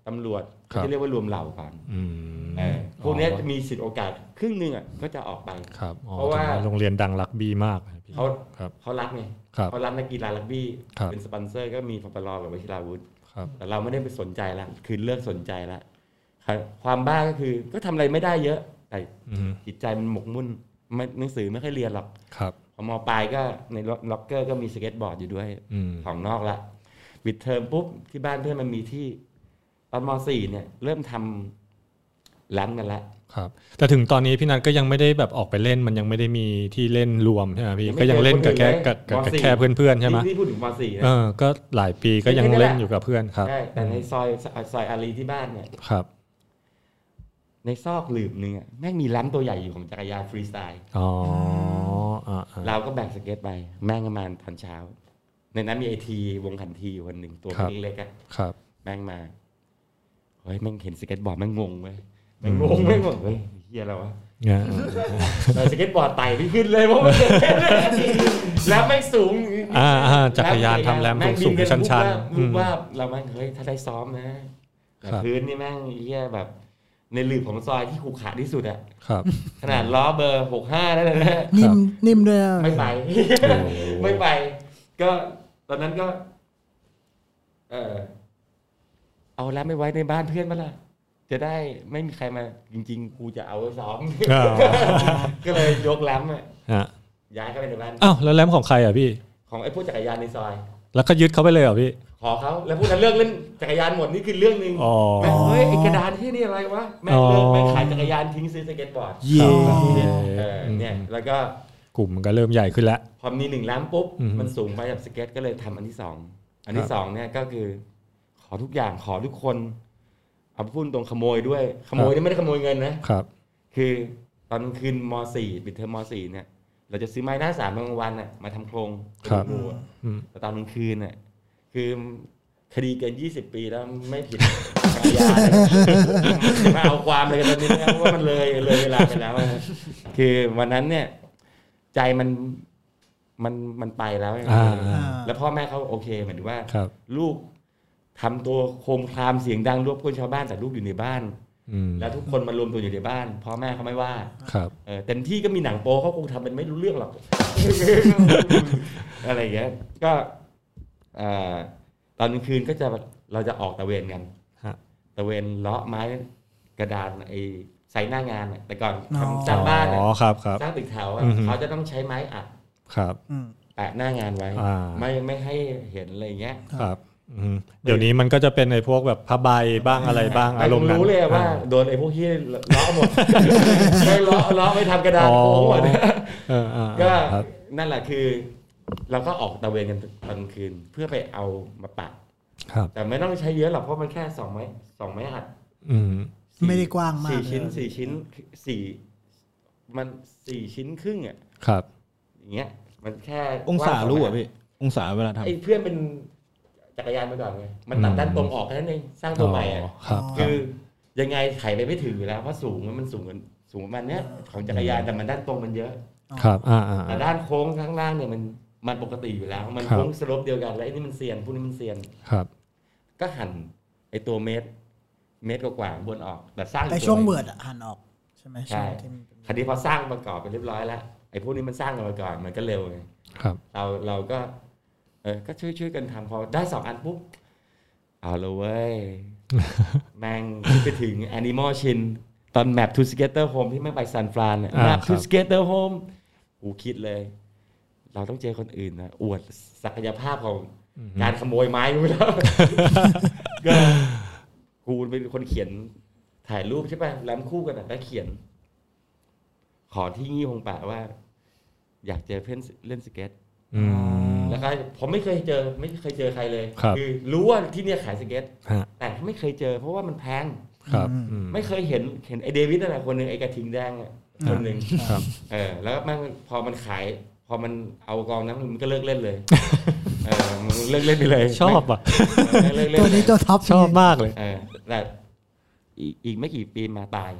[SPEAKER 5] ตำรวจ
[SPEAKER 4] ครับ
[SPEAKER 5] เขาจะเรียกว่ารวมเหล่าก่อน
[SPEAKER 4] อืม
[SPEAKER 5] เออพวกเนี้ยจะมีสิทธิโอกาสครึ่งหนึ่งอ่ะก็จะออกไป
[SPEAKER 4] ครับอ๋อ
[SPEAKER 5] เพราะว่า
[SPEAKER 4] ถือโรงเรียนดังรักบี้มากนะพี่
[SPEAKER 5] เขา
[SPEAKER 4] ครับ
[SPEAKER 5] เขารักไง
[SPEAKER 4] ครับ
[SPEAKER 5] เขารักนักกีฬารักบี้
[SPEAKER 4] ครับ
[SPEAKER 5] เป็นสปอนเซอร์ก็มีฟปรกับวชิราวุธ
[SPEAKER 4] ครับ
[SPEAKER 5] แต่เราไม่ได้ไปสนใจละคือเลิกสนใจละครับความบ้าก็คือก็ทำอะไรไม่ได้เยอะ แต่
[SPEAKER 4] อืม
[SPEAKER 5] จิตใจมันหมกมุ่นไม่หนังสือไม่ค่อยเรียนหรอก
[SPEAKER 4] ครับ
[SPEAKER 5] พอมปลายก็ในล็อกเกอร์ก็มีสเก็ตบอร์ดอยู่ด้วย
[SPEAKER 4] อืม
[SPEAKER 5] ของนอกละปิดเทอมปุ๊บ ที่บ้านเพื่อนมันมีที่ตอนมสี่เนี่ย เริ่มทำร้านกันละ
[SPEAKER 4] ครับ แต่ถึงตอนนี้พี่นัทก็ยังไม่ได้แบบออกไปเล่นมันยังไม่ได้มีที่เล่นรวมใช่ไหมพี่
[SPEAKER 5] ยังไม่
[SPEAKER 4] ก็ยังเล่นกับแค่
[SPEAKER 5] เคย
[SPEAKER 4] กับกับ
[SPEAKER 5] มสี่
[SPEAKER 4] แค่เพื่อนๆใช่ไหม
[SPEAKER 5] นี่นี่พูดถึงมสี่นะ
[SPEAKER 4] เออก็หลายปีก็ยังเล่นอยู่กับเพื่อนครับ
[SPEAKER 5] ใช่แต่ในซอยซอยอารีที่บ้านเนี่ย
[SPEAKER 4] ครับ
[SPEAKER 5] ในซอกหลืบหนึ่งอะแม่งมีร้านตัวใหญ่อยู่ของจักรยานฟรีสไตล์
[SPEAKER 4] อ๋ออ่าอ่า
[SPEAKER 5] เราก็แบกสเก็ตไป แม่งก็มาตอนเช้า ในนั้นมีไอทีวงขันทีอยู่คนหนึ่งตัว
[SPEAKER 4] ครับ
[SPEAKER 5] เล็กๆอะ
[SPEAKER 4] ครับ
[SPEAKER 5] แม่งมาเฮ้ยแม่งเห็นสเก็ตบอร์ดแม่งงงเว้ยแม่งงงแม่งบอกเฮ้ยเฮียอะไรวะ
[SPEAKER 4] เนี่ย
[SPEAKER 5] แต่สเก็ตบอร์ดไต่ไม่ขึ้นเลยเพราะมันแล้วแม่งสูง
[SPEAKER 4] อ่าอ่าจักรยานทำแรมสูงสูงชันชันๆอื
[SPEAKER 5] รู
[SPEAKER 4] ม
[SPEAKER 5] ปว่าเราแม่งเฮ้ยถ้าได้ซ้อมนะแต่
[SPEAKER 4] ครับ
[SPEAKER 5] พื้นนี่แม่งเฮียแบบ ในหลืบของซอยที่ขรุขระที่สุดอะ
[SPEAKER 4] ครับ
[SPEAKER 5] ขนาดล้อเบอร์หกห้าได้เลยนะ
[SPEAKER 7] นิ่มนิ่มด้วยนะ
[SPEAKER 5] ไม่ไป ไม่ไป ก็ตอนนั้นก็ เออเอาแล้วไม่ไว้ในบ้านเพื่อนมาล่ะ จะได้ไม่มีใครมา จริง ๆ กูจะเอาไว้ซ้อม
[SPEAKER 4] อ๋อ
[SPEAKER 5] ก็เลยยกแรมอะ
[SPEAKER 4] ฮะ
[SPEAKER 5] ย้ายเข้าไปในบ้าน
[SPEAKER 4] อ้าวแล้วแรมของใครอ่ะพี่
[SPEAKER 5] ของไอ้พวกจักรยานในซอย
[SPEAKER 4] แล้วก็ยึดเขาไปเลยเหรอพี่
[SPEAKER 5] ขอเขาแล้วพวกนั้นเลิกเล่นจักรยานหมดนี่คือเรื่องหนึ่ง
[SPEAKER 4] อ๋อ
[SPEAKER 5] แม่งเฮ้ยไอ้กระดานที่นี่อะไรวะแม่งเลิกแม่งขายจักรยานทิ้งซื้อสเก็ตบอร์ด
[SPEAKER 7] เย่
[SPEAKER 5] เออเนี่ย แล้วก็
[SPEAKER 4] กลุ่มมันก็เริ่มใหญ่ขึ้นแล้ว
[SPEAKER 5] พอมีหนึ่งล้านปุ๊บ
[SPEAKER 4] อือฮึ
[SPEAKER 5] มันสูงไปกับสเก็ตก็เลยทำอันที่สองอัน
[SPEAKER 4] ครั
[SPEAKER 5] ที่
[SPEAKER 4] บ
[SPEAKER 5] สองเนี่ยก็คือ ขอทุกอย่างขอทุกคน เอาพูดตรงขโมยด้วย ขโมยนี่ไม่ได้ขโมยเงินนะ
[SPEAKER 4] ครับ
[SPEAKER 5] คือตอนกลางคืนมสี่ปิดเทอมมสี่เนี่ย เราจะซื้อไม้หน้าสามกลางวันน่ะมาทำโครง
[SPEAKER 4] ครับ
[SPEAKER 5] เป็นรูอะ
[SPEAKER 4] อืม
[SPEAKER 5] แต่ตอนกลางคืนน่ะคือคดีเกินยี่สิบปีแล้วไม่ ผิดอาญาเลยมาเอาความเลยกันตอนนี้นะเพราะว่ามันเลยเลยเวลาไปแล้วอะคือวันนั้นเนี่ย ใจมันมันมันไปแล้วไง
[SPEAKER 4] อ่า
[SPEAKER 7] อ่า
[SPEAKER 5] แล้วพ่อแม่เขาโอเคเหมือนว่า
[SPEAKER 4] ครับ
[SPEAKER 5] ลูกทำตัวโคมคลามเสียงดังรบกวนชาวบ้านแต่ลูกอยู่ในบ้าน
[SPEAKER 4] อืม
[SPEAKER 5] แล้วทุกคนมารวมตัวอยู่ในบ้านพ่อแม่เขาไม่ว่า
[SPEAKER 4] ครับ
[SPEAKER 5] เออเต็มที่ก็มีหนังโป๊เขาคงทำเป็นไม่รู้เรื่องหรอก อะไรอย่างเงี้ยก็เอ่อตอนกลางคืนก็จะเราจะออกตะเวนกัน
[SPEAKER 4] ฮะ
[SPEAKER 5] ตะเวนเลาะไม้กระดานไอ้ใส่หน้างานอะแต่ก่อนทำสร้างบ้านอะ
[SPEAKER 4] อ๋อครับครับ
[SPEAKER 5] สร้างตึกแถวอะ
[SPEAKER 4] อือฮึ
[SPEAKER 5] เขาจะต้องใช้ไม้อัด
[SPEAKER 4] ครับ
[SPEAKER 7] อืม
[SPEAKER 5] แปะหน้างานไว้
[SPEAKER 4] อ่า
[SPEAKER 5] ไม่ไม่ให้เห็นอะไรอย่างเงี้ย
[SPEAKER 4] ครับอืมเดี๋ยวนี้มันก็จะเป็นไอ้พวกแบบผ้าใบบ้างอะไรบ้าง
[SPEAKER 5] แต่
[SPEAKER 4] อารมณ์
[SPEAKER 5] ผม
[SPEAKER 4] นั้น
[SPEAKER 5] รู้เลยว่า
[SPEAKER 4] อ่
[SPEAKER 5] โดนไอ้พวกที่ล้อหมด ไม่ล้อล้อไม่ทำกระดาน
[SPEAKER 4] อ๋อ
[SPEAKER 5] โค้งหมด
[SPEAKER 4] เอออ่า
[SPEAKER 5] ก็
[SPEAKER 4] ครับ
[SPEAKER 5] นั่นแหละคือ เราก็ออกตะเวนกันตอนคืนเพื่อไปเอามาปัก
[SPEAKER 4] ครับ
[SPEAKER 5] แต่ไม่ต้องใช้เยอะหรอกเพราะมันแค่สองไม้สองไม้หัด
[SPEAKER 4] อืม
[SPEAKER 5] สี่
[SPEAKER 7] ไม่ได้กว้างมาก
[SPEAKER 5] สี่ชิ้น
[SPEAKER 7] เลย
[SPEAKER 5] สี่ชิ้นสี่มันสี่ชิ้นครึ่งอ่ะ
[SPEAKER 4] ครับ
[SPEAKER 5] อย่างเงี้ย มันแค่
[SPEAKER 6] องศารู้เหร
[SPEAKER 5] ก
[SPEAKER 6] อ
[SPEAKER 5] ว้งสงไม้
[SPEAKER 6] พี่องศาเวลาทำ
[SPEAKER 5] ไอ้เพื่อนเป็นจักรยานมาก่อนไงมันตัด
[SPEAKER 4] อืม
[SPEAKER 5] ด้านตรงออกแค่นั้นเองสร้างตัวใหม่อ่ะ
[SPEAKER 4] อ๋อครับ
[SPEAKER 7] อ๋
[SPEAKER 5] คือยังไงไถไปไม่ถึงอยู่แล้วเพราะสูงมันสูงกันสูงประมันเนี้ยของจักรยานแต่มันด้านตรงมันเยอะ
[SPEAKER 4] ครับอ่าอ่า
[SPEAKER 5] แต่
[SPEAKER 4] อ่า
[SPEAKER 5] ด้านโค้งข้างล่างเนี่ยมันมันปกติอยู่แล้ว มัน
[SPEAKER 4] ครับ
[SPEAKER 5] โค้งสลบเดียวกันแล้วไอ้นี่มันเซียนพวกนี้มันเซียน
[SPEAKER 4] ครับ
[SPEAKER 5] ก็หั่นไอ้ตัวเมตร เมตรกว่าๆบนออก แต่สร้าง
[SPEAKER 7] ไอ
[SPEAKER 5] ตัว
[SPEAKER 7] ช่วง
[SPEAKER 5] หนึ่
[SPEAKER 7] เบิร์ดอะหันออก ใช่ไหม
[SPEAKER 5] ใช่
[SPEAKER 7] วงที่มันเป็น
[SPEAKER 5] คราวนี้พอสร้างประกอบไปเรียบร้อยแล้วไอ้พวกนี้มันสร้างกันมาก่อนมันก็เร็วไง
[SPEAKER 4] ครับ
[SPEAKER 5] เราเราก็ เออก็ช่วยช่วยกันทำพอได้สองอันปุ๊บเอาละเว้ย แม่งคิดไปถึง Animal Chin ตอน Map to Skater Home ที่แม่งไปซานฟรานเนี่ย
[SPEAKER 4] อ่า
[SPEAKER 5] Map
[SPEAKER 4] ครั
[SPEAKER 5] to
[SPEAKER 4] บ
[SPEAKER 5] Skater Home กูคิดเลย เราต้องเจอคนอื่นนะอวดศักยภาพของการขโมยไม้กู แล้ว ก็กูเป็นคนเขียนถ่ายรูปใช่ป่ะแล้มคู่กันอะก็เขียน ขอที่งี้คงแปะว่า อยากเจอเพื่อนเล่นสเก็ต
[SPEAKER 4] อืม
[SPEAKER 5] แล้วก็ผมไม่เคยเจอไม่เคยเจอใครเลย
[SPEAKER 4] ครับ
[SPEAKER 5] อรู้ว่าที่เนี่ยขายสเก็ต
[SPEAKER 4] ฮะ
[SPEAKER 5] แต่ไม่เคยเจอเพราะว่ามันแพง
[SPEAKER 4] ครับอืม
[SPEAKER 5] ไม่เคยเห็นเห็นไอเดวิดนั่นแหละคนหนึ่งไอกระทิงแดงอะคนหนึ่ง
[SPEAKER 4] ครับ
[SPEAKER 5] เออแล้วมันพอมันขาย พอมันเอากองนั้นมันก็เลิกเล่น เลยเออมันเลิกเล่นไปเลย
[SPEAKER 4] ชอบอ่ะ
[SPEAKER 5] เออเลิกเล่น
[SPEAKER 7] ตัวนี้ตัวท็อป
[SPEAKER 4] ชอบมากเลย
[SPEAKER 5] เออแต่อีกอีกไม่กี่ปีมาตาย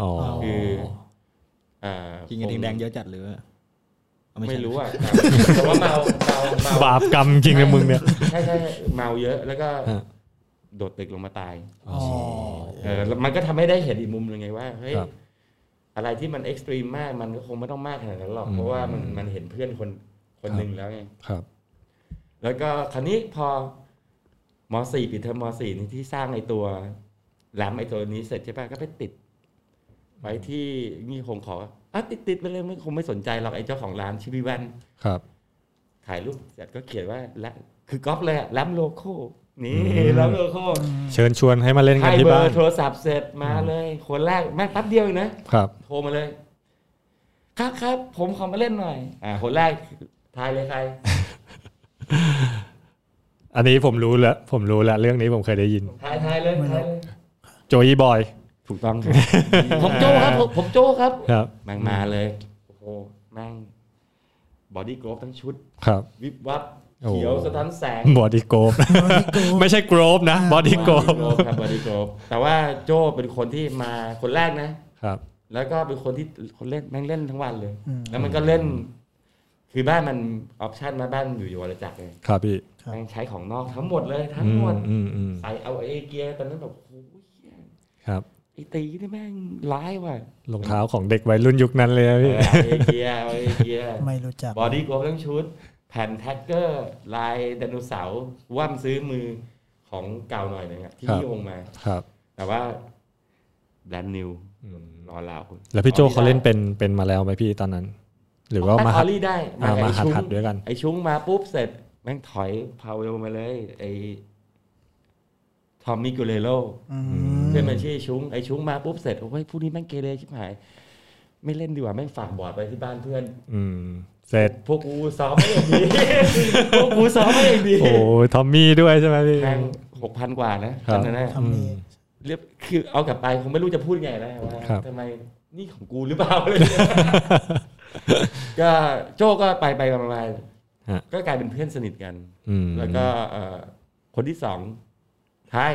[SPEAKER 4] อ๋อ
[SPEAKER 5] คือเอ่อ
[SPEAKER 6] กินกระดิ่งแดงเยอะจัดหรือว่าเอา
[SPEAKER 5] ไม่
[SPEAKER 6] ใช่
[SPEAKER 5] รู้อ่ะแต่แต่ว่าเมาเมาเมา
[SPEAKER 4] บาปกรรมจริงนะมึงเนี่ย
[SPEAKER 5] ใช่ใช่เมาเยอะ แล้วก็
[SPEAKER 4] ฮะ
[SPEAKER 5] โดดตึกลงมาตาย
[SPEAKER 4] อ๋อ
[SPEAKER 5] เออแล้วมันก็ทำให้ได้เห็นอีกมุมหนึ่งไงว่าเฮ้ย
[SPEAKER 4] ครับ
[SPEAKER 5] อะไรที่มันเอ็กซ์ตรีมมากมันก็คงไม่ต้องมากขนาดนั้นหรอก
[SPEAKER 4] อืม
[SPEAKER 5] เพราะว่ามันมันเห็นเพื่อนคนคน
[SPEAKER 4] ครับ
[SPEAKER 5] หนึ่งแล้วไง
[SPEAKER 4] ครับ
[SPEAKER 5] แล้วก็คราวนี้พอมสี่ปิดเทอมมสี่นี่ที่สร้างไอตัวแหลมไอตัวนี้เสร็จใช่ปะก็ไปติด ไว้ที่งี่คงขออ่ะติดติดๆไปเลยไม่คงไม่สนใจหรอกไอเจ้าของร้านชิบิวัน
[SPEAKER 4] ครับ
[SPEAKER 5] ถ่ายรูปเสร็จก็เขียนว่าและคือก๊อปเลยอะแรมโลโก้นี่
[SPEAKER 4] อืม
[SPEAKER 5] แรมโลโก้
[SPEAKER 4] เชิญชวนให้มาเล่นกัน
[SPEAKER 5] ให้
[SPEAKER 4] ที่
[SPEAKER 5] เบอ
[SPEAKER 4] บ้าน
[SPEAKER 5] ร์โทรศัพท์เสร็จมาเลย คนแรกแม่งแป๊บเดียวเองนะ
[SPEAKER 4] ครับ
[SPEAKER 5] โทรมาเลย ครับครับผมขอมาเล่นหน่อย อ่า คนแรกทายเลยใคร
[SPEAKER 4] อันนี้ผมรู้แล้ว ผมรู้แล้วเรื่องนี้ผมเคยได้ยิน
[SPEAKER 5] ทายทายเลยทายเลย
[SPEAKER 4] โจยบอย
[SPEAKER 5] ถูกต้อง ผมโจ้ครับ ผมผมโจ้ครับ
[SPEAKER 4] ครับ
[SPEAKER 5] แม่งมาเลย โอ้โหแม่งบอดี้กรอฟทั้งชุด
[SPEAKER 4] ครับ
[SPEAKER 5] วิบวับ
[SPEAKER 4] โอ้
[SPEAKER 5] เขียวสะท้อนแสง
[SPEAKER 4] บอดี้โกฟ ไม่ใช่โกรฟนะ บอดี้โกฟ
[SPEAKER 5] ครับบอดี้กรอฟแต่ว่าโจ้เป็นคนที่มาคนแรกนะ
[SPEAKER 4] ครับ
[SPEAKER 5] แล้วก็เป็นคนที่คนเล่นแม่งเล่นทั้งวันเลย
[SPEAKER 7] อืม
[SPEAKER 5] แล้วมันก็เล่น คือบ้านมันออปชั่นมาบ้านอยู่อยู่วรจักรไง
[SPEAKER 4] ครับพี่
[SPEAKER 7] ครับ
[SPEAKER 5] แม่งใช้ของนอกทั้งหมดเลยทั้ง
[SPEAKER 4] อื
[SPEAKER 5] หม
[SPEAKER 4] ม
[SPEAKER 5] ด
[SPEAKER 4] อืมอืม
[SPEAKER 5] ใส่เอาไอ้เกียร์ตอนนั้นแบบโอ้ยเหี้ย
[SPEAKER 4] ครับ
[SPEAKER 5] ไอ้ตีนี่แม่งร้ายว่ะ
[SPEAKER 4] รองเท้าของเด็กวัยรุ่นยุคนั้นเลยนะ
[SPEAKER 5] เอ
[SPEAKER 4] พี่
[SPEAKER 5] อเอาไอ้เกียร์เอาไอ้เกียร์
[SPEAKER 7] ไม่รู้จัก
[SPEAKER 5] บอดี้กรอบทั้งชุด แผ่นแท็กเกอร์ ลายไดโนเสาร์ว่ามซื้อมือของเก่าหน่อยนะครับที่
[SPEAKER 4] ครับ
[SPEAKER 5] พี่องมา
[SPEAKER 4] ครับ
[SPEAKER 5] แต่ว่าแบรนด์นิว
[SPEAKER 4] อืม
[SPEAKER 5] รอเรา
[SPEAKER 4] แล้วพี่โจเขาเล่นเป็นเป็นมาแล้วไหมพี่ตอนนั้น หรือว่ามา
[SPEAKER 5] ฮ
[SPEAKER 4] หั
[SPEAKER 5] อ
[SPEAKER 4] ด
[SPEAKER 5] ลลี่ได้
[SPEAKER 4] อ่า
[SPEAKER 5] ไอ้
[SPEAKER 4] มาหัด
[SPEAKER 5] ชุ้ง
[SPEAKER 4] หัดด้วยกัน
[SPEAKER 5] ไอ้ชุ้งมาปุ๊บเสร็จ แม่งถอยพาวเวลมาเลยไอ้ทอมมิกูเลโล
[SPEAKER 7] อืม
[SPEAKER 5] เพื่อนมันชื่อไอ้ชุ้งไอ้ชุ้งมาปุ๊บเสร็จโอ้ยผู้นี้แม่งเกเรชิบหาย ไม่เล่นดีกว่าแม่งฝากบอร์ดไปที่บ้านเพื่อน
[SPEAKER 4] อืม เสร็จ
[SPEAKER 5] พวกกูซ้อมไม่อย่างดี พวกกูซ้อมไม่อย่างดี
[SPEAKER 4] โอ้ยทอมมี่ด้วยใช่ไหมพี่
[SPEAKER 5] แพงหกพันกว่านะครับ จำนั้นนะ
[SPEAKER 7] ทำนี่
[SPEAKER 5] เรียบคือเอากลับไปคงไม่รู้จะพูดไงนะว่า
[SPEAKER 4] ครับ
[SPEAKER 5] ทำไมนี่ของกูหรือเปล่าเลย ก็โจ้ก็ไปไปๆมา
[SPEAKER 4] ฮะ
[SPEAKER 5] ๆก็กลายเป็นเพื่อนสนิทกัน
[SPEAKER 4] อืม
[SPEAKER 5] แล้วก็เอ่อคนที่สองท้าย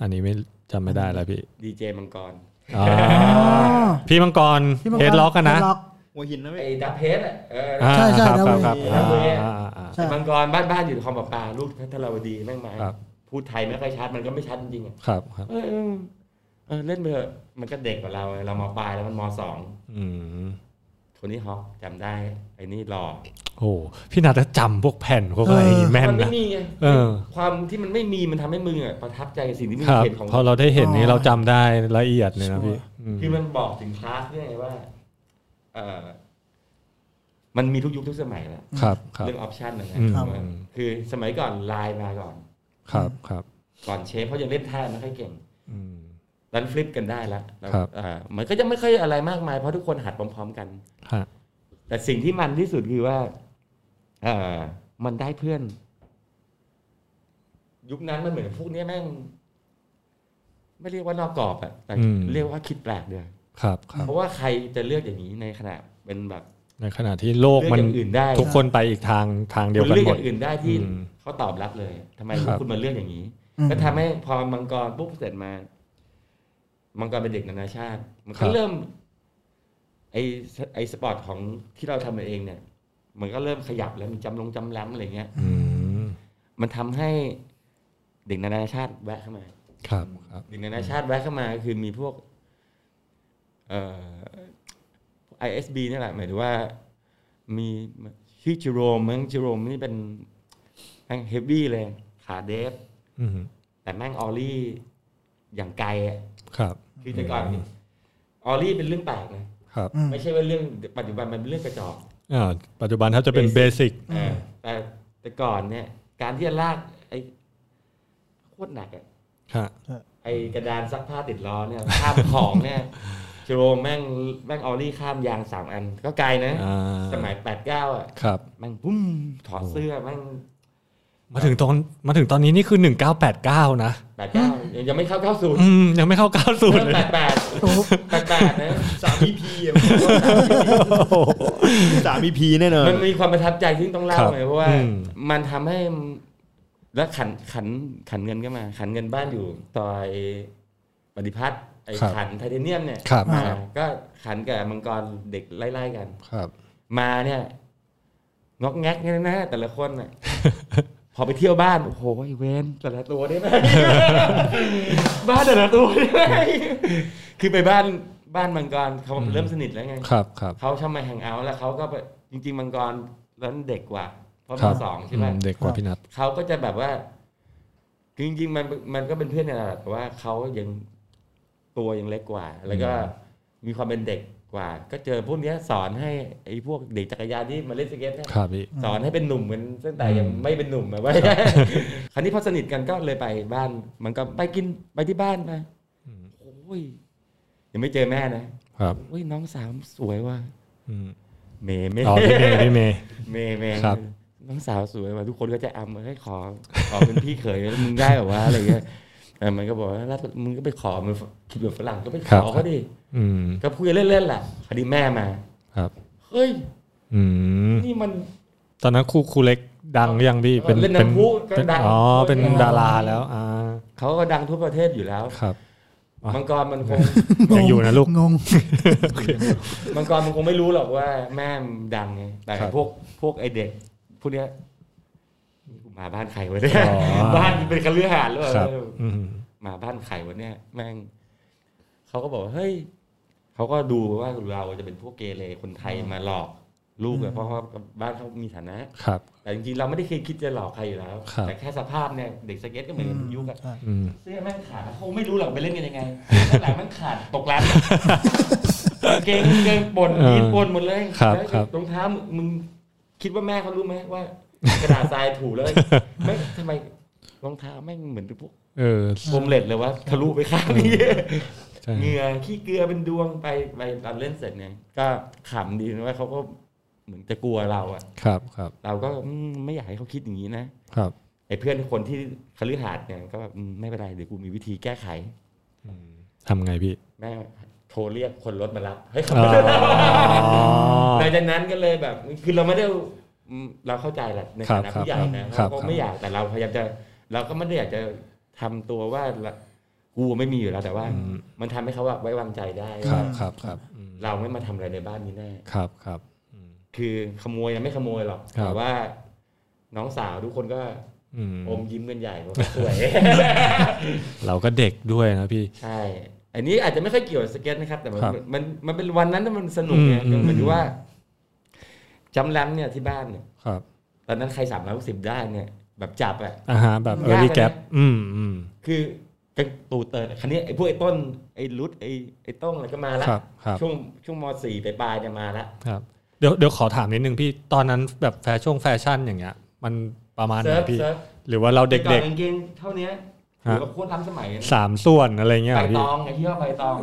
[SPEAKER 4] อันนี้ไม่จำไม่ได้แล้วพี่
[SPEAKER 5] ดีเจมังกร
[SPEAKER 4] อ๋อ
[SPEAKER 7] อ๋อ
[SPEAKER 4] พี่มังกร
[SPEAKER 7] ที่มัง
[SPEAKER 4] เฮดล็อกกันนะ
[SPEAKER 7] เฮดล็อก
[SPEAKER 6] หัวหินนะพี่
[SPEAKER 5] ไอ้ดับเพชรอ่ะเออ
[SPEAKER 4] อ่า
[SPEAKER 7] ใช่ใช่
[SPEAKER 4] ครับ
[SPEAKER 7] แล้ว
[SPEAKER 4] ครับ
[SPEAKER 7] มี
[SPEAKER 4] ครับ
[SPEAKER 5] แล้วมี
[SPEAKER 4] อ่าอ่าอ่า
[SPEAKER 7] ใช่
[SPEAKER 5] มังกรบ้านบ้านอยู่คลองประปาลูกพัทรวดีแม่งมา
[SPEAKER 4] ครับ
[SPEAKER 5] พูดไทยไม่ค่อยชัดมันก็ไม่ชัดจริงๆอะ
[SPEAKER 4] ครับครับ
[SPEAKER 5] เออเออเออเล่นไปเถอะมันก็เด็กกว่าเราไงเรามปลายแล้วมันมสอง
[SPEAKER 4] อืม
[SPEAKER 5] โทนี่ฮอกจำได้ ไอ้นี่หล่อ
[SPEAKER 4] โอ้พี่นาจะจำพวกแผ่นพวกอะไร
[SPEAKER 7] เอออ
[SPEAKER 4] ย่างงี้แม่น
[SPEAKER 5] มัไม่
[SPEAKER 4] นะ
[SPEAKER 5] มีไง
[SPEAKER 4] เออ
[SPEAKER 5] ความที่มันไม่มีมันทำให้มึงอะประทับใจกับสิ่งที่มึง
[SPEAKER 4] ครับ
[SPEAKER 5] เห็นของ
[SPEAKER 4] พอเราได้เห็นนี้เราจำได้ละเอียดเลยนะพี่อืม
[SPEAKER 5] คือมันบอกถึงคลาสด้วยไงว่าเออม มันมีทุกยุคทุกสมัยแล้ว
[SPEAKER 4] ครับครับ
[SPEAKER 5] เรื่องออปชันนะครับ
[SPEAKER 4] อืม
[SPEAKER 5] ว่าคือสมัยก่อนไลน์มาก่อน
[SPEAKER 4] ครับครับ
[SPEAKER 5] ก่อนเชฟเขายังเล่นท่าไม่ค่อยเก่ง
[SPEAKER 4] อืม
[SPEAKER 5] ดันฟลิปกันได้ละแล้ว
[SPEAKER 4] ครับ
[SPEAKER 5] อ่ามันก็ยังไม่ค่อยอะไรมากมายเพราะทุกคนหัดพร้อมๆกัน
[SPEAKER 4] ฮะ
[SPEAKER 5] แต่สิ่งที่มันที่สุดคือว่าเออมันได้เพื่อน ยุคนั้นมันเหมือนพวกเนี้ยแม่ง ไม่เรียกว่านอกกรอบอะแต่เรียกว่าคิดแปลกเดีย
[SPEAKER 4] ครับครับ
[SPEAKER 5] เพราะว่าใครจะเลือกอย่างนี้ในขณะเป็นแบบ
[SPEAKER 4] ในขณะที่โลก
[SPEAKER 5] เลือก
[SPEAKER 4] มัน
[SPEAKER 5] อย่างอื่นได้
[SPEAKER 4] ทุกคนไปอีกทางทางเดียว
[SPEAKER 5] คุณ
[SPEAKER 4] กัน
[SPEAKER 5] เลือก
[SPEAKER 4] หม
[SPEAKER 5] อ
[SPEAKER 4] ด
[SPEAKER 5] ย่างอื่นได้ที่
[SPEAKER 4] อืม
[SPEAKER 5] เขาตอบรับเลยทำไม
[SPEAKER 4] ครับ
[SPEAKER 5] คุณมาเลือกอย่างนี้
[SPEAKER 7] อืม
[SPEAKER 5] ก็ทำให้พอมังกรปุ๊บเสร็จมา มังกรเป็นเด็กนานาชาติ มัน
[SPEAKER 4] ครั
[SPEAKER 5] ก็
[SPEAKER 4] บ
[SPEAKER 5] เริ่ม ไอสไอสปอร์ตของที่เราทำมันเองเนี่ย มันก็เริ่มขยับแล้วมีจำลงจำล้ำอะไรเงี้ย
[SPEAKER 4] อืม
[SPEAKER 5] มันทำให้เด็กนานาชาติแวะเข้ามา
[SPEAKER 4] ครับครับ
[SPEAKER 5] เด็กนานาชาติแวะเข้ามา คือมีพวก เอ่อ ISB นี่แหละหมายถึงว่า มีชื่อจิโรมมั้งจิโรมนี่เป็นแม่งเฮฟวี่เลย ขาเดฟ
[SPEAKER 4] อืม
[SPEAKER 5] แต่แม่งออลลี่อย่างไกลอะ
[SPEAKER 4] ครับ
[SPEAKER 5] คือแต่ก่อนออรี่เป็นเรื่องแปลกนะครับ
[SPEAKER 7] อืม
[SPEAKER 5] ไม่ใช่ว่าเรื่องปัจจุบันมันเป็นเรื่องกระจอก
[SPEAKER 4] อ่าปัจจุบันถ้าจะเป็นเบสิก
[SPEAKER 5] เออแต่แต่ก่อนเนี่ย การที่จะลากไอ้โคตรหนักอะ
[SPEAKER 4] ฮะ
[SPEAKER 5] ไอ้กระดานซักผ้าติดล้อเนี่ย ข้ามของเนี่ยเชโรมแม่งแม่งออรี่ข้ามยางสามอัน ก็ไกลนะ
[SPEAKER 4] อ่า
[SPEAKER 5] สมัยแปดเก้าอ่ะ
[SPEAKER 4] ครับ
[SPEAKER 5] แม่งปุ้มถอดเสื้อแม่ง
[SPEAKER 4] มาถึงตอนมาถึงตอนนี้นี่คือ 1989 นะ
[SPEAKER 5] แปดเก้ายังไม่เข้าเก้าศูนย์
[SPEAKER 4] อืม ยังไม่เข้า 90 เลย
[SPEAKER 5] แปดแปดแปดแปดนะ
[SPEAKER 3] สามอีพีสามอีพีแน่นอน
[SPEAKER 5] มันมีความประทับใจที่ต้องเล่าไงเพราะว่า
[SPEAKER 4] อืม
[SPEAKER 5] มันทำให้แล้วขันขันขันเงินก็มา ขันเงินบ้านอยู่ต่อยปฏิพัฒน์ไอ้ขันไทเทเนียมเนี่ย
[SPEAKER 4] ครับ
[SPEAKER 5] มา
[SPEAKER 4] ครับ
[SPEAKER 5] ก็ขันกับมังกรเด็กไล่ๆกัน
[SPEAKER 4] ครับ
[SPEAKER 5] มาเนี่ยงอกแงกเนี่ยนะแต่ละคนน่ะ พอไปเที่ยวบ้านโอ้โหไอ้เวนแต่ละ ตัวได้ไหมง บ้านแต่ละตัวได้ไหมงคือไปบ้านบ้านมังกรเขา
[SPEAKER 4] อืม
[SPEAKER 5] เริ่มสนิทแล้วไง
[SPEAKER 4] ครับครับ
[SPEAKER 5] เขาชอบมาแฮงเอาท์แล้วเขาก็ไปจริง ๆ มังกรแล้วเด็กกว่า เพราะ
[SPEAKER 4] ครั
[SPEAKER 5] มาสองใช่
[SPEAKER 4] อื
[SPEAKER 5] ไหม
[SPEAKER 4] มเด็กกว่าพี่นัท
[SPEAKER 5] เขาก็จะแบบว่าคือจริงๆมันมันก็เป็นเพื่อนกันแหละแต่ว่าเขายังตัวยังเล็กกว่า แล้วก็มีความเป็นเด็กกว่า ก็เจอพวกเนี้ยสอนให้ไอ้พวกเด็กจักรยานที่มาเล่นสเก็ตเนี่ย
[SPEAKER 4] ครับพี่
[SPEAKER 5] สอนให้เป็นหนุ่มเหมือนตั้งแต่
[SPEAKER 4] อืม
[SPEAKER 5] ยังไม่เป็นหนุ่มแบบว่า คราวนี้พอสนิทกันก็เลยไปบ้าน มันก็ไปกินไปที่บ้านมาโอ้ยยังไม่เจอแม่นะครับ โอ้ยน้องสาวสวยว่ะ
[SPEAKER 4] อืม
[SPEAKER 5] เมย์เม
[SPEAKER 4] อ๋อพี่เมย์พี่เมย์
[SPEAKER 5] เมย์เมย์
[SPEAKER 4] ครับ
[SPEAKER 5] น้องสาวสวยว่ะทุกคนก็จะอำให้ยขอขอเป็นพี่เขยมึงได้แบบว่าอะไรเงี้ยแต่มันก็บอกว่าแล้วมึงก็ไปขอมันคิดแบบฝรั่งก็ไปขอเขาดิ
[SPEAKER 4] อืม
[SPEAKER 5] ก็พูดกันเล่นๆแหละคดีแม่มา
[SPEAKER 4] ครับ
[SPEAKER 5] เฮ้ย
[SPEAKER 4] อืม
[SPEAKER 5] นี่มัน
[SPEAKER 4] ตอนนั้นครูครูเล็กดังยังพี่เป็น
[SPEAKER 5] เล่นน้ำ
[SPEAKER 4] เป็น
[SPEAKER 5] พุก็
[SPEAKER 4] เป็น
[SPEAKER 5] ดัง
[SPEAKER 4] อ๋อเป็นดาราแล้วอ่า
[SPEAKER 5] เขาก็ดังทั่วประเทศอยู่แล้ว
[SPEAKER 4] ครับ อ่ะ
[SPEAKER 5] มังกรมัน คง
[SPEAKER 4] ยังอยู่นะลูก
[SPEAKER 7] งง
[SPEAKER 5] มังกรมันคงไม่รู้หรอกว่าแม่มนดังไงแต่
[SPEAKER 4] ครับ
[SPEAKER 5] พวกพวกไอเด็กพวกเนี้ยกูมาบ้านใครวะเนี่ย
[SPEAKER 4] อ๋อ
[SPEAKER 5] บ้านเป็นคฤหาสน์หรือเป
[SPEAKER 4] ครับ
[SPEAKER 5] ล่า
[SPEAKER 4] อืม
[SPEAKER 5] มาบ้านไข่วันเนี้ยแม่งเขาก็บอกว่าเฮ้ยเขาก็ดูว่าเราจะเป็นพวกเกเรคนไทยมาหลอกลูกอะเพราะว่าบ้านเขามีฐานะ
[SPEAKER 4] ครับ
[SPEAKER 5] แต่จริงๆเราไม่ได้เคยคิดจะหลอกใครอยู่แล้ว
[SPEAKER 4] ครับ
[SPEAKER 5] แต่แค่สภาพเนี่ยเด็กสเก็ตก็เหมือนกันยุคอะ
[SPEAKER 4] อืม
[SPEAKER 5] เสื้อแม่งขาดเขาไม่รู้หรอกไปเล่นกันยังไงข้างหลังแม่งขาดตกร้านกางเกงกางเกงปนยีนปนหมดเลย
[SPEAKER 4] ครับ
[SPEAKER 5] แล้ว
[SPEAKER 4] ครับ
[SPEAKER 5] รองเท้ามึงคิดว่าแม่เขารู้ไหมว่า กระดาษทรายถู แล้วแม่งทำไมรองเท้าแม่งเหมือนพวก
[SPEAKER 4] เออ
[SPEAKER 5] โฮมเลดเลยว่าทะลุไปข้างนี้
[SPEAKER 4] ใช่
[SPEAKER 5] เหงื่อขี้เกลือเป็นดวงไปไปตอนเล่นเสร็จเนี่ยก็ขำดีนะว่าเขาก็เหมือนจะกลัวเราอะ
[SPEAKER 4] ครับครับ
[SPEAKER 5] เราก็อืมไม่อยากให้เขาคิดอย่างนี้นะครับ ไอ้เพื่อนคนที่คฤหาสน์เนี่ยก็แบบอืมไม่เป็นไรเดี๋ยวกูมีวิธีแก้ไข
[SPEAKER 4] ทำไงพี่
[SPEAKER 5] แม่โทรเรียกคนรถมารับให้ขับ
[SPEAKER 4] อ๋อ
[SPEAKER 5] ไปหลังจากนั้นก็เลยแบบคือเราไม่ได้อืมเราเข้าใจแหละในฐานะครับ ผู้ใหญ่นะครับ เรา
[SPEAKER 4] ค
[SPEAKER 5] ก็
[SPEAKER 4] รับ
[SPEAKER 5] ไม่อยากแต่เราพยายามจะ เราก็ไม่ได้อยากจะทำตัวว่าละกูไม่มีอยู่แล้วแต่ว่า มันทำให้เขาแบบไว้วางใจได้
[SPEAKER 4] ครั
[SPEAKER 5] ว่า
[SPEAKER 4] บครับครับอืม
[SPEAKER 5] เราไม่มาทำอะไรในบ้านนี้แน่
[SPEAKER 4] ครับครับอืม
[SPEAKER 5] คือขโมยยังไม่ขโมยหรอก
[SPEAKER 4] ครับ
[SPEAKER 5] แต่ว่า น้องสาวทุกคนก็
[SPEAKER 4] อืม
[SPEAKER 5] อมยิ้มกันใหญ่เพราะเขาส วย
[SPEAKER 4] เราก็เด็กด้วยนะพี่
[SPEAKER 5] ใช่ อันนี้อาจจะไม่ค่อยเกี่ยวกับสเก็ตนะครับ แต่มัน
[SPEAKER 4] ครับ
[SPEAKER 5] มันมันเป็นวันนั้นที่มันสนุกไง
[SPEAKER 4] อืมอืม
[SPEAKER 5] เหมือนที่ว่าจำแรมเนี่ยที่บ้านเนี่ย
[SPEAKER 4] ครับ
[SPEAKER 5] ตอนนั้นใครสามร้อยสิบได้เนี่ย แบบจับอ่ะ
[SPEAKER 4] อ่าฮะแบบเออย
[SPEAKER 5] าก
[SPEAKER 4] ร์ลี่
[SPEAKER 5] นะ
[SPEAKER 4] แกปอืมอืม
[SPEAKER 5] คือกระตูเติร์ดคันนี้ไอ้พวกไอ้ต้นไอ้รุดไอ้ไอ้ต้องอะไรก็มาละ
[SPEAKER 4] ครับครับ
[SPEAKER 5] ช่วงช่วงมสี่ไปปลายๆเนี่ยมาละ
[SPEAKER 4] ครับ เดี๋ยวเดี๋ยวขอถามนิดนึงพี่ตอนนั้นแบบแฟชั่นแฟชั่นอย่างเงี้ย มันประมาณไหน
[SPEAKER 5] เซิร์ฟ
[SPEAKER 4] พี่
[SPEAKER 5] เซิร์ฟ
[SPEAKER 4] หรือว่าเราเด็ก
[SPEAKER 5] ๆเกงเท่าเนี้ย
[SPEAKER 4] ฮะ
[SPEAKER 5] ถือว่าโคตรล้ำสมัยนะ
[SPEAKER 4] ๆสามส่วนอะไรเงี้ยเห
[SPEAKER 5] ใบ
[SPEAKER 4] รอพี่
[SPEAKER 5] ตองไอ้ที่ว่าใบตอง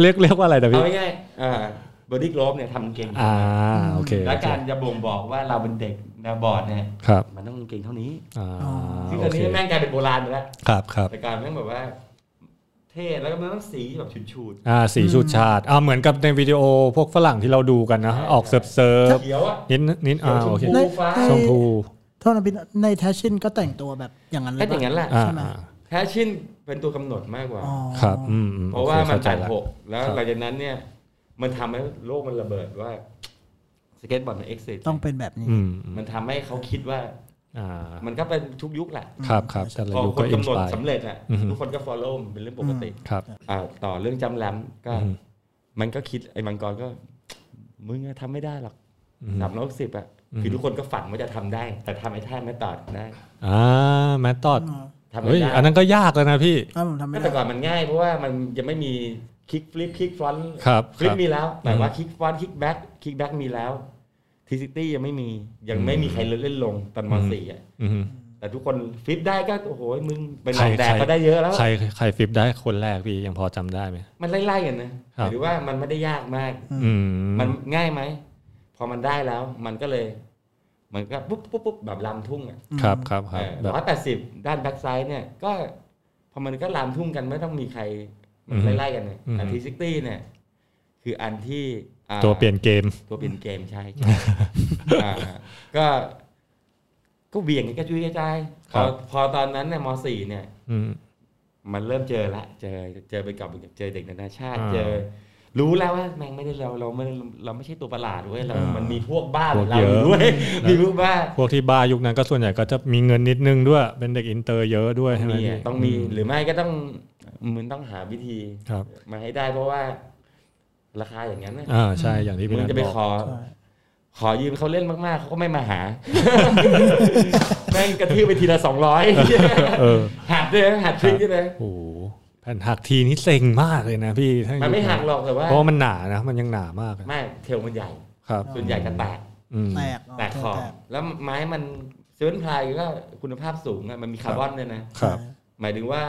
[SPEAKER 4] เรียกเรียกว่าอะไรนะ
[SPEAKER 5] เอา
[SPEAKER 4] พี่
[SPEAKER 5] ง่ายๆอ่าบอดี้กลฟเนี่ยทำกางเกง
[SPEAKER 4] อ่าโอเค
[SPEAKER 5] และ
[SPEAKER 4] โอเค
[SPEAKER 5] การจะบ่งบอกว่าเราเป็นเด็กแนวบอร์ดเนี่ย
[SPEAKER 4] ครับ
[SPEAKER 5] มันต้องกางเกงเท่านี้
[SPEAKER 4] อ่า
[SPEAKER 5] ซึ่ง
[SPEAKER 4] โอ
[SPEAKER 5] ตอน
[SPEAKER 4] เค
[SPEAKER 5] นี้แม่งกลายเป็นโบราณไปแล้ว
[SPEAKER 4] ครับครับ
[SPEAKER 5] แต่การแม่งแบบว่า เท่แล้วก็มันต้องสีแบบชุดชูด
[SPEAKER 4] อ่าสีชุดชาติอ่าเหมือนกับในวิดีโอพวกฝรั่งที่เราดูกันนะ ออกเซิร์ฟเซิร์ฟ
[SPEAKER 5] เขียวอ่ะ
[SPEAKER 4] นิดนิด
[SPEAKER 5] เขีย
[SPEAKER 4] อ่าว
[SPEAKER 5] ช
[SPEAKER 4] โอ
[SPEAKER 5] ม
[SPEAKER 4] เค
[SPEAKER 5] พู
[SPEAKER 7] ใน
[SPEAKER 5] ฟ้า
[SPEAKER 7] เขียว
[SPEAKER 4] ชมพู
[SPEAKER 7] โทษนะพี่ในแทชชินก็แต่งตัวแบบอย่างนั้นเล
[SPEAKER 5] ก็
[SPEAKER 7] ย
[SPEAKER 5] อย่างนั้นแหละ
[SPEAKER 4] อ่า
[SPEAKER 7] ใช่ไหม
[SPEAKER 5] แพชชั่นเป็นตัวกำหนดมากกว่า
[SPEAKER 7] อ๋อ
[SPEAKER 4] ครับอืมอืม
[SPEAKER 5] เพ
[SPEAKER 4] โอ
[SPEAKER 5] ราะ
[SPEAKER 4] ค
[SPEAKER 5] ว่ามัน
[SPEAKER 4] เข้ใจ
[SPEAKER 5] ตัด
[SPEAKER 4] ละ
[SPEAKER 5] หกแล้ว
[SPEAKER 4] ครับ
[SPEAKER 5] หลังจากนั้นเนี่ย มันทำให้โลกมันระเบิดว่า สเก็ตบอร์ดมันเอ็กซ์เซ
[SPEAKER 7] ต้องเป็นแบบนี้
[SPEAKER 4] อืมอืม
[SPEAKER 5] มันทำให้เขาคิดว่า
[SPEAKER 4] อ่า
[SPEAKER 5] มันก็เป็นทุกยุคแหละ
[SPEAKER 4] ครับครับแต่ละ
[SPEAKER 5] พอ
[SPEAKER 4] ยุค
[SPEAKER 5] ค
[SPEAKER 4] ก็
[SPEAKER 5] น
[SPEAKER 4] อิน
[SPEAKER 5] กำห
[SPEAKER 4] ส
[SPEAKER 5] นด
[SPEAKER 4] ปาย
[SPEAKER 5] สำเร็จอ่ะ
[SPEAKER 4] อือฮึ
[SPEAKER 5] ทุกคนก็ฟอลโล่มันเป็นเรื่องปกติ
[SPEAKER 4] ครับ
[SPEAKER 5] อ่าต่อเรื่องจำแรมก็
[SPEAKER 4] อือฮึ
[SPEAKER 5] มันก็คิดไอ้มังกรก็ มึงอะทำไม่ได้หรอก
[SPEAKER 4] อืม
[SPEAKER 5] สามร้อยหกสิบอ่ะ
[SPEAKER 4] อืม
[SPEAKER 5] คือทุกคนก็ฝันว่าจะทำได้ แต่ทำไอ้ท่าไม่ต่อได้
[SPEAKER 4] อ่าแมตตอด
[SPEAKER 7] อ๋อ
[SPEAKER 5] ทำไม่
[SPEAKER 4] เฮ้ย
[SPEAKER 5] ได้
[SPEAKER 4] อันนั้นก็ยากแล้วนะพี่
[SPEAKER 7] ถ้าผมทำไม่
[SPEAKER 5] ก็
[SPEAKER 7] ได้
[SPEAKER 5] แต่ก่อนมันง่ายเพราะว่ามันยังไม่มีคลิกฟลิปคลิกฟรอนต์
[SPEAKER 4] ครับ
[SPEAKER 5] ฟลิ
[SPEAKER 4] ค
[SPEAKER 5] ป
[SPEAKER 4] รับ
[SPEAKER 5] มีแล้ว แต่
[SPEAKER 4] อืม
[SPEAKER 5] ว่าคลิกฟรอนต์คลิกแบ็กคลิกแบ็กมีแล้วทีซิตี้ยังไม่มียังไม่มีใครเล่นลงตอนม
[SPEAKER 4] อืม
[SPEAKER 5] สี่อ่ะ
[SPEAKER 4] อืม
[SPEAKER 5] แต่ทุกคนฟลิปได้ก็โอ้โหมึงเป็น
[SPEAKER 4] ใคร
[SPEAKER 5] นางแดก
[SPEAKER 4] ใคร
[SPEAKER 5] ก็ได้เยอะแล้ว
[SPEAKER 4] ใครใครฟิปได้คนแรกพี่ยังพอจำได้ไหม
[SPEAKER 5] มันไล่ๆกันนะครับ หรือว่ามันไม่ได้ยากมาก
[SPEAKER 4] อืม
[SPEAKER 5] มันง่ายไหมพอมันได้แล้ว มันก็เลยมันก็ปุ๊บปุ๊บปุ๊บแบบลำทุ่งอ่ะ
[SPEAKER 4] ครับครับครับแบบ
[SPEAKER 5] ร้อยแปดสิบด้านแบ็กไซด์เนี่ยก็พอมันก็ลามทุ่งกันไม่ต้องมีใครมัน
[SPEAKER 4] อือฮึ
[SPEAKER 5] ไล่ๆกันเนี่ย
[SPEAKER 4] อือฮึ
[SPEAKER 5] อันทีซิตี้เนี่ย คืออันที่อ่า
[SPEAKER 4] ตัวเปลี่ยนเกม
[SPEAKER 5] ตัวเปลี่ยนเกมใช่ใช่ อ่าก็ ก็เบี่ยงกันกระจุยกระจายพ
[SPEAKER 4] ครั
[SPEAKER 5] อบ พอตอนนั้นเนี่ยมสี่เนี่ย
[SPEAKER 4] อืม
[SPEAKER 5] มันเริ่มเจอละเจอเจอไปกับเจอเด็กนานาชาติ
[SPEAKER 4] อ่า
[SPEAKER 5] เจอ รู้แล้วว่าแม่งไม่ได้เราเราไม่เราไม่ใช่ตัวประหลาดเว้ยเรา
[SPEAKER 4] อ่ามั
[SPEAKER 5] มันมีพวกบ้าเหมือนเรา
[SPEAKER 4] พวกเยอะ
[SPEAKER 5] อยู่ด้วย
[SPEAKER 4] นะ
[SPEAKER 5] มีพวกบ้า
[SPEAKER 4] พวกที่บาร์ยุคนั้นก็ส่วนใหญ่ก็จะมีเงินนิดนึงด้วย เป็นเด็กอินเตอร์เยอะด้วยใช่ไหม
[SPEAKER 5] มี
[SPEAKER 4] พี่
[SPEAKER 5] อะต้องมีหรือไม่ก็ต้องมันต้องหาวิธี
[SPEAKER 4] ครับ
[SPEAKER 5] มาให้ได้เพราะว่า ราคาอย่างนั้นน่ะ
[SPEAKER 4] อ่าใช่อย่างที่
[SPEAKER 5] มึ
[SPEAKER 4] พี่
[SPEAKER 5] ง
[SPEAKER 4] นัท
[SPEAKER 5] จะไป
[SPEAKER 4] บอก
[SPEAKER 5] ขอ
[SPEAKER 7] ใช่
[SPEAKER 5] ขอยืมเขาเล่นมากๆเขาก็ไม่มาหา แม่งกระทืบไปทีละสอง ร้อย
[SPEAKER 4] เออ
[SPEAKER 5] หักด้วยนะหักทริกด้วยนะ
[SPEAKER 4] โอ้โหแผ่นหักทีนี้เซ็งมากเลยนะพี่ถ้า
[SPEAKER 5] มันไม่หักหรอกแต่ว่า
[SPEAKER 4] เพราะว่ามันหนานะมันยังหนามากอะ
[SPEAKER 5] ไม่เทลมันใหญ่
[SPEAKER 4] ครับ
[SPEAKER 5] ส่วนใหญ่จะแตก
[SPEAKER 4] อืม
[SPEAKER 7] แตกอ๋อ
[SPEAKER 5] แตกขอบ
[SPEAKER 7] แตก
[SPEAKER 5] แล้วไม้มันเซเว่นพลายก็คุณภาพสูงอะมันมีคาร์บอนด้วยนะ
[SPEAKER 4] ครับ
[SPEAKER 5] หมายถึงว่า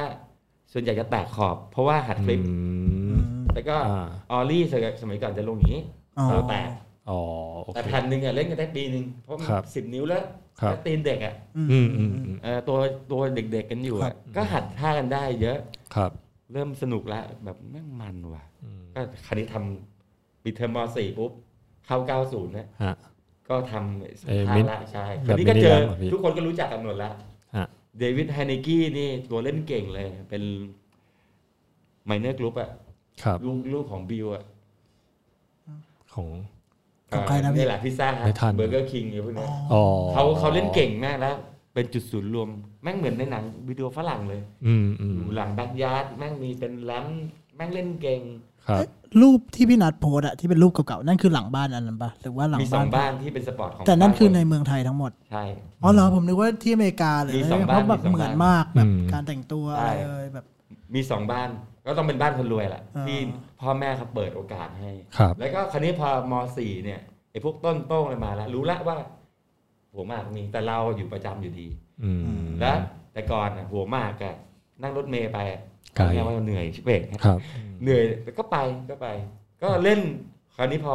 [SPEAKER 5] ส่วนใหญ่จะแตกขอบ เพราะว่าหัดคลิป
[SPEAKER 4] อื
[SPEAKER 7] อื
[SPEAKER 4] ม
[SPEAKER 7] ม
[SPEAKER 5] แล้วก็
[SPEAKER 4] อ่า
[SPEAKER 5] ออลลี่สมัยก่อนจะลงอย่างนี้
[SPEAKER 7] อ๋อ
[SPEAKER 5] เราแตก
[SPEAKER 4] อ๋อโอ
[SPEAKER 5] แต่
[SPEAKER 4] เค
[SPEAKER 5] แผ่นหนึ่งอะเล่นกันได้ปีหนึ่งเพราะมัน
[SPEAKER 4] ครับ
[SPEAKER 5] สิบนิ้วแล้ว
[SPEAKER 4] ครับ
[SPEAKER 5] แล้วตีนเด็กอะ
[SPEAKER 4] อืมอืมอืม
[SPEAKER 5] เอ่อตัวตัวเด็กๆกันอยู่อะก็หัดท่ากันได้เยอะ
[SPEAKER 4] ครับ
[SPEAKER 5] เริ่มสนุกแล้วแบบแม่งมันว่ะ
[SPEAKER 4] อืม
[SPEAKER 5] ก็คราวนี้ทำปีเทอมมสี่ปุ๊บ เข้าเก้าศูนย์นะ
[SPEAKER 4] ฮะ
[SPEAKER 5] ก็ทำส
[SPEAKER 4] เอ่อ
[SPEAKER 5] ภา
[SPEAKER 4] มิ
[SPEAKER 5] พ
[SPEAKER 4] ด
[SPEAKER 5] ละใช่ค
[SPEAKER 4] แบ
[SPEAKER 5] รา
[SPEAKER 4] บ
[SPEAKER 5] วนี้ก็เจ
[SPEAKER 4] มิ
[SPEAKER 5] อ
[SPEAKER 4] ดแรมเหรอพี่
[SPEAKER 5] ทุกคนก็รู้จักกันหมดละ
[SPEAKER 4] ฮะ
[SPEAKER 5] เดวิดไฮเนกี้นี่ตัวเล่นเก่งเลย เป็นไมเนอร์กรุ๊ปอะ
[SPEAKER 4] ครับ
[SPEAKER 5] ลูกลูกของบิวอะ
[SPEAKER 4] ของ
[SPEAKER 7] ของใครนะพี่
[SPEAKER 5] แหละพิซซ่าฮั
[SPEAKER 4] ไม่ทัน
[SPEAKER 5] เบอร์เกอร์คิงอะไรพวกเนี้ย
[SPEAKER 4] อ๋อ
[SPEAKER 5] เขาเขาเล่นเก่งมากแล้ว เป็นจุดศูนย์รวม แม่งเหมือนในหนังวิดีโอฝรั่งเลย
[SPEAKER 4] อืมอื
[SPEAKER 5] อ
[SPEAKER 4] ม
[SPEAKER 5] ยู่หลังแบ็กยาร์ดแม่งมีเป็นแรมแม่งเล่นเก่ง
[SPEAKER 4] ครับ
[SPEAKER 7] เอ๊ะรูปที่พี่นัดโพสต์อะที่เป็นรูปเก่าๆนั่นคือหลังบ้านอันนั้นปะหรือว่าหลัง
[SPEAKER 5] มีสอ
[SPEAKER 7] บ้าง น
[SPEAKER 5] บ้านที่เป็นสปอร์ตของ
[SPEAKER 7] แต่นั่นคือใน
[SPEAKER 5] บ้า
[SPEAKER 7] เมืองไทยทั้งหมด
[SPEAKER 5] ใช่
[SPEAKER 7] อ๋อเหรอผมนึกว่าที่อเมริกาเลย
[SPEAKER 5] มีสอง
[SPEAKER 7] เพราะแบ
[SPEAKER 5] บ้าน
[SPEAKER 7] บ
[SPEAKER 5] มีสอง
[SPEAKER 7] เหมือน
[SPEAKER 5] บ้าน
[SPEAKER 7] มากแบบ
[SPEAKER 4] อืม
[SPEAKER 7] การแต่งตัว
[SPEAKER 5] ใช่
[SPEAKER 7] อะไรเลยแบบ
[SPEAKER 5] มีสองบ้าน ก็ต้องเป็นบ้านคนรวยแหละ
[SPEAKER 7] อ่า
[SPEAKER 5] ที่พ่อแม่เขาเปิดโอกาสให้
[SPEAKER 4] ครับ
[SPEAKER 5] แล้วก็คราวนี้พอมสี่เนี่ยไอ้พวกต้นโต้งอะไรมาแล้ว รู้ละว่าหัวหมากมีแต่เราอยู่ประจำอยู่ดี
[SPEAKER 4] อืม
[SPEAKER 5] แล้ว แต่ก่อนน่ะหัวหมากอะนั่งรถเมย์ไปอะ
[SPEAKER 4] ไกล
[SPEAKER 5] เรียว่าเหนื่อยชิบเบก
[SPEAKER 4] ครับ
[SPEAKER 5] เหนื่อยแต่ก็ไปก็ไป ก็เล่นคราวนี้พอ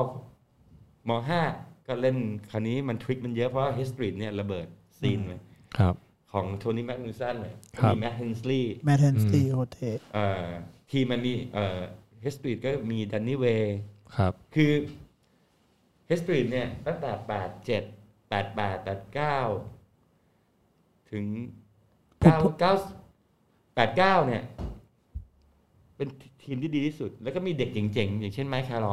[SPEAKER 5] มห้าก็เล่นคราวนี้มันทริคมันเยอะเพราะฮิสตรีเนี่ยระเบิดซีนเลย
[SPEAKER 4] ครับ
[SPEAKER 5] ของโทนี่แมคนิวสันเลย
[SPEAKER 4] ครับ
[SPEAKER 5] มีแมทเฮนสลีย์
[SPEAKER 7] แมทเทนสตีโฮเทล
[SPEAKER 5] เอ่อทีมมันมีเอ่อฮิสตรีก็มีดันนี่เวย์
[SPEAKER 4] ครับ
[SPEAKER 5] คือฮิสตรีเนี่ยตั้งแต่แปดเจ็ดแปดแปดแปดเก้าถึงเก้าเก้าแปดเก้าเนี่ย เป็นทีมที่ดีที่สุด แล้วก็มีเด็กเจ๋งๆ อย่างเช่นไมค์คารอล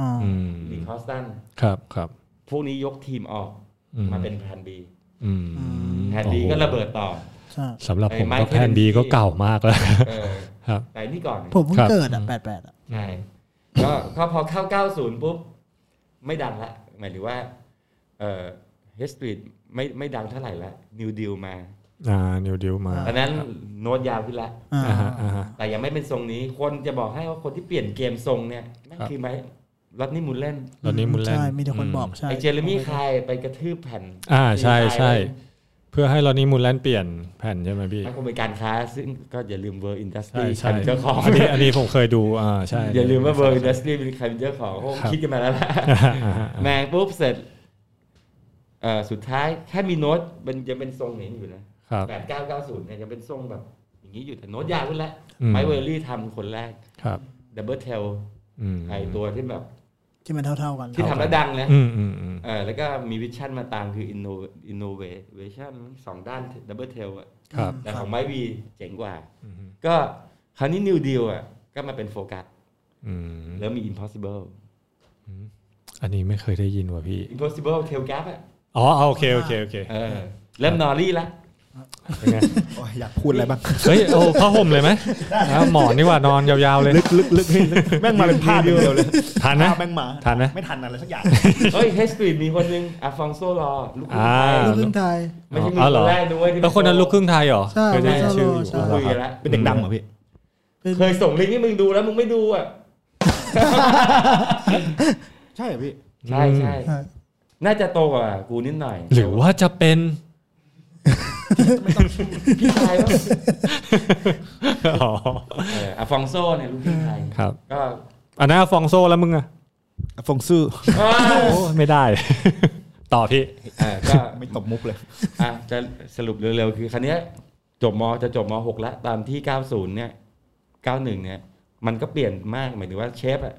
[SPEAKER 7] อ๋ออ
[SPEAKER 4] อืม
[SPEAKER 5] ลีคอสตัน
[SPEAKER 4] ครับครับ
[SPEAKER 5] พวกนี้ยกทีมออก
[SPEAKER 4] อื
[SPEAKER 5] มาเป็นแผนบี
[SPEAKER 4] อืม
[SPEAKER 5] แผนบีก็ระเบิดต่อ
[SPEAKER 7] ใช่
[SPEAKER 4] สำหรับผม
[SPEAKER 5] ไอ้
[SPEAKER 4] ก็
[SPEAKER 5] Mike
[SPEAKER 4] แพนบี
[SPEAKER 5] Kennedy
[SPEAKER 4] ก็เก่ามากแล้ว
[SPEAKER 5] เออ
[SPEAKER 4] ครับ
[SPEAKER 5] แต่นี่ก่อน
[SPEAKER 7] ผมเพิ่
[SPEAKER 4] ค
[SPEAKER 7] ง
[SPEAKER 4] รับ
[SPEAKER 7] เกิดอ่ะแปดแปดอ่ะ
[SPEAKER 5] ใช่ก็ก็พอเข้า 90 ปุ๊บ ไม่ดังละ หมายถึงว่า เออเฮสปีดไม่ไม่ดังเท่าไหร่ละนิวด a ลมา
[SPEAKER 4] อ่านิวดิวมา
[SPEAKER 5] ตอนนั้นโน้ตยาวขึ้นละ
[SPEAKER 7] อ่า
[SPEAKER 4] อ่าฮะอ่าฮะ
[SPEAKER 5] แต่ยังไม่เป็นทรงนี้ คนจะบอกให้ว่าคนที่เปลี่ยนเกมทรงเนี่ยนั่น
[SPEAKER 4] ครับ
[SPEAKER 5] คือไม รถนี่มูลเล่น
[SPEAKER 4] ตอนนี้มุนแลนด์
[SPEAKER 7] ใช่มีแต่คนบอกใช่
[SPEAKER 5] ไอเจเรมี่คายไปกระทืบแผ่น
[SPEAKER 4] อ่าใช่ใช่เพื่อให้ตอนนี้มุนแลนด์เปลี่ยนแผ่นใช่ไหมพี่
[SPEAKER 5] มันคงเป็นการค้า ซึ่งก็อย่าลืมเวอร์อินดัสทรี
[SPEAKER 4] ใช่ใช่
[SPEAKER 5] เป็นเจ้าของ
[SPEAKER 4] อันนี้อันนี้ผมเคยดูอ่าใช่
[SPEAKER 5] อย่าลืมว่าเวอร์อินดัสทรีเป็นใครเป็นเจ้าของคง
[SPEAKER 4] ครับ
[SPEAKER 5] คิดกันมาแล้วล่ะ
[SPEAKER 4] อ่าอ่าอ่า
[SPEAKER 5] แมงปุ๊บเสร็จเอ่อสุดท้ายแค่มีโน้ตมันยังเป็นทรงอย่างนี้อยู่นะครับ แปดเก้าเก้าศูนย์เนี่ยยังเป็นทรงแบบ อย่างนี้อยู่แต่โน้ตยาวขึ้นแล้ว
[SPEAKER 4] อืม
[SPEAKER 5] ไมค์เวอร์รี่ทำคนแรก
[SPEAKER 4] ครับ
[SPEAKER 5] ดับเบิลเทล
[SPEAKER 4] อืม
[SPEAKER 5] ไอตัวที่แบบ
[SPEAKER 7] ที่มันเท่าๆกัน
[SPEAKER 5] ที่ทำแล้วดังนะ
[SPEAKER 4] อืมอืมอืม
[SPEAKER 5] เออแล้วก็มีวิชั่นมาตามคือ inno- innovation สองด้านดับเบิลเทลอะ
[SPEAKER 4] ครับ
[SPEAKER 5] แต่
[SPEAKER 7] ครับ
[SPEAKER 5] ของไมค์วีเจ๋งกว่า
[SPEAKER 4] อืม
[SPEAKER 5] ก็คราวนี้นิวเดียอ่ะ ก็มาเป็นโฟกัส
[SPEAKER 4] อืม
[SPEAKER 5] แล้วมี impossible
[SPEAKER 4] อันนี้ไม่เคยได้ยินว่ะพี่
[SPEAKER 5] impossible เทลแกปอ่ะ
[SPEAKER 4] อ๋อเอาโอเคโอเคโอเค
[SPEAKER 5] เออเริ่มนอรี่ละ
[SPEAKER 4] เป็นไง
[SPEAKER 6] อยากพูดอะไรบ้าง
[SPEAKER 4] เฮ้ยโอ้ผ้าห่มเลยไหมเอาหมอนนี่หว่านอนยาวๆเลย
[SPEAKER 6] ลึกลึกลึกให้ลึก
[SPEAKER 3] แม่งมาเป็นภาพอย่างเดียวเลย
[SPEAKER 4] ทันนะ
[SPEAKER 3] ภาพแม่งมา
[SPEAKER 4] ทันไหม
[SPEAKER 3] ไม่ทันอะไรสักอย่าง
[SPEAKER 5] เฮ้ยเฮสปีดมีคนหนึงอาฟองโซลอลูกครึ่งไทย
[SPEAKER 4] อ่า
[SPEAKER 7] ลูกครึ่งไทย
[SPEAKER 5] ไม่ใช่มื
[SPEAKER 4] อ๋อ
[SPEAKER 5] อ
[SPEAKER 4] เหร
[SPEAKER 5] ค
[SPEAKER 4] อ
[SPEAKER 5] นแรกด้วยที่
[SPEAKER 4] แล้วคนนั้นลูกครึ่งไทยเหรอ
[SPEAKER 7] ใช่
[SPEAKER 4] เคยได้ยินชื่ออยู่
[SPEAKER 7] ใช่
[SPEAKER 5] กูคุยกันแล้ว
[SPEAKER 6] เป็นเด็กดำเหรอพี่
[SPEAKER 7] เป็น
[SPEAKER 5] เคยส่งลิงก์ให้มึงดูแล้วมึงไม่ดูอ่ะ
[SPEAKER 6] ใช่เหรอพี่
[SPEAKER 5] ใช่ใช่
[SPEAKER 7] ใช่
[SPEAKER 5] น่าจะโตกว่ากูนิดหน่อย
[SPEAKER 4] หรือว่าจะเป็น
[SPEAKER 5] พี่ชายว่า
[SPEAKER 4] อ๋อ
[SPEAKER 5] เอออาฟองโซเนี่ยลูกครึ่งไทย
[SPEAKER 4] ครับ
[SPEAKER 5] ก็
[SPEAKER 4] อันนั้นฟองโซแล้วมึงอะ
[SPEAKER 6] ฟงซื่อ
[SPEAKER 5] เอ้ย
[SPEAKER 4] โอ้ไม่ได้ ต่อพี่
[SPEAKER 5] เออก็
[SPEAKER 6] ไม่ตบมุกเลย
[SPEAKER 5] อ่ะจะสรุปเร็วๆ คือคันนี้ยจบมจะจบมหกแล้วตามที่ 90 เนี่ย 91 เนี่ย มันก็เปลี่ยนมากหมายถึงว่าเชฟอะ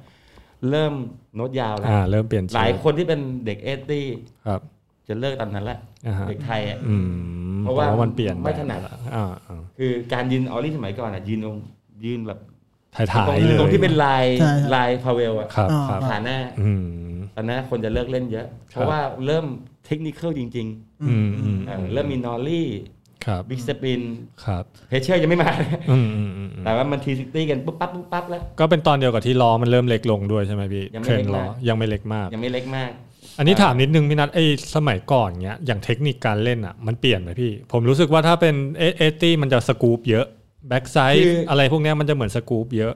[SPEAKER 5] เริ่มโน้ตยาวแล้ว
[SPEAKER 4] อ่า เริ่มเปลี่ยน
[SPEAKER 5] หลาย
[SPEAKER 4] ชื่อ
[SPEAKER 5] คนที่เป็นเด็กเอตี้
[SPEAKER 4] ครับ
[SPEAKER 5] จะเลิกตามนั้นแหละ
[SPEAKER 4] อ่าฮะ
[SPEAKER 5] เด็กไทยอ่ะ
[SPEAKER 4] อืม
[SPEAKER 5] เพ
[SPEAKER 4] เพ
[SPEAKER 5] ราะ
[SPEAKER 4] ราะ
[SPEAKER 5] ว่า
[SPEAKER 4] ว่ามันเปลี่ยน
[SPEAKER 5] ไม่ถนัด
[SPEAKER 4] อ่าอ่า
[SPEAKER 5] คือการยืนออรี่สมัยก่อนอ่ะยืนตรงยืนแบบ
[SPEAKER 4] ถ่ายถ่าย
[SPEAKER 5] ตรง
[SPEAKER 4] เลย
[SPEAKER 5] ตรงที่เป็นลาย
[SPEAKER 7] ใช่ใช่
[SPEAKER 5] ลายพาเวลอ่ะ
[SPEAKER 4] ครับครับ
[SPEAKER 5] ผ่านหน้า
[SPEAKER 4] อืม
[SPEAKER 5] ตอนนั้นคนจะเลิกเล่นเยอะ เพ
[SPEAKER 4] ครั
[SPEAKER 5] ราะ
[SPEAKER 4] บ
[SPEAKER 5] ว่าเริ่มเทคนิคจริง
[SPEAKER 4] อืมอืม
[SPEAKER 5] ๆเออเริ่มมีนอรี่
[SPEAKER 4] ครับ
[SPEAKER 5] บิ๊กสปิน
[SPEAKER 4] ครับ
[SPEAKER 5] เพเชอร์ยังไม่มา
[SPEAKER 4] อืมอืมอืมอืม
[SPEAKER 5] แต่ว่ามันทีซิตี้กันปุ๊บปั๊บปุ๊บปั๊บแล้ว
[SPEAKER 4] ก็เป็นตอนเดียวกับที่ล้อมันเริ่มเล็กลงด้วยใช่ไหมพี่
[SPEAKER 5] ยังไม่
[SPEAKER 4] เครน
[SPEAKER 5] เล็ก
[SPEAKER 4] ล้อ
[SPEAKER 5] มาก
[SPEAKER 4] ยังไม่เล็กมาก
[SPEAKER 5] ยังไม่เล็กมาก
[SPEAKER 4] อันนี้ถามนิดนึงพี่นัทไอ้สมัยก่อนเงี้ยอย่างเทคนิคการเล่นอ่ะมันเปลี่ยนไหมพี่ ผมรู้สึกว่าถ้าเป็นเอเอตี้มันจะสกูปเยอะแบ็กไซ
[SPEAKER 5] คื
[SPEAKER 4] ด์
[SPEAKER 5] ออ
[SPEAKER 4] อะไรพวกเนี้ยมันจะเหมือนสกูปเยอะ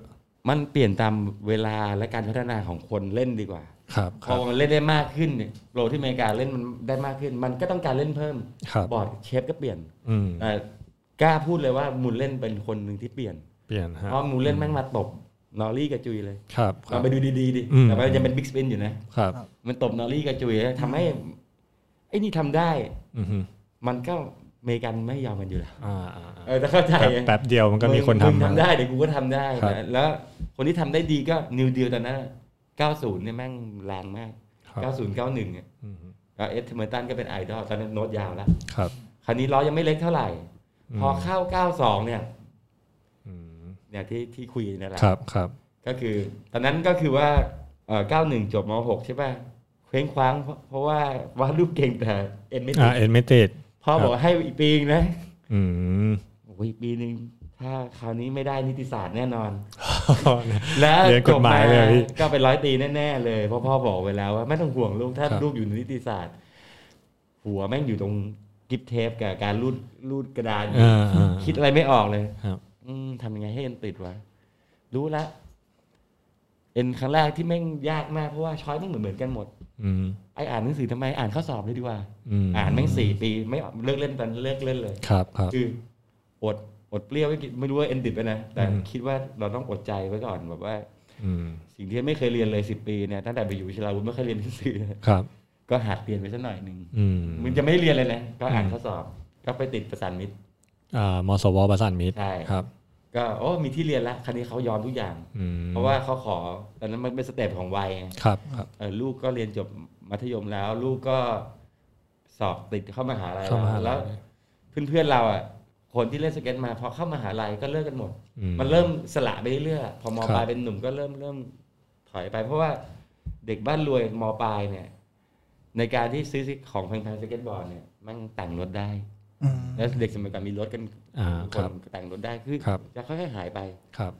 [SPEAKER 5] มันเปลี่ยนตามเวลาและการพัฒนาของคนเล่นดีกว่า
[SPEAKER 4] ครับ
[SPEAKER 5] พ
[SPEAKER 4] ครั
[SPEAKER 5] อบ มันเล่นได้มากขึ้นเนี่ยโรที่อเมริกาเล่นมันได้มากขึ้น มันก็ต้องการเล่นเพิ่ม
[SPEAKER 4] ครับ
[SPEAKER 5] บอร์ดเชฟก็เปลี่ยน
[SPEAKER 4] อืม
[SPEAKER 5] เอ่อกล้าพูดเลยว่ามูลเล่นเป็นคนหนึ่งที่เปลี่ยน
[SPEAKER 4] เปลี่ยนฮะ
[SPEAKER 5] เพราะมูลเล่นแม่งมาตบนอรี่กับจุยเลย
[SPEAKER 4] ครับครั
[SPEAKER 5] เรา
[SPEAKER 4] บ
[SPEAKER 5] ไปดูดีๆดิ
[SPEAKER 4] อืม
[SPEAKER 5] แต่ว่ายังเป็นบิ๊กสปินอยู่นะ
[SPEAKER 4] ครับ
[SPEAKER 5] มันตบนอรี่กับจุยทำให้ไอ้นี่ทำได้
[SPEAKER 4] อืมฮึ
[SPEAKER 5] มันก็อเมริกันไม่ยอมกันอยู่แล้ว
[SPEAKER 4] อ่าอ่าอ่า
[SPEAKER 5] เออแต่เข้าใจ
[SPEAKER 4] แป๊บแป๊บเดียวมันก็มีคน
[SPEAKER 5] งง
[SPEAKER 4] ทำมา
[SPEAKER 5] ทำได้เดี๋ยวกูก็ทำได้
[SPEAKER 4] ครับ
[SPEAKER 5] นะแล้วคนที่ทำได้ดีก็นิวเดียตอนนั้น90 เนี่ยแม่งแรงมาก
[SPEAKER 4] ครับ
[SPEAKER 5] 90 91เนี่ย
[SPEAKER 4] อืมฮึ
[SPEAKER 5] แล้วเอสเทอร์เมอร์ตันก็เป็นไอดอลตอนนั้นโน้ตยาวแล้ว
[SPEAKER 4] ครับ
[SPEAKER 5] คราวนี้ล้อยังไม่เล็กเท่าไหร่ พอเข้า 92 เนี่ย
[SPEAKER 4] อืม
[SPEAKER 5] เนี่ยที่ที่คุยนั่นแหละ
[SPEAKER 4] ครับครับ
[SPEAKER 5] ก็คือตอนนั้นก็คือว่าเอ่อ91 จบม .6 ใช่ป่ะเคว้งคว้างเพราะเพราะว่าวาดรูปเก่งแต่เอ็นไม่ติ
[SPEAKER 4] อ่า
[SPEAKER 5] ด
[SPEAKER 4] เอ็นเมเตด
[SPEAKER 5] พ่อบอกให้อีกปีนึงนะ
[SPEAKER 4] อืม
[SPEAKER 5] โอ้ยปีนึงถ้าคราวนี้ไม่ได้นิติศาสตร์แน่นอน
[SPEAKER 4] และ
[SPEAKER 5] แล้ว
[SPEAKER 4] เรียนกฎหมายเลยพี่
[SPEAKER 5] ก็เป็นร้อยตีแน่ๆเลยเพราะพ่อบอกไว้แล้วว่าไม่ต้องห่วงลูกถ้า
[SPEAKER 4] ครับ
[SPEAKER 5] ลูกอยู่ในนิติศาสตร์ หัวแม่งอยู่ตรงกิฟเทปกับการรูดรูดกระดาน
[SPEAKER 4] อ่าอ่า
[SPEAKER 5] คิดอะไรไม่ออกเลย
[SPEAKER 4] ครับ
[SPEAKER 5] อืมทำยังไงให้เอ็นติดวะ รู้ละ เอ็นครั้งแรกที่แม่งยากมากเพราะว่าช้อยต้องเหมือนเหมือนๆกันหมด
[SPEAKER 4] อืม
[SPEAKER 5] ไออ่านหนังสือทำไม อ่านข้อสอบเลยดีกว่า
[SPEAKER 4] อืม
[SPEAKER 5] อ่านแม่งสี่ปี ไม่ออกเลิกเล่นตอนเลิกเล่นเลย
[SPEAKER 4] ครับครับ
[SPEAKER 5] คืออดอดเปรี้ยวไว้กินไม่รู้ว่าเอ็นติดไปนะ แต่
[SPEAKER 4] อืม
[SPEAKER 5] คิดว่าเราต้องอดใจไว้ก่อนแบบว่า
[SPEAKER 4] อืม
[SPEAKER 5] สิ่งที่ไม่เคยเรียนเลยสิบปีเนี่ยตั้งแต่ไปอยู่วิชลาวุธไม่เคยเรียนหนังสือ
[SPEAKER 4] ครับ
[SPEAKER 5] ก็หัดเรียนไปสักหน่อยหนึ่ง
[SPEAKER 4] อืม
[SPEAKER 5] มึงจะไม่เรียนเลยนะก็อ่านข้อสอบ ก็ไปติดประสานมิตร
[SPEAKER 4] อ่ามสวประสานมิตร
[SPEAKER 5] ใช่
[SPEAKER 4] ครับ
[SPEAKER 5] ก็โอ้มีที่เรียนละคราวนี้เขายอมทุกอย่าง
[SPEAKER 4] อืม
[SPEAKER 5] เพราะว่าเขาขอตอนนั้นมันเป็นสเต็ปของวัยไง
[SPEAKER 4] ครับครับ
[SPEAKER 5] เออลูกก็เรียนจบมัธยมแล้ว ลูกก็สอบติดเข้ามหาลัย
[SPEAKER 4] เข้ามหาลัย
[SPEAKER 5] แล้วเพื่อนๆเราอ่ะคนที่เล่นสเก็ตมาพอเข้ามหาลัยก็เลิกกันหมด
[SPEAKER 4] อืม
[SPEAKER 5] มันเริ่มสละไปเรื่อยๆพอ
[SPEAKER 4] ค
[SPEAKER 5] ม
[SPEAKER 4] รับ
[SPEAKER 5] ปลายเป็นหนุ่มก็เริ่มเริ่มถอยไป เพราะว่าเด็กบ้านรวยมปลายเนี่ย ในการที่ซื้อของแพงๆสเก็ตบอร์ดเนี่ยแมันแต่งรถได้
[SPEAKER 7] อืม
[SPEAKER 5] แล้วเด็กสมัยก่อนมีรถกัน
[SPEAKER 4] อ่า
[SPEAKER 5] ทุก
[SPEAKER 4] ครับ
[SPEAKER 5] คนแต่งรถได้คือ
[SPEAKER 4] ครับ
[SPEAKER 5] จะค่อยๆหายไป
[SPEAKER 4] ครับ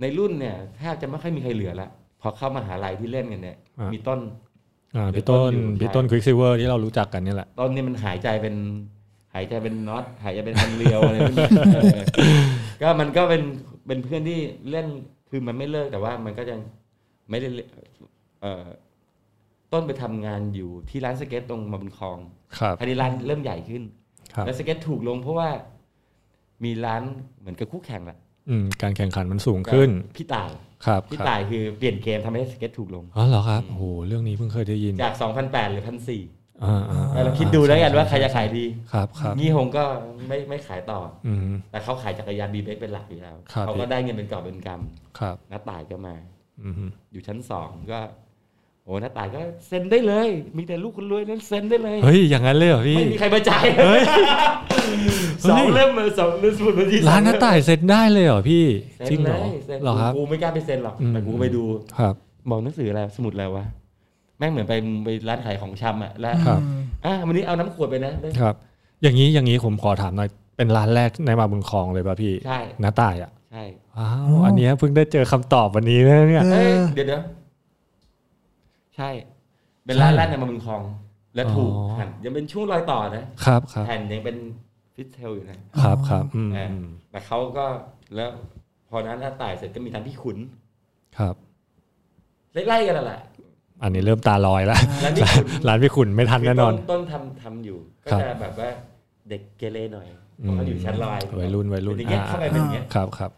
[SPEAKER 5] ในรุ่นเนี่ยแทบจะไม่ค่อยมีใครเหลือละพอเข้ามหาลัยที่เล่นกันเนี่ย
[SPEAKER 4] อ่ะ
[SPEAKER 5] มีต้น
[SPEAKER 4] อ่าพี่
[SPEAKER 5] ต้
[SPEAKER 4] ต้
[SPEAKER 5] น
[SPEAKER 4] น
[SPEAKER 5] อยู่
[SPEAKER 4] พี่
[SPEAKER 5] ใช่
[SPEAKER 4] ต้นควิกซิเวอร์ที่เรารู้จักกันเนี่ยแหละ
[SPEAKER 5] ต้นนี่มันหายใจเป็น หายใจเป็นน็อตหายใจเป็นคันเรียว อะไรพวก นี้เออก็มันก็เป็นเป็นเพื่อนที่เล่นคือมันไม่เลิกแต่ว่ามันก็ยัง ไม่ได้เล่นเอ่อต้นไปทำงานอยู่ที่ร้านสเก็ตตรงมาบุญคลอง
[SPEAKER 4] ครับ
[SPEAKER 5] คราวนี้ร้านเริ่มใหญ่ขึ้น
[SPEAKER 4] ครับ
[SPEAKER 5] แล้วสเก็ตถูกลงเพราะว่ามีร้านเหมือนกับคู่แข่งแหละ
[SPEAKER 4] อืมการแข่งขันมันสูงขึ้น
[SPEAKER 5] พี่ตาย
[SPEAKER 4] ครับ
[SPEAKER 5] พี่
[SPEAKER 4] ครับ
[SPEAKER 5] ตายคือเปลี่ยนเกมทำให้สเก็ตถูกลง
[SPEAKER 4] อ๋อเหรอครับโอ้โหเรื่องนี้เพิ่งเคยได้ยิน
[SPEAKER 5] จาก 2,800หรือ1,400
[SPEAKER 4] อ่าอ่า
[SPEAKER 5] แล้วเราคิดดูแล้วกันว่าใครจะขายดี
[SPEAKER 4] ครับครับ
[SPEAKER 5] ยี่หงก็ไม่ไม่ขายต่อ
[SPEAKER 4] อืม
[SPEAKER 5] แต่เขาขายจักรยานบีเบกเป็นหลักอยู่แล้ว
[SPEAKER 4] ครับ
[SPEAKER 5] เขาก็ได้เงินเป็นกอบเป็นก
[SPEAKER 4] ครับ
[SPEAKER 5] ำน้าตายก็มา
[SPEAKER 4] อืม
[SPEAKER 5] อยู่ชั้นสองก็ โอ้น้าตายก็เซ็นได้เลย มีแต่ลูกคนรวยนั้นเซ็นได้เลย
[SPEAKER 4] เฮ้ยอย่างนั้นเลยเหรอพี่
[SPEAKER 5] ไม่มีใครมาจ่าย
[SPEAKER 4] เฮ้ย
[SPEAKER 5] สอง
[SPEAKER 4] เฮ้ย
[SPEAKER 5] เล่มเลยสองเล่มสมุดบัญชี
[SPEAKER 4] ร้านน้าต่ายเซ็นได้เลยเหรอพี่
[SPEAKER 5] เซ็น
[SPEAKER 4] จริงเหรอ
[SPEAKER 5] ลยซ็น
[SPEAKER 4] เหรอครับ
[SPEAKER 5] กูไม่กล้าไปเซ็นหรอก
[SPEAKER 4] อืม
[SPEAKER 5] แต่กูไปดู
[SPEAKER 4] ครับ
[SPEAKER 5] บอกหนังสืออะไรสมุดอะไรวะแม่งเหมือนไปไปร้านขายของชำอ่ะแล้ว
[SPEAKER 4] ครับ
[SPEAKER 5] อ่ะวันนี้เอาน้ำขวดไปนะได้
[SPEAKER 4] ครับ อย่างนี้อย่างนี้ผมขอถามหน่อยเป็นร้านแรกในมาบุญคลองเลยป่ะพี่
[SPEAKER 5] ใช่
[SPEAKER 4] น้าต่ายอ่ะ
[SPEAKER 5] ใช่
[SPEAKER 4] อ้าวอันเนี้ยเพิ่งได้เจอคำตอบวันนี้นะเนี่ย
[SPEAKER 7] เอ
[SPEAKER 5] เอ้ย
[SPEAKER 7] อ
[SPEAKER 5] เดี๋ยวเดี๋ยวใช่ เป็นร้าน
[SPEAKER 4] ใช่
[SPEAKER 5] แรกในมาบุญคลอง และถูก
[SPEAKER 4] อ๋อ
[SPEAKER 5] หันยังเป็นช่วงรอยต่อนะครับ
[SPEAKER 4] ครับ
[SPEAKER 5] แผ่นยังเป็นฟิตเทลอยู่นะ
[SPEAKER 4] ครับครับอืม
[SPEAKER 5] อ่าแต่เขาก็แล้วพอนั้นถ้าตายเสร็จก็มีทางพี่ขุน
[SPEAKER 4] ครับ
[SPEAKER 5] ไล่ๆกันนั่นแหละ
[SPEAKER 4] อันนี้เริ่มตาลอยแล้ว
[SPEAKER 5] แล้วพี่ขุ น
[SPEAKER 4] ร้านพี่ขุนไม่ทันแน่นอน
[SPEAKER 5] คืต้ต้นทำทำอยู่ ก็
[SPEAKER 4] ครับ
[SPEAKER 5] จะแบบว่าเด็กเกเรหน่อย
[SPEAKER 4] อืม
[SPEAKER 5] เพราะเขาอยู่ชั้นลอย
[SPEAKER 4] วัยรุ่นวัยรุ่น
[SPEAKER 5] เป็นอย่างเงี้ย
[SPEAKER 4] อ่า
[SPEAKER 5] เข้าไปเป็นอย่างเงี้ย
[SPEAKER 4] ครับครับ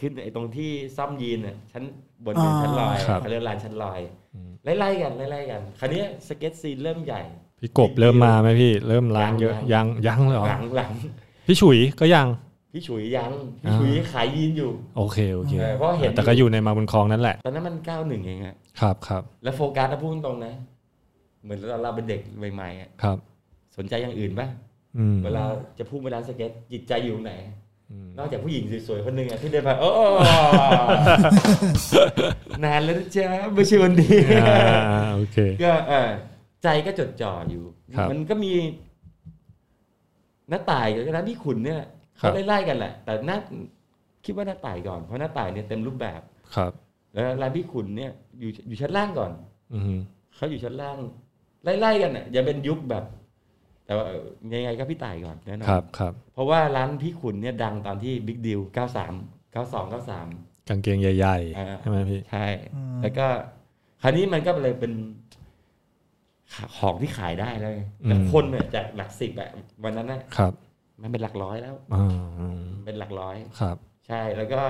[SPEAKER 5] ขึ้นไอ้ตรงที่ซ่อมยีนอ่ะชั้นบนเป็น
[SPEAKER 7] อ่า
[SPEAKER 5] ชั้นลอย
[SPEAKER 4] ครับ
[SPEAKER 5] เขาเรียกลานชั้นลอย
[SPEAKER 4] อืม
[SPEAKER 5] ไล่ๆกันไล่ๆกัน คราวเนี้ยสเก็ตซีนเริ่มใหญ่
[SPEAKER 4] พี่กบเริ่มมาไหมพี่ เริ่มร้านเยอะ
[SPEAKER 5] ยั
[SPEAKER 4] ยัง
[SPEAKER 5] ง
[SPEAKER 4] ยังเลยเหรอ
[SPEAKER 5] หลังหลัง
[SPEAKER 4] พี่ฉุยก็ยัง
[SPEAKER 5] พี่ฉุยยังพี่
[SPEAKER 4] อ่า
[SPEAKER 5] ฉุยขายยีนอยู่
[SPEAKER 4] โอเคโอเค
[SPEAKER 5] เออเพราะเห็น
[SPEAKER 4] แต่ก็อยู่ในมาบุญคลองนั่นแหละ
[SPEAKER 5] ตอนนั้นมันเก้าหนึ่งเองอะ
[SPEAKER 4] ครับครับ
[SPEAKER 5] แล้วโฟกัสนะพูดตรงๆนะ เหมือนเราเราเป็นเด็กใหม่ๆอะ
[SPEAKER 4] ครับ
[SPEAKER 5] สนใจอย่างอื่นปะ
[SPEAKER 4] อืม
[SPEAKER 5] เวลาจะพูดเวลาสเก็ตจิตใจอยู่ไหน
[SPEAKER 4] อืม
[SPEAKER 5] นอกจากผู้หญิงสวยๆคนหนึ่งอะที่เดินมา โอ้ นานแล้วนะจ๊ะไม่ใช่วันนี้
[SPEAKER 4] อ่าโอเค
[SPEAKER 5] ก็เออใจก็จดจ่ออยู่
[SPEAKER 4] ครับ
[SPEAKER 5] มันก็มีน้าต่ายกับน้าพี่ขุนเนี่ย
[SPEAKER 4] ครั
[SPEAKER 5] เขา
[SPEAKER 4] บ
[SPEAKER 5] ไล่ๆกันแหละ แต่น่าคิดว่าน้าต่ายก่อนเพราะน้าต่ายเนี่ยเต็มรูปแบบ
[SPEAKER 4] ครับ
[SPEAKER 5] แล้วร้านพี่ขุนเนี่ยอยู่อยู่ชั้นล่างก่อน
[SPEAKER 4] อืม
[SPEAKER 5] เขาอยู่ชั้นล่าง ไล่ๆกันอ่ะอย่าเป็นยุคแบบ แต่ว่าเอ่อยังไงก็พี่ต่ายก่อนแน่นอน
[SPEAKER 4] ครับครับ
[SPEAKER 5] เพราะว่าร้านพี่ขุนเนี่ยดังตอนที่บิ๊กดิว93 92 93
[SPEAKER 4] กางเกงใหญ่
[SPEAKER 5] อ่า
[SPEAKER 4] ๆใช่ไหมพี่
[SPEAKER 5] ใช่ แล้วก็ คราวนี้มันก็เลยเป็นของที่ขายได้แล้วไง
[SPEAKER 4] อืม
[SPEAKER 5] แล้วคนเนี่ยจากหลักสิบอะวันนั้นนะครับ มันเป็นหลักร้อยแล้ว
[SPEAKER 4] อ่า
[SPEAKER 5] เป็นหลักร้อย
[SPEAKER 4] ครับ
[SPEAKER 5] ใช่ แล้วก็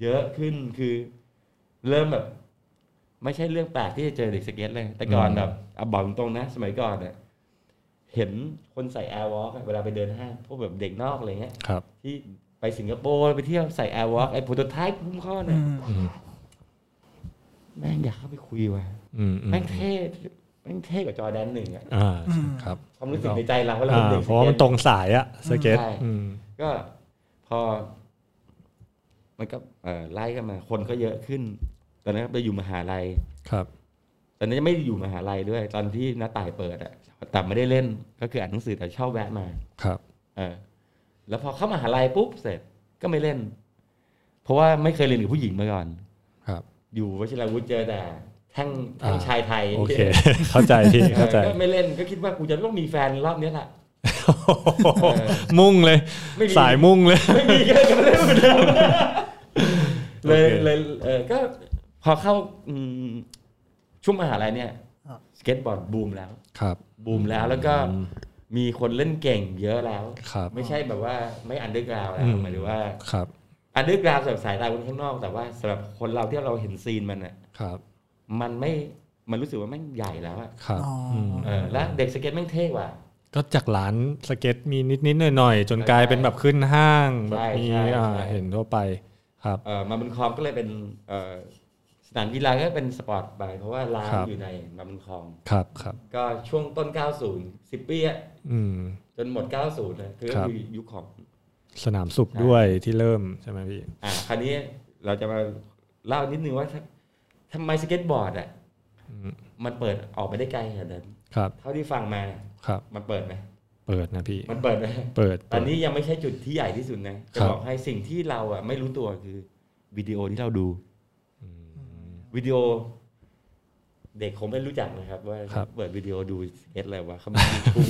[SPEAKER 5] เยอะขึ้นคือ เริ่มแบบ ไม่ใช่เรื่องแปลกที่จะเจอเด็กสเก็ตเลย แต่ก่อนแบบเอาบอกตรงๆนะ สมัยก่อนเนี่ยเห็นคนใส่แอร์วอล์กเวลาไปเดินห้างพวกแบบเด็กนอกอะไรเงี้ย
[SPEAKER 4] ครับ
[SPEAKER 5] ที่ไปสิงคโปร์ไปเที่ยวใส่แอร์วอล์กไอ้โปรโตไทป์พุ่มข้อเนี่ย
[SPEAKER 4] อืม
[SPEAKER 5] แม่งอยากเข้าไปคุยว่ะ
[SPEAKER 4] อืมอืม
[SPEAKER 5] แม่งเท่แม่งเท่กว่าจอแดนหนึ่งอะ
[SPEAKER 4] อ่าครับ
[SPEAKER 5] ความรู้สึกในใจเราว่าเรา
[SPEAKER 4] อ่า
[SPEAKER 5] เป็นเด็ก
[SPEAKER 4] เพราะว่ามันตรงสายอะสเก็ตอืม
[SPEAKER 5] ก็พอ มันก็เอ่อไล่กันมา คนก็เยอะขึ้น ตอนนั้นก็ไปอยู่มหาลัย
[SPEAKER 4] ครับ
[SPEAKER 5] ตอนนั้นยังไม่ได้อยู่มหาลัยด้วย ตอนที่หน้าต่ายเปิดอะแต่ไม่ได้เล่นก็คืออ่านหนังสือแต่ชอบแวะมา
[SPEAKER 4] ครับ
[SPEAKER 5] เออแล้วพอเข้ามหาลัยปุ๊บเสร็จก็ไม่เล่น เพราะว่าไม่เคยเรียนกับผู้หญิงมาก่อน
[SPEAKER 4] ครับ
[SPEAKER 5] อยู่วชิรวุฒิเจอแต่แท่งแท่ง
[SPEAKER 4] อ่า
[SPEAKER 5] ชายไทย
[SPEAKER 4] โอเค เข้าใจพี่
[SPEAKER 5] เอ
[SPEAKER 4] เข้า
[SPEAKER 5] อ
[SPEAKER 4] ใจ
[SPEAKER 5] ก็ไม่เล่นก็คิดว่ากูจะต้องมีแฟนรอบเนี้ยแหละ
[SPEAKER 4] มุ่งเลย
[SPEAKER 5] ไม่มี
[SPEAKER 4] สายมุ่งเลย
[SPEAKER 5] ไม่มีก็เลยไม่ได้เหมือนเดิม
[SPEAKER 4] โอเค
[SPEAKER 5] เลยเลยเออก็พอเข้าอืมช่วงมหาลัยเนี่ย
[SPEAKER 7] อ่ะ
[SPEAKER 5] สเก็ตบอร์ดบูมแล้ว
[SPEAKER 4] ครับ
[SPEAKER 5] บูมแล้วแล้วก็
[SPEAKER 4] อืม
[SPEAKER 5] มีคนเล่นเก่งเยอะแล้ว
[SPEAKER 4] ครับ
[SPEAKER 5] ไม่ใช่แบบว่าไม่อันเดอร์กราวแล้
[SPEAKER 4] อื
[SPEAKER 5] ว
[SPEAKER 4] ม
[SPEAKER 5] หมายถึงว่า
[SPEAKER 4] ครับ
[SPEAKER 5] อันเดอร์กราวสำหรับสายตาคนข้างนอก แต่ว่าสำหรับคนเราที่เราเห็นซีนมันอ่ะ
[SPEAKER 4] ครับ
[SPEAKER 5] มันไม่มันรู้สึกว่าแม่งใหญ่แล้วอะ
[SPEAKER 4] ครับ
[SPEAKER 7] อ๋ออื
[SPEAKER 4] ม
[SPEAKER 5] เออและเด็กสเก็ตแม่งเท่กว่า
[SPEAKER 4] ก็จากร้านสเก็ตมีนิดนิดหน่อยหน่อยๆ จนกลายเป็นแบบขึ้นห้างแบบ
[SPEAKER 5] ใช่
[SPEAKER 4] มี
[SPEAKER 5] ใช่
[SPEAKER 4] อ่า
[SPEAKER 5] ใช่
[SPEAKER 4] เห็นทั่วไปครับ
[SPEAKER 5] เออมาบุญคลองก็เลยเป็นเออสนามกีฬาก็เป็นสปอร์ตไปเพราะว่าร้าน
[SPEAKER 4] ครับ
[SPEAKER 5] อยู่ในมาบุญคลอง
[SPEAKER 4] ครับครับ
[SPEAKER 5] ก็ช่วงต้น 90 10 ปีอะ
[SPEAKER 4] อืม
[SPEAKER 5] จนหมด 90นะคือ
[SPEAKER 4] ครับ
[SPEAKER 5] คือยุคของ
[SPEAKER 4] สนามสุขด้วยที่เริ่มใช่ไหมพี่
[SPEAKER 5] อ่าคราวนี้เราจะมาเล่านิดนึงว่าถ้าทำไมสเก็ตบอร์ดอ่ะ
[SPEAKER 4] อืม
[SPEAKER 5] มันเปิดออกไปได้ไกลขนาดนั้น
[SPEAKER 4] ครับ
[SPEAKER 5] เท่าที่ฟังมา
[SPEAKER 4] ครับ
[SPEAKER 5] มันเปิดไหม
[SPEAKER 4] เปิดนะพี่
[SPEAKER 5] มันเปิดไหม
[SPEAKER 4] เปิด
[SPEAKER 5] ตอนนี้
[SPEAKER 4] เปิด
[SPEAKER 5] ยังไม่ใช่จุดที่ใหญ่ที่สุดนะจะ
[SPEAKER 4] ครับ
[SPEAKER 5] บอกให้สิ่งที่เราอ่ะไม่รู้ตัวคือวิดีโอที่เราดู
[SPEAKER 4] อืม
[SPEAKER 5] วิดีโอ เด็กคงไม่รู้จักนะครับ ว่า
[SPEAKER 4] ครับ
[SPEAKER 5] เปิดวิดีโอดูสเก็ตอะไรวะเขามี YouTube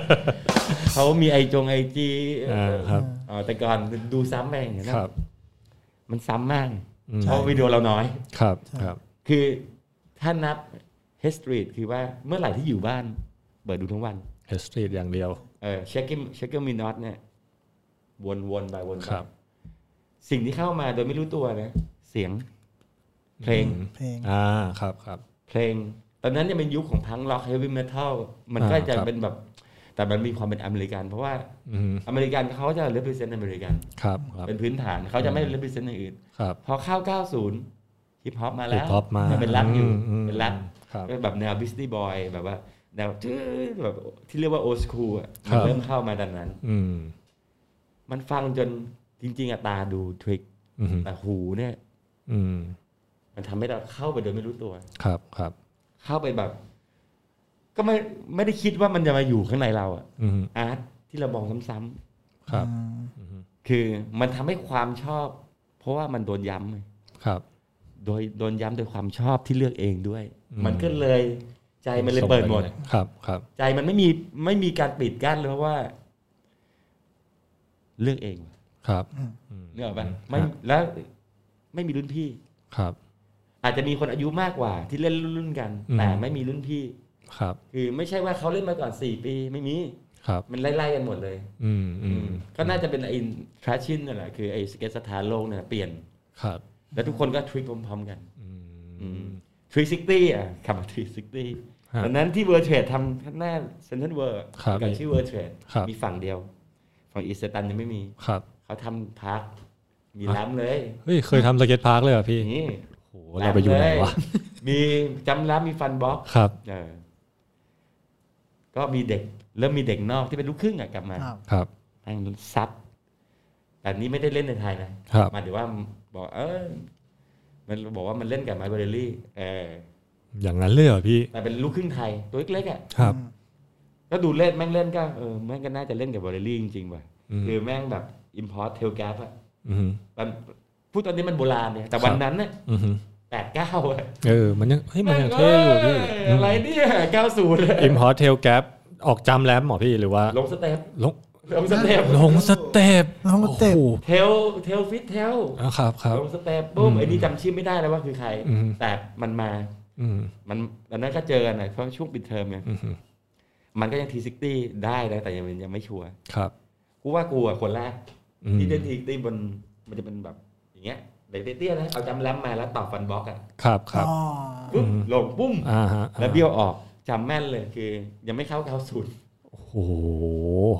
[SPEAKER 5] เขามีไอจงไอจี
[SPEAKER 4] อ่าครับ
[SPEAKER 5] แต่ก่อนดูซ้ำไปอย่างเงี้ยนะครับ มันซ้ำมาก
[SPEAKER 4] อืม
[SPEAKER 5] เพราะวิดีโอเราน้อย
[SPEAKER 4] ครับครับ
[SPEAKER 5] คือถ้านับ history คือว่าเมื่อไหร่ที่อยู่บ้าน เปิดดูทั้งวัน
[SPEAKER 4] เอสตรีทอย่างเดียว
[SPEAKER 5] เออเช็คกิมเช็คกิมมินอตเนี่ยวนวนไปวนไป
[SPEAKER 4] ครับ
[SPEAKER 5] สิ่งที่เข้ามาโดยไม่รู้ตัวนะ เสียง เพลง
[SPEAKER 7] เพลง
[SPEAKER 4] อ่าครับครับ
[SPEAKER 5] เพลง ตอนนั้นเนี่ยเป็นยุคของพังล็อกเฮฟวี่เมทัลมันก็
[SPEAKER 4] อ่า
[SPEAKER 5] จะ
[SPEAKER 4] ครับ
[SPEAKER 5] เป็นแบบ แต่มันมีความเป็นอเมริกัน เพราะว่า
[SPEAKER 4] อืม
[SPEAKER 5] อเมริกันเขาจะ represent อเมริกัน
[SPEAKER 4] ครับครับ
[SPEAKER 5] เป็นพื้นฐานเขาจะไม่ represent อย่างอื่น
[SPEAKER 4] ครับ
[SPEAKER 5] พอเข้า 90 ฮิปฮอปมา
[SPEAKER 4] ฮิ
[SPEAKER 5] แล้
[SPEAKER 4] ป
[SPEAKER 5] ว
[SPEAKER 4] ฮอปมา
[SPEAKER 5] มันเป็นรักอยู่
[SPEAKER 4] มม
[SPEAKER 5] เป็นรัก
[SPEAKER 4] ครับ
[SPEAKER 5] เป็นแบบแนวบิสตี้บอยแบบว่า แนวทื่อแบบที่เรียกว่าโอสคูอ่ะ
[SPEAKER 4] ครับ
[SPEAKER 5] เริ่มเข้ามาดังนั้น
[SPEAKER 4] อืม
[SPEAKER 5] มันฟังจนจริง ๆอะตาดูทริก
[SPEAKER 4] อืม
[SPEAKER 5] แต่หูเนี่ย
[SPEAKER 4] อืม
[SPEAKER 5] มันทำให้เราเข้าไปโดยไม่รู้ตัว
[SPEAKER 4] ครับครับ
[SPEAKER 5] เข้าไปแบบ ก็ไม่ไม่ได้คิดว่ามันจะมาอยู่ข้างในเราอะ
[SPEAKER 4] อืม
[SPEAKER 5] อาร์ตที่เรามองซ้ำ
[SPEAKER 4] ครับ
[SPEAKER 5] ๆคือมันทำให้ความชอบ เพราะว่ามันโดนย้ำไง
[SPEAKER 4] ครับ
[SPEAKER 5] โดยโดนย้ำโดยความชอบที่เลือกเองด้วย
[SPEAKER 4] อืม
[SPEAKER 5] มันก็เลยใจมันเลยเปิดหมด
[SPEAKER 4] ครับครับ
[SPEAKER 5] ใจมันไม่มีไม่มีการปิดกั้นเลยเพราะว่า เลือกเอง
[SPEAKER 4] ครับ
[SPEAKER 5] เนกออกปะไม่แล้วไม่มีรุ่นพี่
[SPEAKER 4] ครับ
[SPEAKER 5] อาจจะมีคนอายุมากกว่า ที่เล่นรุ่นๆกัน
[SPEAKER 4] อืม
[SPEAKER 5] แต่ไม่มีรุ่นพี่
[SPEAKER 4] ครับ
[SPEAKER 5] คือไม่ใช่ว่าเขาเล่นมาก่อนสี่ปี ไม่มี
[SPEAKER 4] ครับ
[SPEAKER 5] มันไล่ๆกันหมดเลย
[SPEAKER 4] อืมอืม
[SPEAKER 5] ก็น่าจะเป็นไอ้ทราชินนั่นแหละคือไอ้สเก็ตสถานโลกเนี่ยเปลี่ยน
[SPEAKER 4] ครับ
[SPEAKER 5] แล้วทุกคนก็ทริกพร้อมๆกัน
[SPEAKER 4] อืม
[SPEAKER 5] ทริกซิตี้อ่ะคำว่าทริกซิตี้
[SPEAKER 4] ฮะ
[SPEAKER 5] ตอนนั้นที่เวอร์เทรดทำข้างหน้าเซ็นทรัลเวิร์
[SPEAKER 4] ครับ
[SPEAKER 5] กับชื่อเวอร์เทรด
[SPEAKER 4] ครับ
[SPEAKER 5] มีฝั่งเดียว ฝั่งอีสตันยังไม่มี
[SPEAKER 4] ครับ
[SPEAKER 5] เขาทำพาร์คมีร้านเลย
[SPEAKER 4] เฮ้ยเคยทำสเก็ตพาร์คเลยเหรอพี่
[SPEAKER 5] นี่
[SPEAKER 4] โหเราไปอยู่ไหนวะ
[SPEAKER 5] มีจำร้านมีฟันบ็อก
[SPEAKER 4] ครับ
[SPEAKER 5] เออก็มีเด็ก เริ่มมีเด็กนอกที่เป็นลูกครึ่งอะกลับมา
[SPEAKER 7] ครับ
[SPEAKER 4] ครับ
[SPEAKER 5] ทางซับแต่นี้ไม่ได้เล่นในไทยนะครับ มาเดี๋ยวว่าบอกเออมันบอกว่ามันเล่นกับไมเบอร์รี่เออ
[SPEAKER 4] อย่างนั้นเลยเหรอพี่
[SPEAKER 5] แต่เป็นลูกครึ่งไทย ตัวเล็กๆอะ
[SPEAKER 4] ครับ
[SPEAKER 5] ก็ดูเล่นแม่งเล่นก็เออแม่งก็น่าจะเล่นกับเบอร์รี่จริงๆว่ะ
[SPEAKER 4] อืม
[SPEAKER 5] คือแม่งแบบอิมพอร์ตเทลแกรอะ
[SPEAKER 4] อืม
[SPEAKER 5] มันพูดตอนนี้มันโบราณเนี่ยแต่
[SPEAKER 4] ครับ
[SPEAKER 5] วันนั้นเนี่ย
[SPEAKER 4] อืม
[SPEAKER 5] แปดเก้าอะ
[SPEAKER 4] เออมันยังเฮ้ยมันยังเท่อยู่พี่
[SPEAKER 5] แม่งเอ้ยอะไรเนี่ยเก้าศูนย์
[SPEAKER 4] อิมพอร์เทลแกปออกจำแรมหมอพี่หรือว่า
[SPEAKER 5] ลงสเต็ป
[SPEAKER 4] ลง
[SPEAKER 5] ลงสเต็ป
[SPEAKER 4] ลงสเต็ป
[SPEAKER 7] ลงสเต็ป
[SPEAKER 4] โอ้โห
[SPEAKER 5] เทลเทลฟิตเทล
[SPEAKER 4] อ่ะครับครับ
[SPEAKER 5] ลงสเตปปุ๊บ
[SPEAKER 4] อืม
[SPEAKER 5] ไอ้นี่จำชื่อไม่ได้แล้วว่าคือใคร
[SPEAKER 4] อืม
[SPEAKER 5] แต่มันมา
[SPEAKER 4] อืม
[SPEAKER 5] มันตอนนั้นก็เจอกันนะเพราะช่วงปิดเทอมไง
[SPEAKER 4] อืม
[SPEAKER 5] มันก็ยังทีซิกตี้ได้นะแต่ยังยังไม่ชัวร์
[SPEAKER 4] ครับ
[SPEAKER 5] กูว่ากูอะคนแรก
[SPEAKER 4] อืม
[SPEAKER 5] ที่เล่นทีซิกตี้บนมันจะเป็นแบบ อย่างเงี้ยเด็กเตี้ยๆนะเอาจำแรมมาแล้วตอบฟันบล็อกอ่ะ
[SPEAKER 4] ครับครับ
[SPEAKER 7] อ๋อ
[SPEAKER 5] ปุ๊บลงปุ้ม
[SPEAKER 4] อ่าฮะอ่า
[SPEAKER 5] แล้วเบี้ยวออกจำแม่นเลยคือ ยังไม่เข้าเก้าศูนย์
[SPEAKER 4] โอ้โห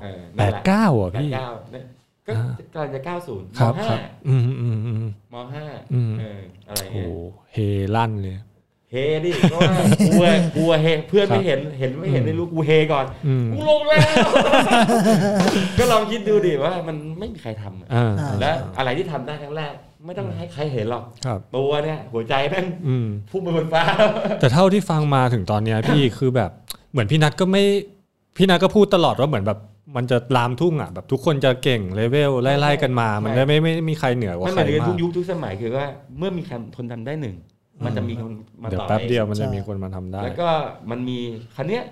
[SPEAKER 5] เออ
[SPEAKER 4] แป
[SPEAKER 5] นั่น
[SPEAKER 4] ด
[SPEAKER 5] หละ
[SPEAKER 4] เก้าอ่ะ
[SPEAKER 5] แปด
[SPEAKER 4] พี่
[SPEAKER 5] เก้าเนี่ยก็
[SPEAKER 4] อ่า
[SPEAKER 5] กำลังจะเก้าศูนย์
[SPEAKER 4] ค
[SPEAKER 5] ม
[SPEAKER 4] รับค
[SPEAKER 5] ห้า
[SPEAKER 4] รับอืมอืมอืม
[SPEAKER 5] มห้า
[SPEAKER 4] อืม
[SPEAKER 5] เอออะไร
[SPEAKER 4] โอ้โห
[SPEAKER 5] เงี้ย
[SPEAKER 4] เฮลั่นเลย
[SPEAKER 5] เฮดิเพราะว่ากลัวกลัวเฮเพื่อนไม่เห็นเห็นไม่เห็น
[SPEAKER 4] อืม
[SPEAKER 5] ไม่รู้กูเฮก่อน
[SPEAKER 4] อืม
[SPEAKER 5] กูลงแล้ว ก็ลองคิดดูดิว่ามันไม่มีใครทำอะ
[SPEAKER 4] อ่า
[SPEAKER 5] และอะไรที่ทำได้ครั้งแรก ไม่ต้องให้ใครเห็นหรอก
[SPEAKER 4] ครับ
[SPEAKER 5] ตัวเนี่ย หัวใจแม่ง
[SPEAKER 4] อืม
[SPEAKER 5] พุ่งไปบนฟ้า
[SPEAKER 4] แต่เท่าที่ฟังมาถึงตอนเนี้ย พี่ คือแบบเหมือนพี่นัทก็ไม่พี่นัทก็พูดตลอดว่าเหมือนแบบมันจะลามทุ่งอ่ะแบบทุกคนจะเก่งเลเวลไล่ๆกันมา มัน
[SPEAKER 5] ใช่
[SPEAKER 4] ไม่ไม่ไม่ไม่มีใครเหนือกว่า
[SPEAKER 5] มันห
[SPEAKER 4] ใคร
[SPEAKER 5] มายถึง
[SPEAKER 4] มาก
[SPEAKER 5] ทุกยุคทุกสมัยคือว่า เมื่อมีคนทนทำได้หนึ่ง มันจะมีคนมา
[SPEAKER 4] เดี๋ยว
[SPEAKER 5] ต่อ
[SPEAKER 4] แป๊บ
[SPEAKER 5] ไป
[SPEAKER 4] เดียวมันจะมีคนมาทำได้
[SPEAKER 5] แล้วก็มันมีคันเนี้ย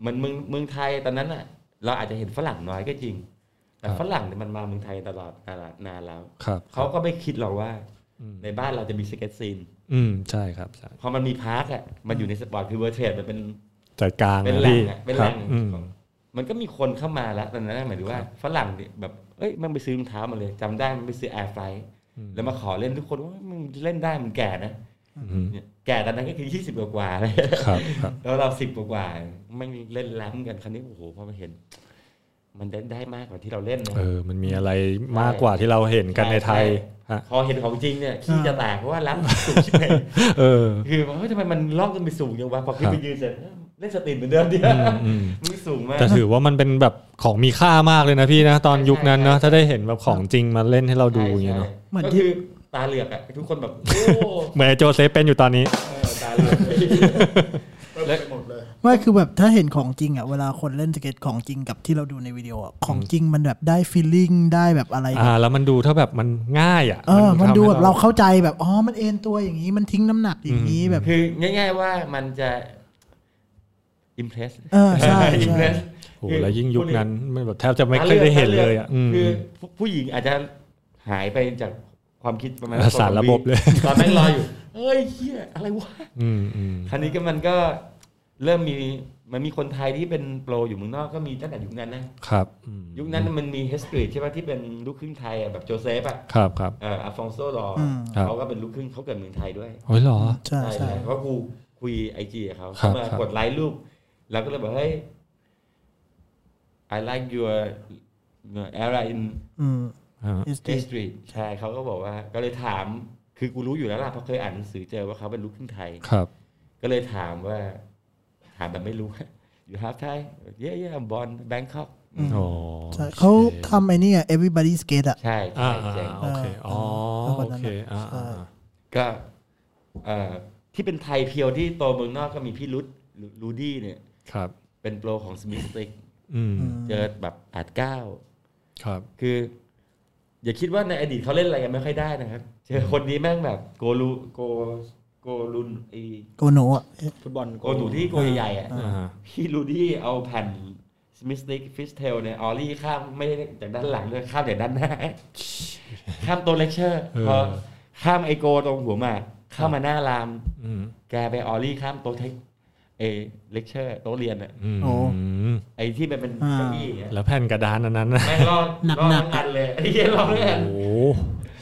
[SPEAKER 5] เหมันเมืองเมืองไทยตอนนั้นอ่ะ เราอาจจะเห็นฝรั่งน้อยก็จริง แต่
[SPEAKER 4] ครับ
[SPEAKER 5] ฝรั่งเนี่ยมันมาเมืองไทยตลอดนานแล้ว
[SPEAKER 4] ครับ
[SPEAKER 5] เขาก็ไม่คิดหรอกว่า
[SPEAKER 4] อืม
[SPEAKER 5] ในบ้านเราจะมีสเก็ตซีน
[SPEAKER 4] อืมใช่ครับใช่
[SPEAKER 5] พอมันมีพาร์คอะมันอยู่ในสปอร์ตคือเวอร์เทรดมันเป็น
[SPEAKER 4] จัดกลาง
[SPEAKER 5] เป็น
[SPEAKER 4] นะ
[SPEAKER 5] แหล่ง
[SPEAKER 4] พี่
[SPEAKER 5] อะเป็น
[SPEAKER 4] ค
[SPEAKER 5] แห
[SPEAKER 4] รับ
[SPEAKER 5] ล่ง
[SPEAKER 4] อืม
[SPEAKER 5] ของมันก็มีคนเข้ามาแล้วตอนนั้นนะหมายถึงว่าฝรั่งเนี่ยแบบ เอ้ยมันไปซื้อรองเท้ามาเลยจำได้มันไปซื้อแอร์ไฟ
[SPEAKER 4] อืม
[SPEAKER 5] แล้วมาขอเล่นทุกคนว่ามึงเล่นได้มันแก่นะ
[SPEAKER 4] อืม
[SPEAKER 5] เนี่ยแก่ตอนนั้นก็คือยี่สิบกว่าๆเลย
[SPEAKER 4] ครับครับ
[SPEAKER 5] แล้วเราสิบกว่าๆไม่มีเล่นล้ำกันครั้นี้โอ้โหพอมาเห็น มันได้ได้มากกว่าที่เราเล่นนะ
[SPEAKER 4] เออมันมีอะไรมากกว่าที่เราเห็นกันในไทยฮะ
[SPEAKER 5] พอเห็นของจริงเนี่ยขี้จะแตกเพราะว่าล้ำสูงชิบหาย
[SPEAKER 4] เออ
[SPEAKER 5] คือว่าเฮ้ยทำไมมันล่องกันไปสูงยังวะพอขึ้น
[SPEAKER 4] ครับ
[SPEAKER 5] ไปยืนเสร็จเล่นสตรีนเหมือนเดิมดิ
[SPEAKER 4] อืมอืม
[SPEAKER 5] มันสูงมาก
[SPEAKER 4] แต่ถือว่ามันเป็นแบบของมีค่ามากเลยนะพี่นะ ตอนยุคนั้นเนอะ
[SPEAKER 5] ใช่ใช่
[SPEAKER 4] ถ้าได้เห็นแบบของจริงมาเล่นให้เราดูอย่างเงี้ยเนาะ
[SPEAKER 7] เหมือน
[SPEAKER 5] ก็
[SPEAKER 7] ที่
[SPEAKER 5] คือตาเหลือกอะทุกคนแบบโอ้
[SPEAKER 4] เหมือนไอ้โจเซฟเป็นอยู่ตอนนี้
[SPEAKER 5] เออตาเหลือก
[SPEAKER 6] เล็กหมดเลย
[SPEAKER 7] ไม่คือแบบถ้าเห็นของจริงอ่ะเวลาคนเล่นสเก็ตของจริงกับที่เราดูในวิดีโออะของจริงมันแบบได้ฟีลลิ่งได้แบบอะไร
[SPEAKER 4] อ่า แล้วมันดูถ้าแบบมันง่ายอ่ะ
[SPEAKER 7] เออมัน
[SPEAKER 4] ทำให้
[SPEAKER 7] ดูแบบเราเข้าใจแบบอ๋อมันเอ็นตัวอย่างนี้มันทิ้งน้ำหนักอย่างนี้แบบ
[SPEAKER 5] คือง่าย ๆว่ามันจะอิมเพรส
[SPEAKER 7] เออใช่
[SPEAKER 5] อิมเพร
[SPEAKER 7] ใช่
[SPEAKER 5] ส
[SPEAKER 4] โอ้โหแล้วยิ่งยุคนั้นมันแบบแทบจะไม่เคยได้เห็นเลยอ่ะอืม
[SPEAKER 5] คือผู้หญิงอาจจะหายไปจาก ความคิดประมาณ
[SPEAKER 4] ประสานระบบเลย
[SPEAKER 5] ตอนนั้นล อยอยู่เฮ้ยเฮียอะไรวะ
[SPEAKER 4] อืมอืม
[SPEAKER 5] คราวนี้ก็มันก็เริ่มมีมันมีคนไทยที่เป็นโปรอยู่เมืองนอกก็มีตั้งแต่ยุคนั้นนะครับ
[SPEAKER 4] อืม
[SPEAKER 5] ยุคนั้นมันมีเฮสกรีดใช่ป่ะที่เป็นลูกครึ่งไทยอ่ะแบบโจเซฟอ่ะ
[SPEAKER 4] ครับครับ
[SPEAKER 5] เอ่ออาฟองโซดอ
[SPEAKER 7] อืม
[SPEAKER 4] ครับ
[SPEAKER 5] เขาก็เป็นลูกครึ่งเขาเกิดเมืองไทยด้วย
[SPEAKER 4] โอ้ยเหรอ
[SPEAKER 7] ใช่ใช่
[SPEAKER 5] เขาะกูคุยไอจีกับเขา
[SPEAKER 4] ครั
[SPEAKER 5] เขา
[SPEAKER 4] บ
[SPEAKER 5] มา
[SPEAKER 4] ครับ
[SPEAKER 5] กดไลค์รูปเราก็เลยบอกเฮ้ย I like your era in
[SPEAKER 7] อืม
[SPEAKER 4] อ่า
[SPEAKER 7] history
[SPEAKER 5] history ใช่เขาก็บอกว่า ก็เลยถามคือกูรู้อยู่แล้วล่ะเพราะเคยอ่านหนังสือเจอว่าเขาเป็นลูกครึ่งไทย
[SPEAKER 4] ครับ
[SPEAKER 5] ก็เลยถามว่า ถามแบบไม่รู้ อยู่ฮาร์ฟไทยเย่เย่บอลแบงคอก
[SPEAKER 4] โอ้
[SPEAKER 7] ใช่เขาทำไอ้นี่อะ everybody's gate อะ
[SPEAKER 5] ใช่ใช่
[SPEAKER 4] อ่าอ่า
[SPEAKER 5] เจ๋ง
[SPEAKER 4] โอเคอ๋อโอเคอ่าอ่าอ่า
[SPEAKER 5] ก็เอ่อที่เป็นไทยเพียวที่โตเมืองนอกก็มีพี่รุดรูดี้เนี่ย
[SPEAKER 4] ครับ
[SPEAKER 5] เป็นโปรของสมิธสติก
[SPEAKER 4] อืม
[SPEAKER 5] เจอแบบแปดเก้า
[SPEAKER 4] ครับ
[SPEAKER 5] คือ อย่าคิดว่าในอดีตเขาเล่นอะไรกันไม่ค่อยได้นะครับ เจอคนนี้แม่งแบบโกลูโกโกลุนไอ
[SPEAKER 7] โกโนอะ
[SPEAKER 6] ฟุตบอล
[SPEAKER 5] โกหนูที่โกใหญ่ๆอ่ะ
[SPEAKER 4] อ่า
[SPEAKER 5] พี่รูดี้เอาแผ่นสมิ t ติกฟิสเทลเนี่ยออลี่ข้ามไม่ได้จากด้านหลังด้วยข้ามจากด้านหน้า ข้ามตัวเลคเชอร์
[SPEAKER 4] เออ
[SPEAKER 5] พอข้ามไอโกตรงหัวหมากเข้ามาหน้าราม
[SPEAKER 4] อืม
[SPEAKER 5] แกไปออลี่ข้ามโต๊ะเทคเอเลคเชอร์โต๊ะเรียนอะ
[SPEAKER 4] อืม
[SPEAKER 7] โอ้
[SPEAKER 5] ไอที่มันเป็น
[SPEAKER 7] อ่า
[SPEAKER 5] เก้าอี้อะ
[SPEAKER 4] แล้วแผ่นกระดานอันนั้นนะ
[SPEAKER 5] แม่งรอด
[SPEAKER 7] หนัก
[SPEAKER 5] รอด
[SPEAKER 7] หนั
[SPEAKER 5] ทั้
[SPEAKER 7] ก
[SPEAKER 5] งอันเลยไอ้เหี้ยรอดทั้งอัน
[SPEAKER 4] โอ้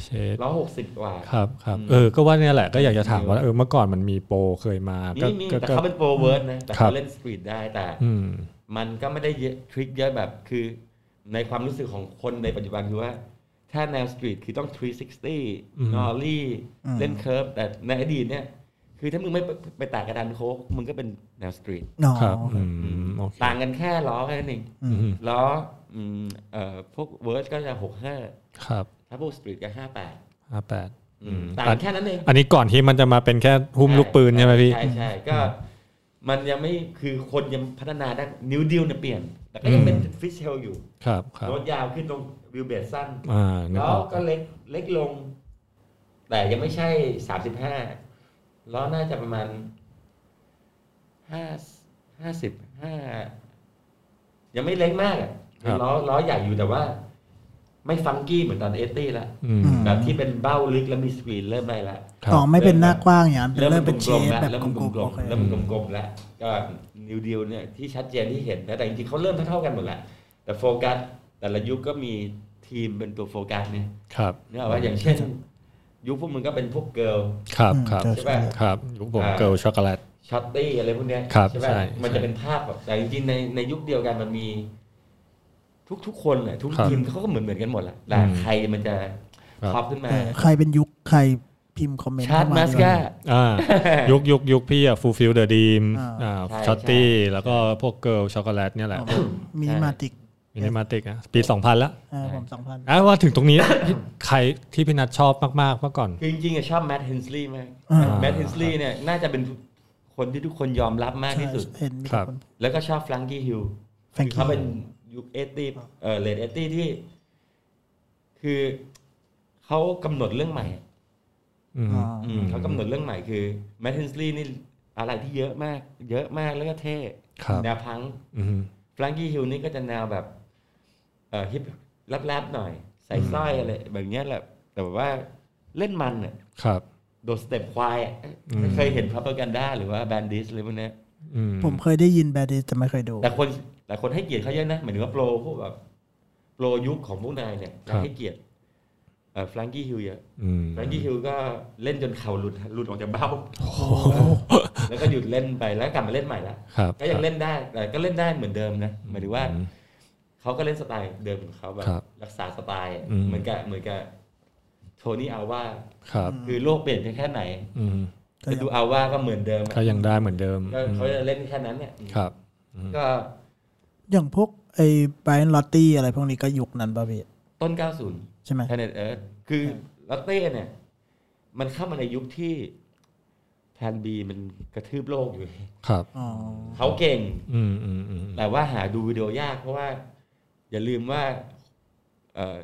[SPEAKER 4] เชด
[SPEAKER 5] ร้อยหกสิบกว่า
[SPEAKER 4] ครับครับ
[SPEAKER 5] อืม
[SPEAKER 4] เออก็ว่าเนี่ยแหละก็อยากจะถามว่าเออเมื่อก่อนมันมีโปรเคยมาก็
[SPEAKER 5] นี่มี
[SPEAKER 4] ก็
[SPEAKER 5] แต่
[SPEAKER 4] ก็
[SPEAKER 5] เขาเป็นโปรเวิร์ดนะ แต่
[SPEAKER 4] ครั
[SPEAKER 5] เขา
[SPEAKER 4] บ
[SPEAKER 5] เล่นสปีดได้แต่
[SPEAKER 4] อืม
[SPEAKER 5] มันก็ไม่ได้เยอะทริคเยอะแบบคือในความรู้สึกของคนในปัจจุบันคือว่า ถ้าแนวสตรีทคือต้อง
[SPEAKER 4] อืม
[SPEAKER 5] 360นอลลี่
[SPEAKER 7] อืม
[SPEAKER 5] เล่นเคิร์ฟแต่ในอดีตเนี่ย คือถ้ามึงไม่ไปไปแตากกระดานโค้กมึงก็เป็นแนวสตรีท
[SPEAKER 7] นอ
[SPEAKER 4] ครับอืมโอเค
[SPEAKER 5] ต่างกันแค่ล้อแค่นั้นเอง
[SPEAKER 4] อืม
[SPEAKER 5] ล้ออืมเอ่อพวกเวิร์ดก็จะ 65
[SPEAKER 4] ครับ
[SPEAKER 5] ถ้าพวกสตรีทก็
[SPEAKER 4] ห้าแปด
[SPEAKER 5] 58อืมต่างกันแค่นั้นเอง
[SPEAKER 4] อันนี้ก่อนที่มันจะมาเป็นแค่หุ้มลูกปืนใช่ไหมพี่
[SPEAKER 5] ใช่ใช่ก็มันยังไม่คือคนยังพัฒนาด้านนิ้วเดียวเนี่ยเปลี่ยน แต่ก็ยังเป็นฟิชเชลอยู่
[SPEAKER 4] ครับครับ
[SPEAKER 5] รถยาวขึ้นตรงวิวเบรสั้น
[SPEAKER 4] อ่านึก
[SPEAKER 5] แล้
[SPEAKER 4] อ
[SPEAKER 5] ว
[SPEAKER 4] อก
[SPEAKER 5] ก็เล็กเล็กลง แต่ยังไม่ใช่สามสิบห้าล้อน่าจะประมาณห้าห้าสิบห้ายังไม่เล็กมากอะล้อล้อใหญ่อยู่แต่ว่า ไม่ฟังกี้เหมือนตอนเอตี้ละ
[SPEAKER 4] อืม
[SPEAKER 5] แบบที่เป็นเบ้าลึกแล้วมีสกรีนเริ่มได้ละ
[SPEAKER 4] ครับ
[SPEAKER 7] ต่อไม่เป็นหน้ากว้างอย่างนั้นเป็นเริ่มเป็นเช
[SPEAKER 5] กลม
[SPEAKER 7] ฟ
[SPEAKER 5] ๆแล้ว
[SPEAKER 7] แบบ
[SPEAKER 5] เริ่ม
[SPEAKER 7] ก
[SPEAKER 5] กล
[SPEAKER 7] ลมๆ
[SPEAKER 5] มๆ
[SPEAKER 7] โอเค
[SPEAKER 5] เริ่มกลมๆแล้วก็นิวเดียวเนี่ยที่ชัดเจนที่เห็นนะแต่จริงๆเขาเริ่มเท่าๆกันหมดแหละแต่โฟกัสแต่ละยุคก็มีทีมเป็นตัวโฟกัสเนี่ย
[SPEAKER 4] ครับ
[SPEAKER 5] นึกออกว่าอย่างเช่น ยุคพวกมึงก็เป็นพวกเกิร์ล
[SPEAKER 4] ครับ
[SPEAKER 7] อืม
[SPEAKER 4] ครับ
[SPEAKER 7] ใช่
[SPEAKER 5] ใช่
[SPEAKER 7] ใช่
[SPEAKER 5] ปะ
[SPEAKER 4] ครับยุคผม
[SPEAKER 5] อ่า
[SPEAKER 4] เกิลช็อกโกแลต
[SPEAKER 5] ช็อตตี้อะไรพวกเนี้ย
[SPEAKER 4] ครับ
[SPEAKER 5] ปะ
[SPEAKER 4] ใช่
[SPEAKER 5] มัน
[SPEAKER 4] ใช่
[SPEAKER 5] จะเป็นภาพแบบแต่จริงๆในในยุคเดียวกันมันมี ทุกๆคนแหละทุก
[SPEAKER 4] ครับ
[SPEAKER 5] ทีมเขาก็เหมือนเหมือนๆกันหมดแหละแต่
[SPEAKER 4] อืม
[SPEAKER 5] ใครมันจะ
[SPEAKER 4] ครับ
[SPEAKER 5] ท็อปขึ้นมา
[SPEAKER 7] เออใครเป็นยุคใครพิมพ์คอมเมนต์
[SPEAKER 5] ชาร์ต
[SPEAKER 7] เข้
[SPEAKER 5] มาส
[SPEAKER 7] ดีก
[SPEAKER 5] กา
[SPEAKER 7] ว่า
[SPEAKER 4] อ่ายุคยุคยุคพี่อะฟูลฟิลเดอะดีม
[SPEAKER 7] อ่า
[SPEAKER 4] อ่า
[SPEAKER 5] ใช่
[SPEAKER 4] ช็อตตี้
[SPEAKER 5] ใช่
[SPEAKER 4] แล้วก็พวกเกิลช็อกโกแลตเนี่ยแหละ
[SPEAKER 7] มินิมาติก
[SPEAKER 4] มินิมาติกอะปี 2000ละ
[SPEAKER 7] เออผมสองพัน
[SPEAKER 4] อ่ะว่าถึงตรงนี้ ใครที่พี่นัทชอบมากๆเมื่อก่อน
[SPEAKER 5] คือจริงๆอะชอบแม t เฮนสลีย์มาก
[SPEAKER 7] อ่า
[SPEAKER 5] แมทเฮนสลีย์เนี่ยน่าจะเป็นคนที่ทุกคนยอมรับมากที่สุด
[SPEAKER 7] เห็นมี
[SPEAKER 4] ครับ
[SPEAKER 7] คน
[SPEAKER 5] แล้วก็ชอบฟลังกี้ฮิล
[SPEAKER 7] Frankie
[SPEAKER 5] เขาเป็นยุคเอตีเออเลดเอตีที่ คือเขากำหนดเรื่องใหม่
[SPEAKER 4] อืม
[SPEAKER 7] อ๋อ
[SPEAKER 5] อืมเขากำหนดเรื่องใหม่คือแมทเฮนสลีย์นี่อะไรที่เยอะมาก เยอะมากแล้วก็เท่
[SPEAKER 4] ครับ
[SPEAKER 5] แนวพัง
[SPEAKER 4] อืม
[SPEAKER 5] ฟลังกี้ฮิลนี่ก็จะแนวแบบเออฮิปแรบๆหน่อย ใส่สร้อยอะไรแบบเนี้ยแหละ แต่แบบว่าเล่นมันอ่ะ
[SPEAKER 4] ครับ
[SPEAKER 5] โดดสเต็ปควายอะไม่เคยเห็นพับเปอร์กันด้าหรือว่าแบนดิสอะไรพวกเนี้ย
[SPEAKER 4] อืม
[SPEAKER 7] ผมเคยได้ยินแบดดี้แต่ไม่เคยดู
[SPEAKER 5] แต่คนแต่คนให้เกียรติเขาเยอะนะหมายถึงว่าโปรพวกแบบโปรยุคของพวกนายเนี่ย
[SPEAKER 4] ครับ
[SPEAKER 5] ให้เกียรติเอ่อฟรังกี้ฮิลเยอะ
[SPEAKER 4] อืม
[SPEAKER 5] ฟรังกี้ฮิลก็เล่นจนเข่าหลุดหลุดออกจากเบ้าแล้วก็หยุดเล่นไปแล้วกลับมาเล่นใหม่ละ
[SPEAKER 4] ครับ
[SPEAKER 5] ก็ยังเล่นได้แต่ก็เล่นได้เหมือนเดิมนะหมายถึงว่า
[SPEAKER 4] อืม
[SPEAKER 5] เขาก็เล่นสไตล์เดิมของเขาแบบ
[SPEAKER 4] ครับ
[SPEAKER 5] รักษาสไตล์
[SPEAKER 4] อืม
[SPEAKER 5] เหมือนกับเหมือนกับโทนี่อาว่า
[SPEAKER 4] ครับ
[SPEAKER 5] คือโลกเปลี่ยนไปแค่ไหน
[SPEAKER 4] อืม
[SPEAKER 5] แต่ดูอาว่าก็เหมือนเดิมอะ
[SPEAKER 4] ก็ยังได้เหมือนเดิม
[SPEAKER 5] ก็
[SPEAKER 4] อืม
[SPEAKER 5] เขาจะเล่นแค่นั้นเนี่ย
[SPEAKER 4] ครับ
[SPEAKER 5] ก็
[SPEAKER 7] อย่างพวกไอ้ไบรอันลอตตี้อะไรพวกนี้ก็ยุคนั้นป่ะพี่
[SPEAKER 5] ต้น 90
[SPEAKER 7] ใช่ไหม
[SPEAKER 5] แพเน็ตเอิร์ธคือลอตเต้เนี่ย มันเข้ามาในยุคที่แพลนบีมันกระทืบโลกอยู่
[SPEAKER 4] ครับ
[SPEAKER 7] อ๋อ
[SPEAKER 5] เขาเก่ง
[SPEAKER 4] อืมอืมอืม
[SPEAKER 5] แต่ว่าหาดูวิดีโอยาก เพราะว่า อย่าลืมว่าเอ่อ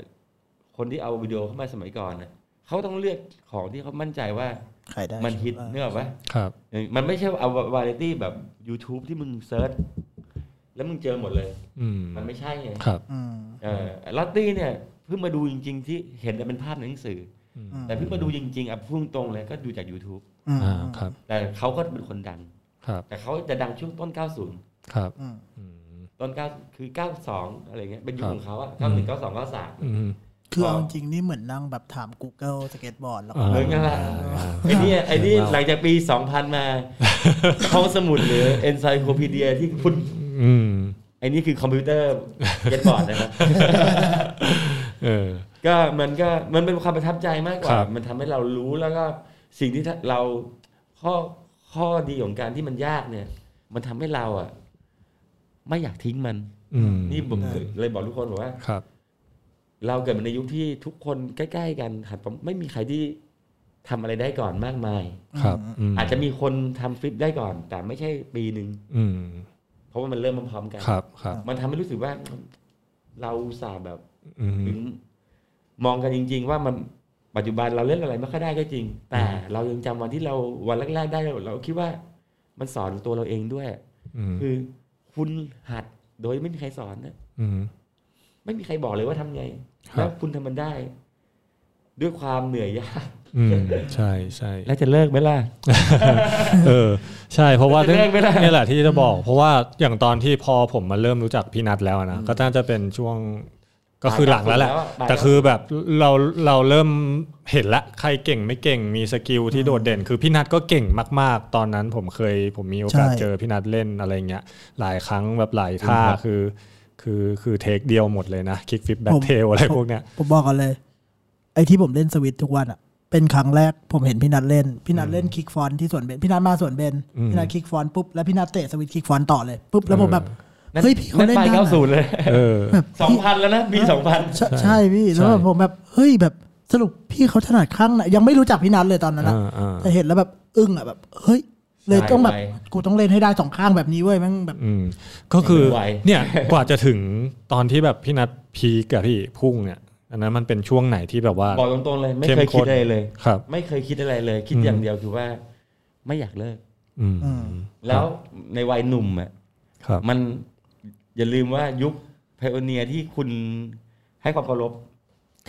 [SPEAKER 5] คนที่เอาวิดีโอเข้ามาสมัยก่อนนะเขาต้องเลือกของที่เขามั่นใจว่า
[SPEAKER 7] ขายได้
[SPEAKER 5] มันฮิต
[SPEAKER 7] เออ
[SPEAKER 5] เนื้ออกปะ
[SPEAKER 4] ครับ
[SPEAKER 5] มันไม่ใช่เอาวาไรตี้แบบ YouTube ที่มึงเซิร์ชแล้วมึงเจอหมดเลย
[SPEAKER 4] อืม
[SPEAKER 5] มันไม่ใช่ไง
[SPEAKER 4] ครับ
[SPEAKER 7] อืม
[SPEAKER 5] เออลอตตี้เนี่ยเพิ่งมาดูจริง ๆ ที่เห็นแต่เป็นภาพในหนังสือ
[SPEAKER 7] อืม
[SPEAKER 5] แต่เพิ่งมาดูจริงๆอ่ะพุ่งตรงเลยก็ดูจาก YouTube
[SPEAKER 7] อืม
[SPEAKER 4] อ่าครับ
[SPEAKER 5] แต่เขาก็เป็นคนดัง
[SPEAKER 4] ครับ
[SPEAKER 5] แต่เขาจะดังช่วงต้น 90
[SPEAKER 4] ครับ
[SPEAKER 7] อืม
[SPEAKER 4] อืม
[SPEAKER 5] ต้น9คือ 92 อะไรเงี้ยเป็นยุค
[SPEAKER 4] ครับ
[SPEAKER 5] ของเขาอ่ะ91 92 93
[SPEAKER 4] อืม
[SPEAKER 7] คือเอาจริงๆนี่เหมือนนั่งแบบถาม Google สเก็ตบอร์ดแล้วก็
[SPEAKER 4] อ่า
[SPEAKER 5] เหมือนกันละไอ้เนี่ยไอ้นี่หลังจากปี 2000 มาห้องสมุดหรือเอนไซโคพีเดียที่คุณ
[SPEAKER 4] อืม
[SPEAKER 5] ไอ้นี่คือคอมพิวเตอร์เก็ตบอร์ดนะครับ
[SPEAKER 4] เออ
[SPEAKER 5] ก็มันก็มันเป็นความประทับใจมากก
[SPEAKER 4] ค
[SPEAKER 5] ว่า
[SPEAKER 4] รับ
[SPEAKER 5] มันทำให้เรารู้แล้วก็สิ่งที่เราข้อข้อดีของการที่มันยากเนี่ย มันทำให้เราอ่ะ ไม่อยากทิ้งมัน
[SPEAKER 4] อืม
[SPEAKER 5] นี่ผมเลยบอกทุกคนบอกว่า
[SPEAKER 4] ครับ
[SPEAKER 5] เราเกิดมาในยุคที่ทุกคนใกล้ๆกันหัดผมไม่มีใครที่ทำอะไรได้ก่อนมากมาย
[SPEAKER 4] ครับม
[SPEAKER 5] อาจจะมีคนทำฟลิปได้ก่อน แต่ไม่ใช่ปีหนึ่ง
[SPEAKER 4] อืม
[SPEAKER 5] เพราะว่ามันเริ่มพร้อมๆกัน
[SPEAKER 4] ครับครับ
[SPEAKER 5] มันทำให้รู้สึกว่า เราอุตสาห์แบบ
[SPEAKER 4] อืม
[SPEAKER 5] ถึงมองกันจริง ๆ ว่ามันปัจจุบันเราเล่นอะไรไม่ค่อยได้ก็จริง แต่เรายังจำวันที่เราวันแรกๆได้เราเราคิดว่ามันสอนตัวเราเองด้วย
[SPEAKER 4] อืม
[SPEAKER 5] คือคุณหัดโดยไม่มีใครสอนนะ
[SPEAKER 4] อืม
[SPEAKER 5] ไม่มีใครบอกเลยว่าทำไง
[SPEAKER 4] ครับ
[SPEAKER 5] แล้วคุณทำมันได้ ด้วยความเหนื่อยยาก
[SPEAKER 4] อืมใช่ใช่
[SPEAKER 5] แล้วจะเลิกไหมล่ะ
[SPEAKER 4] เออ ใช่เพราะว่า
[SPEAKER 5] จะเลิกไม่ได้
[SPEAKER 4] เนี่ยแหละที่จะบอก เพราะว่าอย่างตอนที่พอผมมาเริ่มรู้จักพี่นัทแล้วนะก็น่าจะเป็นช่วงก็คือหลังแล้วแหละ
[SPEAKER 5] บ่าย
[SPEAKER 4] แต่คือแบบเราเราเริ่มเห็นละใครเก่งไม่เก่งมีสกิลที่โดดเด่น คือพี่นัทก็เก่งมาก ๆ ตอนนั้นผมเคยผมมีโอกาส
[SPEAKER 7] ใช่
[SPEAKER 4] เจอพี่นัทเล่นอะไรเงี้ยหลายครั้งแบบหลายท่าคือคือคือเทคเดียวหมดเลยนะคิกฟิปแบ็คเทลอะไรพวกเนี้ย
[SPEAKER 7] ผมบอกกันเลย ไอ้ที่ผมเล่นสวิตช์ทุกวันอ่ะ เป็นครั้งแรกผมเห็นพี่นัทเล่น พี่นัทเล่นคิกฟอนที่สวนเบนพี่นัทมาสวนเบน
[SPEAKER 4] อืม
[SPEAKER 7] พี่นัทคิกฟอนปุ๊บแล้วพี่นัทเตะสวิตช์คิกฟอนต่อเลยปุ๊บแล้วผมแบบ
[SPEAKER 5] นั่น
[SPEAKER 7] เฮ้ยพี่เขา
[SPEAKER 5] นั่น
[SPEAKER 7] เล่น
[SPEAKER 5] ไป
[SPEAKER 7] ได้
[SPEAKER 5] เก้าศูน
[SPEAKER 7] นะ
[SPEAKER 5] ย์เลย
[SPEAKER 4] เออ
[SPEAKER 7] แบบ
[SPEAKER 5] สองพันแล้ว นะปีสองพัน
[SPEAKER 7] ใช่ใช่พี่แล้วแบบผมแบบเฮ้ยแบบสรุปพี่เขาถนัดข้างไหนยังไม่รู้จักพี่นัทเลยตอนนั้นอะ
[SPEAKER 4] อ่าอ่า
[SPEAKER 7] แต่เห็นแล้วแบบอึ้งอ่ะแบบเฮ้ย เลยต้องแบบกูต้องเล่นให้ได้สองข้างแบบนี้เว้ยแม่งแบบ
[SPEAKER 4] อืมก็คือ
[SPEAKER 5] เป็นวัย
[SPEAKER 4] เนี่ย กว่าจะถึงตอนที่แบบพี่นัทพีกอะพี่พุ่งเนี่ย อันนั้นมันเป็นช่วงไหนที่แบบว่า
[SPEAKER 5] บอกตรงๆเลย ไม่
[SPEAKER 4] เข้ม
[SPEAKER 5] เคยคิด
[SPEAKER 4] ข้น
[SPEAKER 5] อะไรเลย
[SPEAKER 4] ครับ
[SPEAKER 5] ไม่เคยคิดอะไรเลย คิด
[SPEAKER 4] อืม
[SPEAKER 5] อย่างเดียวคือว่า ไม่อยากเลิก
[SPEAKER 4] อืม
[SPEAKER 7] อืม
[SPEAKER 5] แล้วในวัยหนุ่มอ่ะ
[SPEAKER 4] ครับ
[SPEAKER 5] มันอย่าลืมว่ายุคไพโอเนียที่คุณให้ความเคารพ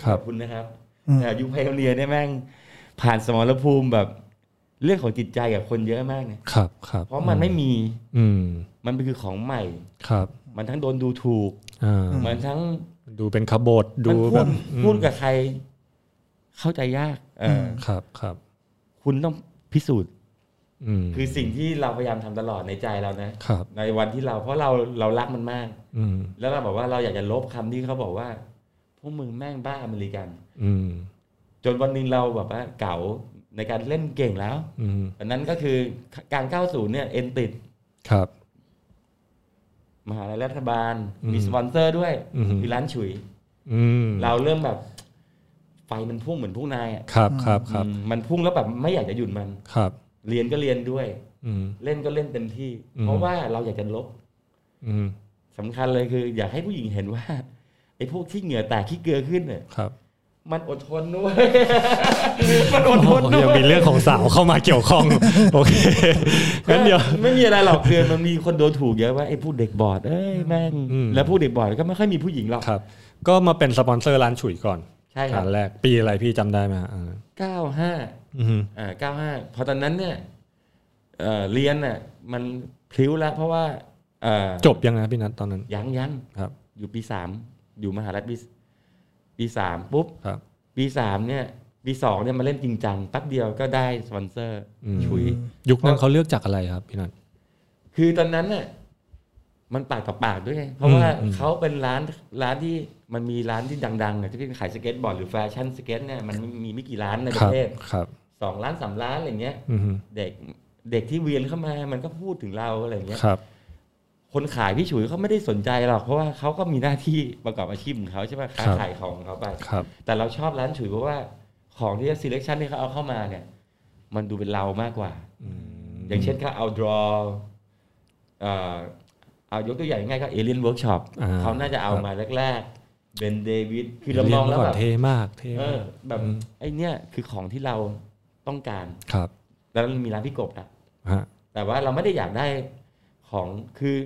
[SPEAKER 4] ครับ
[SPEAKER 5] กัคุณนะครับ
[SPEAKER 7] อืม
[SPEAKER 5] แต่ยุคไพโอเนียเนี่ยแม่ง ผ่านสมรภูมิแบบ เรื่องของจิตใจกับคนเยอะมากนะครับ
[SPEAKER 4] ครับ
[SPEAKER 5] เพราะมันไม่มี
[SPEAKER 4] อืม
[SPEAKER 5] มันเป็นคือของใหม่
[SPEAKER 4] ครับ
[SPEAKER 5] มันทั้งโดนดูถูก
[SPEAKER 4] อ่า
[SPEAKER 5] มันทั้ง
[SPEAKER 4] ดูเป็นขบฏ
[SPEAKER 5] มัน
[SPEAKER 4] ดู
[SPEAKER 5] พู
[SPEAKER 4] แบบ
[SPEAKER 5] ด
[SPEAKER 4] อืม
[SPEAKER 5] พูดกับใคร เข้าใจยากเอออ
[SPEAKER 4] ครับครับ
[SPEAKER 5] คุณต้องพิสูจน์
[SPEAKER 4] อืม
[SPEAKER 5] คือสิ่งที่เราพยายามทำตลอดในใจเรานะ
[SPEAKER 4] ครับ
[SPEAKER 5] ในวันที่เราเพราะเราเรารักมันมาก
[SPEAKER 4] อืม
[SPEAKER 5] แล้วเราบอกว่าเราอยากจะลบคำที่เขาบอกว่า พวกมึงแม่งบ้าอเมริกัน
[SPEAKER 4] อืม
[SPEAKER 5] จนวันหนึ่งเราแบบว่าเก๋าในการเล่นเก่งแล้ว
[SPEAKER 4] อืม
[SPEAKER 5] อันนั้นก็คือการ 90 เนี่ย เอ็นติด
[SPEAKER 4] ครับ
[SPEAKER 5] มหาลัยรัฐบาล
[SPEAKER 4] อืม
[SPEAKER 5] มีสปอนเซอร์ด้วย
[SPEAKER 4] อืม
[SPEAKER 5] มีร้านฉุย
[SPEAKER 4] อืม
[SPEAKER 5] เราเริ่มแบบ ไฟมันพุ่งเหมือนพุ่งนายอะ
[SPEAKER 4] ครับครับครับ
[SPEAKER 5] อืมมันพุ่งแล้วแบบไม่อยากจะหยุดมัน
[SPEAKER 4] ครับ
[SPEAKER 5] เรียนก็เรียนด้วย
[SPEAKER 4] อืม
[SPEAKER 5] เล่นก็เล่นเต็มที่
[SPEAKER 4] อืม
[SPEAKER 5] เพราะว่าเราอยากจะลบ
[SPEAKER 4] อืม
[SPEAKER 5] สำคัญเลยคือ อยากให้ผู้หญิงเห็นว่าไอ้พวกที่เหงื่อแตกขี้เกลือขึ้นเนี่ย
[SPEAKER 4] ครับ
[SPEAKER 5] มันอดทนด้วย มันอดทน
[SPEAKER 4] โอ้
[SPEAKER 5] ด้วย
[SPEAKER 4] ยังมีเรื่องของสาวเข้ามาเกี่ยวข้อง โอเคงั้นเดี๋ยว
[SPEAKER 5] ไม่มีอะไรหรอกคือมันมีคนโดนถูกเยอะว่าไอ้ผู้เด็กบอดเอ้ยแม่ง
[SPEAKER 4] อืม
[SPEAKER 5] แล้วผู้เด็กบอดก็ไม่ค่อยมีผู้หญิงหรอก
[SPEAKER 4] ครับ ก็มาเป็นสปอนเซอร์ร้านฉุยก่อน
[SPEAKER 5] ใช่ครับ
[SPEAKER 4] อันแรกปีอะไรพี่จำได้ไหมฮะอ่า
[SPEAKER 5] เก้าห้า
[SPEAKER 4] อืม
[SPEAKER 5] อ่าเก้าห้าพอตอนนั้นเนี่ยเอ่อเรียนน่ะมันพลิ้วแล้ว เพราะว่าเอ่อ
[SPEAKER 4] จบยังนะพี่นัทตอนนั้น
[SPEAKER 5] ยังยัง
[SPEAKER 4] ครับ
[SPEAKER 5] อยู่ปีสามอยู่มหาลัยปีปีสามปุ๊บ
[SPEAKER 4] ครับ
[SPEAKER 5] ปีสามเนี่ย ปีสองเนี่ยมาเล่นจริงจังแป๊บเดียวก็ได้สปอนเซอร์
[SPEAKER 4] อืม
[SPEAKER 5] ชุย
[SPEAKER 4] ยุคนั้นเขาเลือกจากอะไรครับพี่นัท
[SPEAKER 5] คือตอนนั้นน่ะมันปากต่อปากด้วยไงเพราะว่า
[SPEAKER 4] อืม
[SPEAKER 5] เขาเป็นร้านร้านที่มันมีร้านที่ดังๆอ่ะที่เป็นขายสเก็ตบอร์ดหรือแฟชั่นสเก็ตเนี่ยมันมีไม่กี่ร้านใน
[SPEAKER 4] ค
[SPEAKER 5] ป
[SPEAKER 4] รั
[SPEAKER 5] ระเทศ
[SPEAKER 4] ครับ
[SPEAKER 5] สองร้านสามร้านอะไรเงี้ย
[SPEAKER 4] อืม
[SPEAKER 5] เด็กเด็กที่เวียนเข้ามามันก็พูดถึงเราอะไรเงี้ย
[SPEAKER 4] ครับ
[SPEAKER 5] คนขายพี่ฉุยเขาไม่ได้สนใจหรอก เพราะว่าเขาก็มีหน้าที่ประกอบอาชีพของเขาใช่ไหม
[SPEAKER 4] ครั
[SPEAKER 5] ค้า
[SPEAKER 4] บ
[SPEAKER 5] ขายของของเขาไป
[SPEAKER 4] ครับ
[SPEAKER 5] แต่เราชอบร้านฉุยเพราะว่าของที่ selection ที่เขาเอาเข้ามาเนี่ย มันดูเป็นเรามากกว่า อย่างเช่นถ้าเอาดรอเอ่อเอายกตัวอย่างง่ายๆก็เอเลียนเวิร์กช็อป
[SPEAKER 4] อ่า
[SPEAKER 5] เขาน่าจะเอามาแรกๆเบนเดวิดคือเรา
[SPEAKER 4] รี
[SPEAKER 5] ม
[SPEAKER 4] ย
[SPEAKER 5] อน งแล้ว
[SPEAKER 4] ก่น
[SPEAKER 5] แบบ
[SPEAKER 4] เทมากเท
[SPEAKER 5] เอ
[SPEAKER 4] มา
[SPEAKER 5] อก แบบ
[SPEAKER 4] อืม
[SPEAKER 5] ไอเนี่ยคือของที่เราต้องการ
[SPEAKER 4] ครับ
[SPEAKER 5] แล้วมีร้านพี่กบนะ
[SPEAKER 4] ฮะ
[SPEAKER 5] แต่ว่าเราไม่ได้อยากได้ของคือ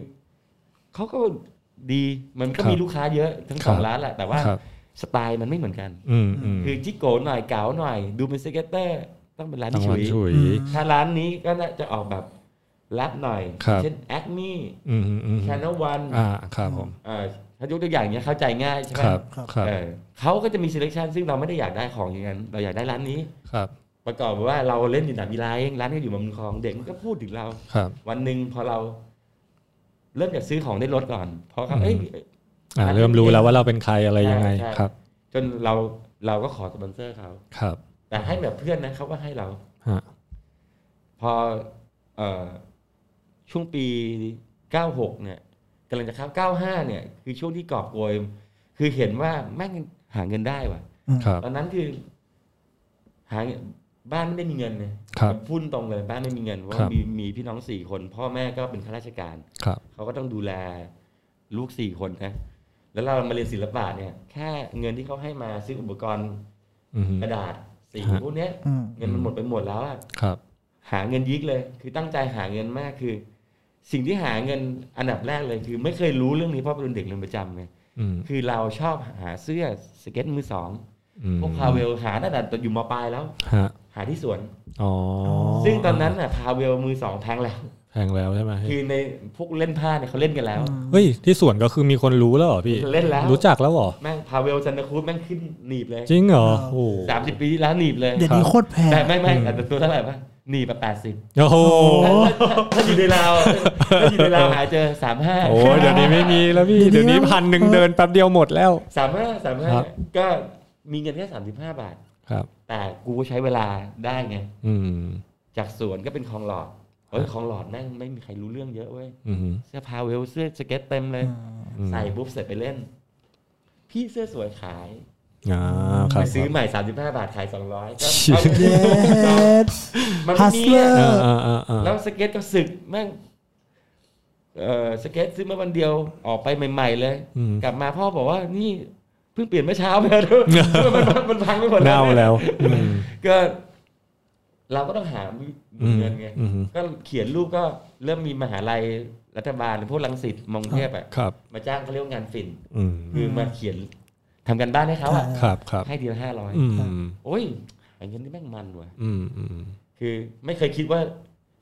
[SPEAKER 5] เขาก็ดีมันก็มีลูกค้าเยอะทั้งสองร้านแหละแต่ว่า
[SPEAKER 4] ครับ
[SPEAKER 5] สไตล์มันไม่เหมือนกัน
[SPEAKER 4] อืมอืม
[SPEAKER 5] คือจิโก้หน่อยเก๋าหน่อย ดูเป็นสเก็ตเตอร์ต้องเป็นร้าน
[SPEAKER 4] ต้อง
[SPEAKER 5] ฉุ
[SPEAKER 4] มายช่วย
[SPEAKER 5] ถ้าร้านนี้ก็น่าจะออกแบบรับหน่อย
[SPEAKER 4] ครับ
[SPEAKER 5] เช่นแอคนี่
[SPEAKER 4] อืมอืมอืม
[SPEAKER 5] ชาแนลวัน
[SPEAKER 4] อ่าครับผม
[SPEAKER 5] ถ้ายกตัวอย่างเงี้ยเข้าใจง่ายใช่ไหม
[SPEAKER 4] ครับ
[SPEAKER 7] ครับ
[SPEAKER 4] ครับ
[SPEAKER 5] เออเขาก็จะมี selection ซึ่งเราไม่ได้อยากได้ของอย่างนั้นเราอยากได้ร้านนี้
[SPEAKER 4] ครับ
[SPEAKER 5] ประกอบกับว่าเราเล่นอยู่หนังมีไลน์ร้านก็อยู่บนคลองเด็กมันก็พูดถึงเรา
[SPEAKER 4] ครับ
[SPEAKER 5] วันหนึ่งพอเรา เริ่มจากซื้อของในรถก่อนพอครับ
[SPEAKER 4] อืม
[SPEAKER 5] เอ้ย
[SPEAKER 4] อ่า
[SPEAKER 5] ร้าน
[SPEAKER 4] เริ่มรู้
[SPEAKER 5] เล็กๆ
[SPEAKER 4] แล้วว่าเราเป็นใครอะไรยังไง
[SPEAKER 5] ใช่ใช่
[SPEAKER 4] ครับ
[SPEAKER 5] จนเราเราก็ขอสปอนเซอร์เขา
[SPEAKER 4] ครับ
[SPEAKER 5] แต่ให้แบบเพื่อนนะเขาก็ให้เรา
[SPEAKER 4] ฮะ
[SPEAKER 5] พอเออช่วงปี 96 เนี่ยกำลังจะเข้า95 เนี่ย คือช่วงที่กอบโกยคือเห็นว่าแม่งหาเงินได้ว่ะ
[SPEAKER 4] ครับ
[SPEAKER 5] ตอนนั้นคือ หาเงินบ้านไม่ได้มีเงินเลย
[SPEAKER 4] ครับ
[SPEAKER 5] พูดตรงเลยบ้านไม่มีเงินเพราะ
[SPEAKER 4] ครับ
[SPEAKER 5] มีมีพี่น้องสี่คน พ่อแม่ก็เป็นข้าราชการ
[SPEAKER 4] ครับ
[SPEAKER 5] เขาก็ต้องดูแลลูกสี่คนนะ แล้วเรามาเรียนศิลปะเนี่ย แค่เงินที่เขาให้มาซื้ออุปกรณ์
[SPEAKER 4] อืม
[SPEAKER 5] กระดาษสีพวกเนี้ย
[SPEAKER 7] อืม
[SPEAKER 5] เงินมันหมดไปหมดแล้วอะ
[SPEAKER 4] ครับ
[SPEAKER 5] หาเงินยิกเลย คือตั้งใจหาเงินมากคือ สิ่งที่หาเงินอันดับแรกเลย คือ ไม่เคยรู้เรื่องนี้เพราะเป็นเด็กเรียนประจำไง
[SPEAKER 4] อืม
[SPEAKER 5] คือเราชอบหาเสื้อสเก็ตมือสอง
[SPEAKER 4] อืม
[SPEAKER 5] พวกพาเวลหาตั้งแต่อยู่มปลายแล้ว
[SPEAKER 4] ฮะ
[SPEAKER 5] หาที่สวน
[SPEAKER 4] อ๋อ
[SPEAKER 5] ซึ่งตอนนั้นน่ะพาเวลมือสองแพงแล้ว
[SPEAKER 4] แพงแล้วใช่ไหม
[SPEAKER 5] คือในพวกเล่นผ้าเนี่ยเขาเล่นกันแล้ว
[SPEAKER 4] เฮ้ยที่สวนก็คือมีคนรู้แล้วเหรอพี่
[SPEAKER 5] เล่นแล้ว
[SPEAKER 4] รู้จักแล้วเหรอ
[SPEAKER 5] แม่งพาเวลซันตาครูซแม่งขึ้นหนีบเลย
[SPEAKER 4] จริงเหรอโอ้โห
[SPEAKER 5] สามสิบปีที่แล้วหนีบเลย
[SPEAKER 7] เดี๋ยวนี้โคตรแพง
[SPEAKER 5] แต่ไม่ไม่
[SPEAKER 4] อืม
[SPEAKER 5] แต่ตัวเท่าไหร่ปะหนีบไปแปดสิบ
[SPEAKER 4] โอ้โห
[SPEAKER 5] ถ้าอยู่ในลาวถ้าอยู่ในลาวหาเจอสามห้า
[SPEAKER 4] โอ้ยเดี๋ยวนี้ไม่มีแล้วพี่
[SPEAKER 7] เดี๋
[SPEAKER 4] เดี๋
[SPEAKER 7] ย
[SPEAKER 4] ยวว
[SPEAKER 7] นี้
[SPEAKER 4] นี้พันหนึ่งเดินแป๊บเดียวหมดแล้ว
[SPEAKER 5] สามห้าสามห้า
[SPEAKER 4] ครับ
[SPEAKER 5] ก็มีเงินแค่สามสิบห้าบาท
[SPEAKER 4] ครับ
[SPEAKER 5] แต่กูก็ใช้เวลาได้ไง
[SPEAKER 4] อืม
[SPEAKER 5] จากสวนก็เป็นคลองหลอดเอ้ยคลองหลอดแม่งไม่มีใครรู้เรื่องเยอะเว้ย
[SPEAKER 4] อืม
[SPEAKER 5] เสื้อพาเวลเสื้อสเก็ตเต็มเลย
[SPEAKER 4] อืม
[SPEAKER 5] ใส่ปุ๊บเสร็จไปเล่น พี่เสื้อสวยขาย
[SPEAKER 4] อ่าครับ
[SPEAKER 5] ไปซื้อใหม่สามสิบห้าบาทขายสองร้อยก็
[SPEAKER 4] เชี่ย
[SPEAKER 5] เอา
[SPEAKER 7] เย็ด
[SPEAKER 5] มันไม่มีอะ
[SPEAKER 7] Hustler
[SPEAKER 4] อ่าอ่าอ่าอ่า
[SPEAKER 5] แล้วสเก็ตก็สึกแม่งเออสเก็ตซื้อมาวันเดียวออกไปใหม่ ๆ เลย
[SPEAKER 4] อืม
[SPEAKER 5] กลับมาพ่อบอกว่านี่เพิ่งเปลี่ยนเมื่อเช้าไปแล้ว ด้วยมันมันมันพังไปหมด
[SPEAKER 4] เน่า
[SPEAKER 5] เนี่ย
[SPEAKER 4] แล้วอืม
[SPEAKER 5] ก็ เราก็ต้องหาเงินไง
[SPEAKER 4] อืมอืม
[SPEAKER 5] ก็เขียนรูปก็เริ่มมีมหาลัยรัฐบาลหรือพวกลังสิตมองเทพอะ
[SPEAKER 4] ครับ
[SPEAKER 5] มาจ้างเขาเรียกว่างานฝิ่น
[SPEAKER 4] อืม
[SPEAKER 5] คือมาเขียนทำกันบ้านให้เขาอะ
[SPEAKER 4] ครับครับ
[SPEAKER 5] ให้เดือนห้าร้อย
[SPEAKER 4] อืม
[SPEAKER 5] โอ้ยหาเงินนี่แม่งมันว่ะ
[SPEAKER 4] อืมอืม
[SPEAKER 5] คือ ไม่เคยคิดว่า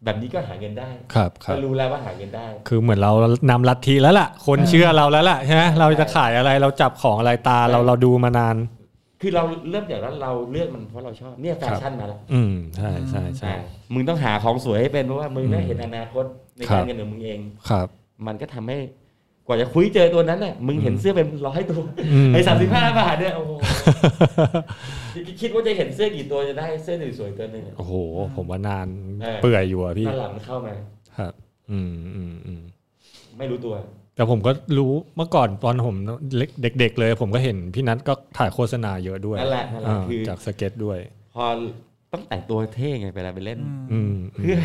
[SPEAKER 5] แบบนี้ก็หาเงินได้
[SPEAKER 4] ครับครั
[SPEAKER 5] ก็
[SPEAKER 4] บ
[SPEAKER 5] รู้แล้วว่าหาเงินได้
[SPEAKER 4] คือเหมือนเรานำลัทธิแล้วล่ะ คนเชื่อเราแล้วล่ะใช่ไหมเราจะขายอะไรเราจับของอะไรตาเราเราดูมานาน
[SPEAKER 5] คือเราเริ่มจากนั้นเราเลือกมันเพราะเราชอบเนี่ยแฟชั่นมาแล้ว
[SPEAKER 4] อืมใช่ใช่ใช่
[SPEAKER 5] อ่ามึงต้องหาของสวยให้เป็นเพราะว่ามึงได้
[SPEAKER 4] อืม
[SPEAKER 5] เห็นอนาคตใน
[SPEAKER 4] ครั
[SPEAKER 5] การ
[SPEAKER 4] บ
[SPEAKER 5] เงินของมึงเอง
[SPEAKER 4] ครับ
[SPEAKER 5] มันก็ทำให้กว่าจะคุยเจอตัวนั้นน่ะมึงเห็น
[SPEAKER 4] อืม
[SPEAKER 5] เสื้อเป็นร้อยตัว
[SPEAKER 4] อืม
[SPEAKER 5] ไอ้สามสิบห้าบาทเนี่ย โอ้โหคิดว่าจะเห็นเสื้อกี่ตัวจะได้เสื้อสวยๆตัวหนึ่งอะ
[SPEAKER 4] โอ้โห ผมว่านาน
[SPEAKER 5] เออ
[SPEAKER 4] เปื่อยอยู่อะพี่
[SPEAKER 5] ตอนหลังมันเข้ามา
[SPEAKER 4] ครับ อืมอืมอืม
[SPEAKER 5] ไม่รู้ตัว
[SPEAKER 4] แต่ผมก็รู้เมื่อก่อนตอนผมเล็กเด็ก ๆ เลย ผมก็เห็นพี่นัทก็ถ่ายโฆษณาเยอะด้วย
[SPEAKER 5] นั่นแหละนั่นแหละ
[SPEAKER 4] อ่า
[SPEAKER 5] คือ
[SPEAKER 4] จากสเก็ตด้วย
[SPEAKER 5] พอต้องแต่งตัวเท่ไงเวลาไปเล่น
[SPEAKER 4] อืม
[SPEAKER 5] เพื่อ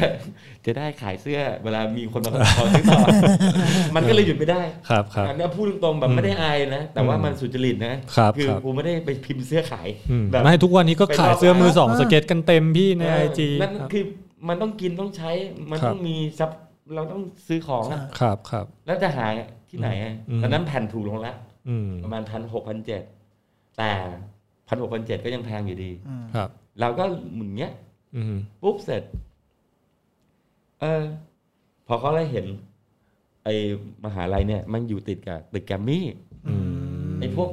[SPEAKER 5] จะได้ขายเสื้อเวลามีคนมาขอ ซื้อต่อ มันก็เลยหยุดไม่ได้
[SPEAKER 4] ครับครับ
[SPEAKER 5] อันเนี้ยพูดตรงๆแบบไม่ได้อายนะ แต่ว่ามันสุจริตนะครับคือ
[SPEAKER 4] ครับ
[SPEAKER 5] กูไม่ได้ไปพิมพ์เสื้อขาย
[SPEAKER 4] อืม
[SPEAKER 5] แบบ
[SPEAKER 4] ไม่ทุกวันนี้ก็
[SPEAKER 5] ไปรอบ
[SPEAKER 4] ขายเสื้อมือสอง
[SPEAKER 7] อ่า
[SPEAKER 4] สเก็ตกันเต็มพี่ใน
[SPEAKER 5] เออ
[SPEAKER 4] ไอจี
[SPEAKER 5] นั่นคือมันต้องกินต้องใช้มัน
[SPEAKER 4] ครับ
[SPEAKER 5] ต้องมีซับเราต้องซื้อของอะ
[SPEAKER 4] ครับครับ
[SPEAKER 5] แล้วจะหาที่ไหนอะ
[SPEAKER 4] อืม
[SPEAKER 5] ตอนนั้นแผ่นถูกลงละ
[SPEAKER 4] อืม
[SPEAKER 5] ประมาณพันหกพันเจ็ดแต่พันหกพันเจ็ดก็ยังแพงอยู่ดี
[SPEAKER 4] ครับ
[SPEAKER 5] เราก็หมุนเงี้ย
[SPEAKER 4] อืม
[SPEAKER 5] ปุ๊บเสร็จ เออ พอเขาได้เห็น ไอ้มหาลัยเนี่ย มันอยู่ติดกับตึกแกรมมี่
[SPEAKER 4] อืม
[SPEAKER 5] ไอ้พวก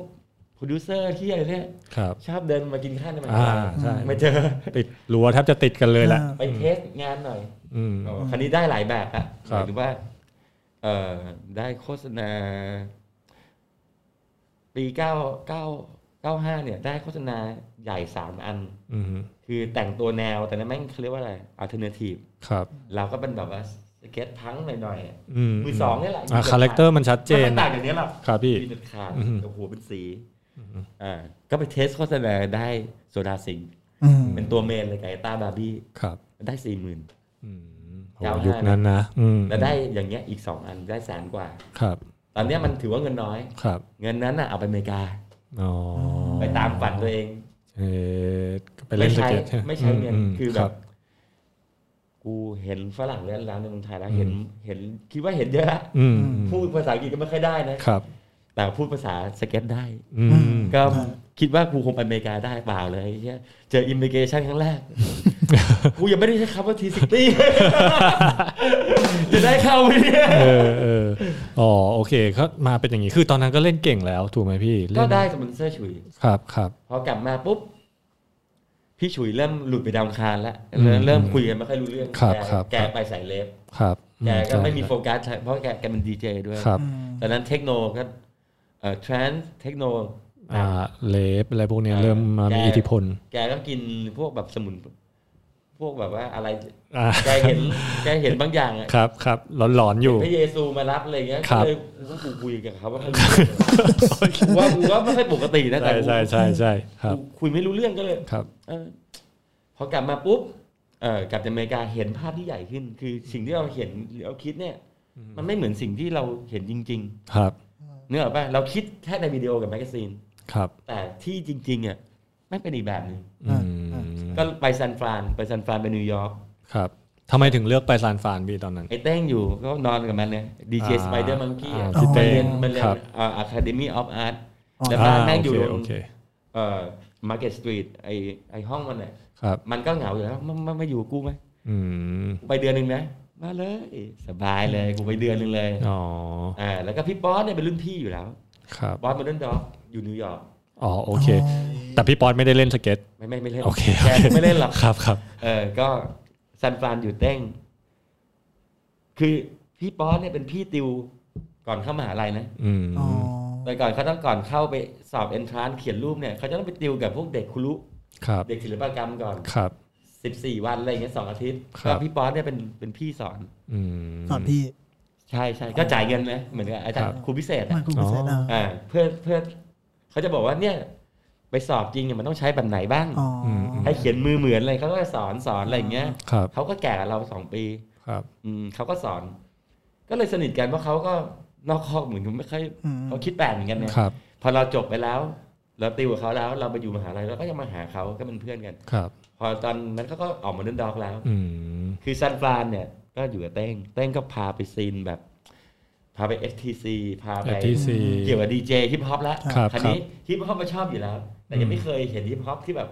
[SPEAKER 5] โปรดิวเซอร์ที่อะไรเนี่ย
[SPEAKER 4] ครับ
[SPEAKER 5] ชอบเดินมากินข้าวในมัน
[SPEAKER 4] อ่าใช่
[SPEAKER 5] ไม่เจอ
[SPEAKER 4] ติดรั้วแทบจะติดกันเลยแหละ
[SPEAKER 5] ไปเทสงานหน่อย
[SPEAKER 4] อืม
[SPEAKER 5] อ๋อคันนี้ได้หลายแบบอะ
[SPEAKER 4] ครับ
[SPEAKER 5] หรือว่าเออได้โฆษณา ปีเก้าเก้าเก้าห้าเนี่ย ได้โฆษณาใหญ่สามอัน
[SPEAKER 4] อืม
[SPEAKER 5] คือแต่งตัวแนวแต่นั้นแม่งเขาเรียกว่าอะไรอัลเทอร์เนทีฟ
[SPEAKER 4] ครับ
[SPEAKER 5] เราก็เป็นแบบว่าสเก็ตพังหน่อยๆอะ
[SPEAKER 4] อืม
[SPEAKER 5] มือสองเนี่ยแหละ
[SPEAKER 4] อ่าคาแรคเตอร์มันชัดเจน
[SPEAKER 5] มันไม่ต่างอย่างนี้ยหรอก
[SPEAKER 4] ครับพี่
[SPEAKER 5] มีเด็ดขาด
[SPEAKER 4] อือฮึ
[SPEAKER 5] โอ้โหเป็นสีอ่าก็ไปเทสโฆษณาได้โซดาสิงห์
[SPEAKER 7] อืม
[SPEAKER 5] เป็นตัวเมนเลยไก่ตาบาร์บี้
[SPEAKER 4] ครับ
[SPEAKER 5] ได้สี่หมื่น
[SPEAKER 4] อืมโห
[SPEAKER 5] ยาวมาก
[SPEAKER 4] ยุคนั้นนะอืม
[SPEAKER 5] แล้วได้อย่างเงี้ยอีกสองอันได้แสนกว่า
[SPEAKER 4] ครับ
[SPEAKER 5] ตอนเนี้ยมันถือว่าเงินน้อย
[SPEAKER 4] ครับ
[SPEAKER 5] เงินนั้นน่ะเอาไปอเมริกา
[SPEAKER 4] อ๋อ
[SPEAKER 5] ไปตามฝันตัวเอง
[SPEAKER 4] เออไปเล่นส
[SPEAKER 5] ใช้
[SPEAKER 4] เก็ตใช่ห
[SPEAKER 5] ไม่ใช้เงิน
[SPEAKER 4] ม
[SPEAKER 5] คื
[SPEAKER 4] ค
[SPEAKER 5] อแบ
[SPEAKER 4] รั
[SPEAKER 5] บ กูเห็นฝรั่งเล่นร้านในเมืองไทยแล้วเห็นเห็นคิดว่าเห็นเยอะละ
[SPEAKER 4] อืมอืม
[SPEAKER 5] พูดภาษาอังกฤษก็ไม่ค่อยได้นะครับ แต่พูดภาษาสเก็ตได้
[SPEAKER 4] อืม
[SPEAKER 5] ก็คิดว่ากูคงไปอเมริกาได้เปล่าเลยไอ้เหี้ยเจออิมเมเกชันครั้งแรก กูยังไม่ได้ใช้คำว่าทีซิตี้ จะได้เข้าไหมเนี่ย
[SPEAKER 4] เออเอออ๋อโอเคก็มาเป็นอย่างนี้คือตอนนั้นก็เล่นเก่งแล้วถูกไหมพี่เล่
[SPEAKER 5] ก็
[SPEAKER 4] น
[SPEAKER 5] ได้สปอนเซอร์ฉุย
[SPEAKER 4] ครับครับ
[SPEAKER 5] พอกลับมาปุ๊บ พี่ฉุยเริ่มหลุดไปดาวอังคารแล้ว
[SPEAKER 4] อืม
[SPEAKER 5] เริ่มเริ่มคุยกันไม่ค่อยรู้เรื่อง
[SPEAKER 4] ครับ
[SPEAKER 5] แก
[SPEAKER 4] ครับ
[SPEAKER 5] แก
[SPEAKER 4] ครับ
[SPEAKER 5] ไปสายเลฟ
[SPEAKER 4] ครับ
[SPEAKER 5] แกก็ไม่มี
[SPEAKER 4] ใช่
[SPEAKER 5] โฟกัสเพราะแกแกเป็นดีเจด้วย
[SPEAKER 4] ครับ
[SPEAKER 5] ตอนนั้นเทคโนก็เอ่อทรานส์เทคโน
[SPEAKER 4] อ่าเลฟอะไรพวกเนี้ย
[SPEAKER 5] เออ
[SPEAKER 4] เริ่มมา
[SPEAKER 5] แก
[SPEAKER 4] มีอิทธิพล
[SPEAKER 5] แกก็กินพวกแบบสมุน พวกแบบว่าอะไร
[SPEAKER 4] อ่า
[SPEAKER 5] แกเห็นแกเห็นบางอย่างอะ
[SPEAKER 4] ครับครับหลอนๆอยู่
[SPEAKER 5] พระเยซูมารับอะไรเงี้ย
[SPEAKER 4] ครั
[SPEAKER 5] ก็
[SPEAKER 4] บ
[SPEAKER 5] เลยก็กูคุยกับเขาว่าเขาว่ากูว่าไม่ค่อยปกตินะแต่
[SPEAKER 4] ใช่
[SPEAKER 5] กู
[SPEAKER 4] ใช่ใช่ใช่ครับ
[SPEAKER 5] กูคุยไม่รู้เรื่องก็เลย
[SPEAKER 4] ครับ
[SPEAKER 5] เออพอกลับมาปุ๊บเออกลับจากอเมริกาเห็นภาพที่ใหญ่ขึ้น คือสิ่งที่เราเห็นหรือเราคิดเนี่ย มันไม่เหมือนสิ่งที่เราเห็นจริง
[SPEAKER 4] ครับ
[SPEAKER 5] ๆเนื้ออกป่ะเราคิดแค่ในวิดีโอกับแมกกาซีน
[SPEAKER 4] ครับ
[SPEAKER 5] แต่ที่จริงๆอ่ะไม่งเป็นอีกแบบหนึ่ง
[SPEAKER 4] อืม
[SPEAKER 5] ก็ไปซานฟรานไปซานฟรานไปนิวยอร์ก
[SPEAKER 4] ครับทำไมถึงเลือกไปซานฟรานพี่ตอนนั้น
[SPEAKER 5] ไอ้เต้งอยู่ก็นอนกับมันเนี่ยดีเจ
[SPEAKER 4] อ่า
[SPEAKER 5] สไปเดอร์มังกี้
[SPEAKER 4] อ่าพี่เต้
[SPEAKER 5] มัน
[SPEAKER 4] ง
[SPEAKER 5] เรียนมันเรีย
[SPEAKER 4] ครั
[SPEAKER 5] น
[SPEAKER 4] บ
[SPEAKER 5] อะคาเดมี่ออฟอาร์ต
[SPEAKER 7] อ๋อ
[SPEAKER 5] แล้วบ้านแม่งอยู่
[SPEAKER 4] โเค
[SPEAKER 5] ตร
[SPEAKER 4] โอง เค
[SPEAKER 5] เอ่อมาร์เก็ตสตรีทไอ้ไอ้ห้องมันเนี่ย
[SPEAKER 4] ครับ
[SPEAKER 5] มันก็เหงาอยู่แล้วมันมันมาอยู่กับกูไหม
[SPEAKER 4] อืม
[SPEAKER 5] ไปเดือนหนึ่งนะ มาเลย สบายเลยกูไปเดือนหนึ่งเลย
[SPEAKER 4] อ๋อ
[SPEAKER 5] อ่าแล้วก็พี่ป๊อสเนี่ยเป็นรุ่นพี่อยู่แล้ว
[SPEAKER 4] ครับ
[SPEAKER 5] บอสมาเดินดอกอยู่นิวยอร์ก
[SPEAKER 4] อ๋อโอเค แต่พี่ป๊อตไม่ได้เล่นสเก็ต
[SPEAKER 5] ไม่ไม่ไม่เล่น
[SPEAKER 4] โอเคโอ
[SPEAKER 5] แก
[SPEAKER 4] ค
[SPEAKER 5] ไม่เล่นหรอก
[SPEAKER 4] ครับครับ
[SPEAKER 5] เออก็ซันฟรานอยู่เต้ง คือพี่ป๊อสเนี่ยเป็นพี่ติวก่อนเข้ามหาลัยนะ
[SPEAKER 4] อืม
[SPEAKER 7] อ๋อ
[SPEAKER 5] แต่ก่อนเขาต้องก่อนเข้าไปสอบเอนทรานเขียนรูปเนี่ยเขาจะต้องไปติวกับพวกเด็กคุรุ
[SPEAKER 4] ครับ
[SPEAKER 5] เด็กศิลปกรรมก่อน
[SPEAKER 4] ครับ
[SPEAKER 5] 14 วันอะไรอย่างเงี้ยสองอาทิตย์
[SPEAKER 4] ครับ
[SPEAKER 5] ก็พี่ป๊อสเนี่ยเป็นเป็นพี่สอน
[SPEAKER 4] อืม
[SPEAKER 7] สอนพี่
[SPEAKER 5] ใช่ใช่ก็จ่ายเงินนะเหมือนกับอาจาร
[SPEAKER 4] ครับ
[SPEAKER 5] ย์ครูพิเศษอะ
[SPEAKER 7] มันกูไม่ใช่นะ
[SPEAKER 5] อ่าเพื่อเพื่อเขาจะบอกว่าเนี่ย ไปสอบจริงเนี่ยมันต้องใช้แบบไหนบ้าง
[SPEAKER 7] อ๋อ
[SPEAKER 4] ม
[SPEAKER 5] ให้เขียนมือเหมือนอะไรเขาก็สอนสอนอะไรอย่างเงี้ย
[SPEAKER 4] ครับ
[SPEAKER 5] เขาก็แก่กับเราสองปี
[SPEAKER 4] ครับ
[SPEAKER 5] อืมเขาก็สอน ก็เลยสนิทกันเพราะเขาก็นอกคอกเหมือนกันไม่ค่อย
[SPEAKER 7] อืม
[SPEAKER 5] เขาคิดแปลกเหมือนกันนะครับพอเราจบไปแล้ว เราติวกับเขาแล้ว เราไปอยู่มหาลัยเราก็ยังมาหาเขาก็เป็นเพื่อนกัน
[SPEAKER 4] ครับ
[SPEAKER 5] พอตอนนั้นเขาก็ออกมาเดินดอกแล้ว
[SPEAKER 4] อืม
[SPEAKER 5] คือซันฟรานเนี่ย ก็อยู่กับเต้งเต้งก็พาไปซีนแบบ พาไป FTC พาไป
[SPEAKER 4] แต่ที่สี่
[SPEAKER 5] เกี่ยวกับดีเจฮิปฮอปแล้ว
[SPEAKER 4] ครับ
[SPEAKER 5] คราวนี้ฮิปฮอปมาชอบอยู่แล้ว แต่ยังไม่เคยเห็นฮิปฮอปที่แบบ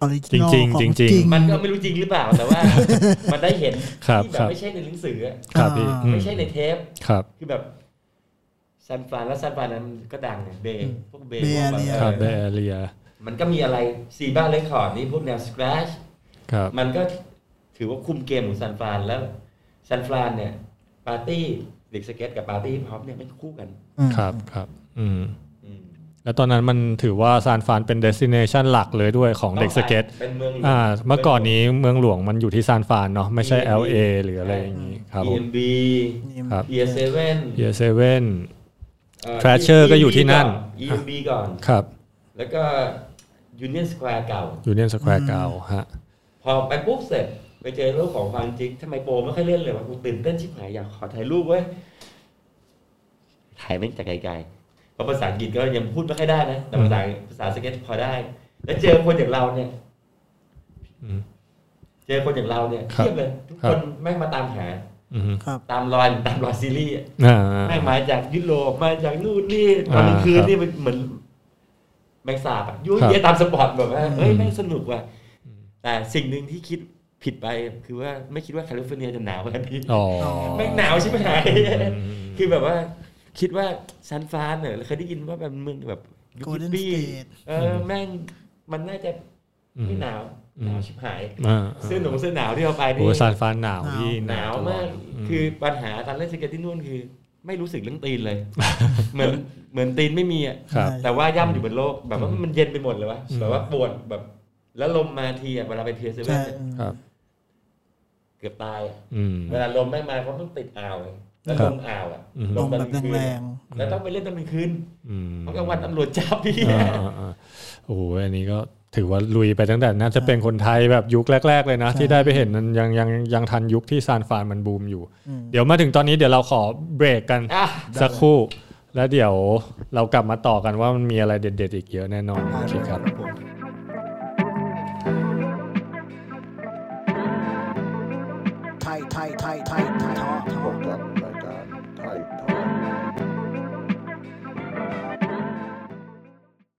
[SPEAKER 7] ออริจินอล
[SPEAKER 4] จริงๆ
[SPEAKER 7] ของ
[SPEAKER 4] จริงๆ
[SPEAKER 7] จริง
[SPEAKER 5] มันก็ไม่รู้จริงหรือเปล่า แต่ว่า มันได้เห็น
[SPEAKER 4] ครับ
[SPEAKER 5] ที่แบ
[SPEAKER 4] ครับ บ
[SPEAKER 5] ไม่ใช่ในหนังสืออะ
[SPEAKER 4] ครับพี่
[SPEAKER 7] อ่า
[SPEAKER 4] อื
[SPEAKER 5] ไม่ใช่ในเทป
[SPEAKER 4] ครับ
[SPEAKER 5] คือแบบซันฟรานแล้วซันฟรานนั้นก็ดังเนี่ยเบย์พวกเบย์พ
[SPEAKER 7] Bay
[SPEAKER 5] วกแบบ
[SPEAKER 7] Area
[SPEAKER 4] ครับ
[SPEAKER 5] เอ
[SPEAKER 4] แบ
[SPEAKER 5] อ
[SPEAKER 4] เรีย
[SPEAKER 5] มันก็มีอะไรซีบ้าเลคคอร์ดนี่พวกแนวสครัช
[SPEAKER 4] ครับ
[SPEAKER 5] มันก็ถือว่าคุมเกมของซันฟรานแล้วซันฟรานเนี่ยปาร์ตี้เด็กสเก็ตกับปาร์ตี้ฮิปฮอปเนี่ยมันคู่กัน
[SPEAKER 7] อืม
[SPEAKER 4] ครับครับ อืม
[SPEAKER 5] อืม
[SPEAKER 4] แล้วตอนนั้นมันถือว่าซานฟรานเป็นเดสติเนชันหลักเลยด้วยของเด็กสเก็ต
[SPEAKER 5] เป็นเมืองหลวง
[SPEAKER 4] อ่า เมื่อก่อนนี้เมืองหลวงมันอยู่ที่ซานฟรานเนาะไม่ใช่
[SPEAKER 5] EMB
[SPEAKER 4] LA หรืออะไรอย่างนี้ครับผม
[SPEAKER 5] EMB
[SPEAKER 7] นี่
[SPEAKER 4] ครับ
[SPEAKER 5] Year Seven
[SPEAKER 4] เยเซเว่น
[SPEAKER 5] เอ่อ
[SPEAKER 4] Thrasher
[SPEAKER 5] EMB
[SPEAKER 4] ก็อยู่ที่นั่น
[SPEAKER 5] ก่อ EMB ก่อน
[SPEAKER 4] ครับ
[SPEAKER 5] แล้วก็ Union Square เก่า
[SPEAKER 4] ยูเนียนสแควร์เก่าฮะ
[SPEAKER 5] พอไปปุ๊บเสร็จ ไปเจอรูปของฟังจริงทำไมโปรไม่ค่อยเล่นเลยวะกูตื่นเต้นชิบหายอยากขอถ่ายรูปเว้ย ถ่ายไม่งจากไกลๆเพราะภาษาอังกฤษก็ยังพูดไม่ค่อยได้นะ แต่ภาษาภาษาสเก็ตพอได้ แล้วเจอคนอย่างเราเนี่ย
[SPEAKER 4] อืม
[SPEAKER 5] เจอคนอย่างเราเนี่ย
[SPEAKER 4] ครับ
[SPEAKER 5] เทียบเลย ทุก
[SPEAKER 4] ครั
[SPEAKER 5] ค
[SPEAKER 4] บ
[SPEAKER 5] นแม่งมาตามหา
[SPEAKER 4] อืม
[SPEAKER 5] ตามรอยตามรอยซีรีส์อะ
[SPEAKER 4] อ่า
[SPEAKER 5] แม่งมาจากยุโรปมาจากนู่นนี่ตอนกลางคืน
[SPEAKER 4] อ่าครับ
[SPEAKER 5] นี่มันเหมือนแมงสาบอะยุ่ย
[SPEAKER 4] ครับ
[SPEAKER 5] เยตามสปอร์ตแบบว่าเฮ้ย
[SPEAKER 4] อืม
[SPEAKER 5] แม่งสนุกว่ะแต่สิ่งหนึ่งที่คิดผิดไปคือว่าไม่คิดว่าแคลิฟอร์เนียจะหนาวขนาดนี้
[SPEAKER 4] อ๋อ
[SPEAKER 5] แม่งหนาวใช่ไหมหาย
[SPEAKER 4] ม
[SPEAKER 5] คือแบบว่า คิดว่าซันฟรานเนี่ยเคยได้ยินว่าแบบเมืองแบบยุค
[SPEAKER 7] Golden
[SPEAKER 5] ฮิปปี้
[SPEAKER 7] State
[SPEAKER 5] เออแม่งมันน่าจะ
[SPEAKER 4] อืม
[SPEAKER 5] ไม่หนาวหนาว
[SPEAKER 4] อืม
[SPEAKER 5] ชิบหาย
[SPEAKER 4] อ่า
[SPEAKER 5] เสื้อหนงเสื้อหนาวที่เราไป
[SPEAKER 4] โอ้
[SPEAKER 5] นี่
[SPEAKER 4] ซานฟรานหนาวพี่
[SPEAKER 5] หนาวมาก
[SPEAKER 4] ม
[SPEAKER 5] คือปัญหาตอนเล่นสเก็ตที่นู่นคือ ไม่รู้สึกเรื่องตีน เลย เหมือนเหมือนตีนไม่มีอ่ะ
[SPEAKER 4] ครับ
[SPEAKER 7] ใช่
[SPEAKER 5] แต่ว่าย่ำอยู่บนโลกแบบว่ามันเย็นไปหมดเลยวะ
[SPEAKER 4] อืม
[SPEAKER 5] แบบว่าปวดแบบ แล้วลมมาทีอะเวลาไปเทียร์เซเว่
[SPEAKER 7] ใช่
[SPEAKER 5] น
[SPEAKER 7] อืม
[SPEAKER 4] ครับ
[SPEAKER 5] เกือบตายอะ
[SPEAKER 4] อืม
[SPEAKER 5] เวลาลมแม่งมาเพราะมันติดอ่าวเลยแล้ว
[SPEAKER 4] ครั
[SPEAKER 5] ล
[SPEAKER 4] บ
[SPEAKER 5] มอ่าวอะ
[SPEAKER 4] อืม
[SPEAKER 5] ลมตอนกลางคื
[SPEAKER 7] ลมแบบ
[SPEAKER 5] น
[SPEAKER 7] แร
[SPEAKER 5] อะ
[SPEAKER 7] ง
[SPEAKER 5] แล้วต้องไปเล่นตอนกลางคืน
[SPEAKER 4] อืม
[SPEAKER 5] เพราะกลางวันตำรวจจับพี่
[SPEAKER 4] อ่าอ่าอ่าโอ้โหอันนี้ก็ถือว่าลุยไปตั้งแต่น่าจะเป็นคนไทยแบบยุคแรก ๆ เลยนะ ที่ได้ไปเห็นนั้นยังยังยังทันยุคที่ซานฟรานมันบูมอยู่ เดี๋ยวมาถึงตอนนี้เดี๋ยวเราขอเบรกกัน
[SPEAKER 5] อ่ะ
[SPEAKER 4] สักครู่ แล้วเดี๋ยวเรากลับมาต่อกันว่ามันมีอะไรเด็ด ๆ อีกเยอะแน่นอนโอเคครับ
[SPEAKER 2] tight tight tight tight tight
[SPEAKER 1] พบกับไท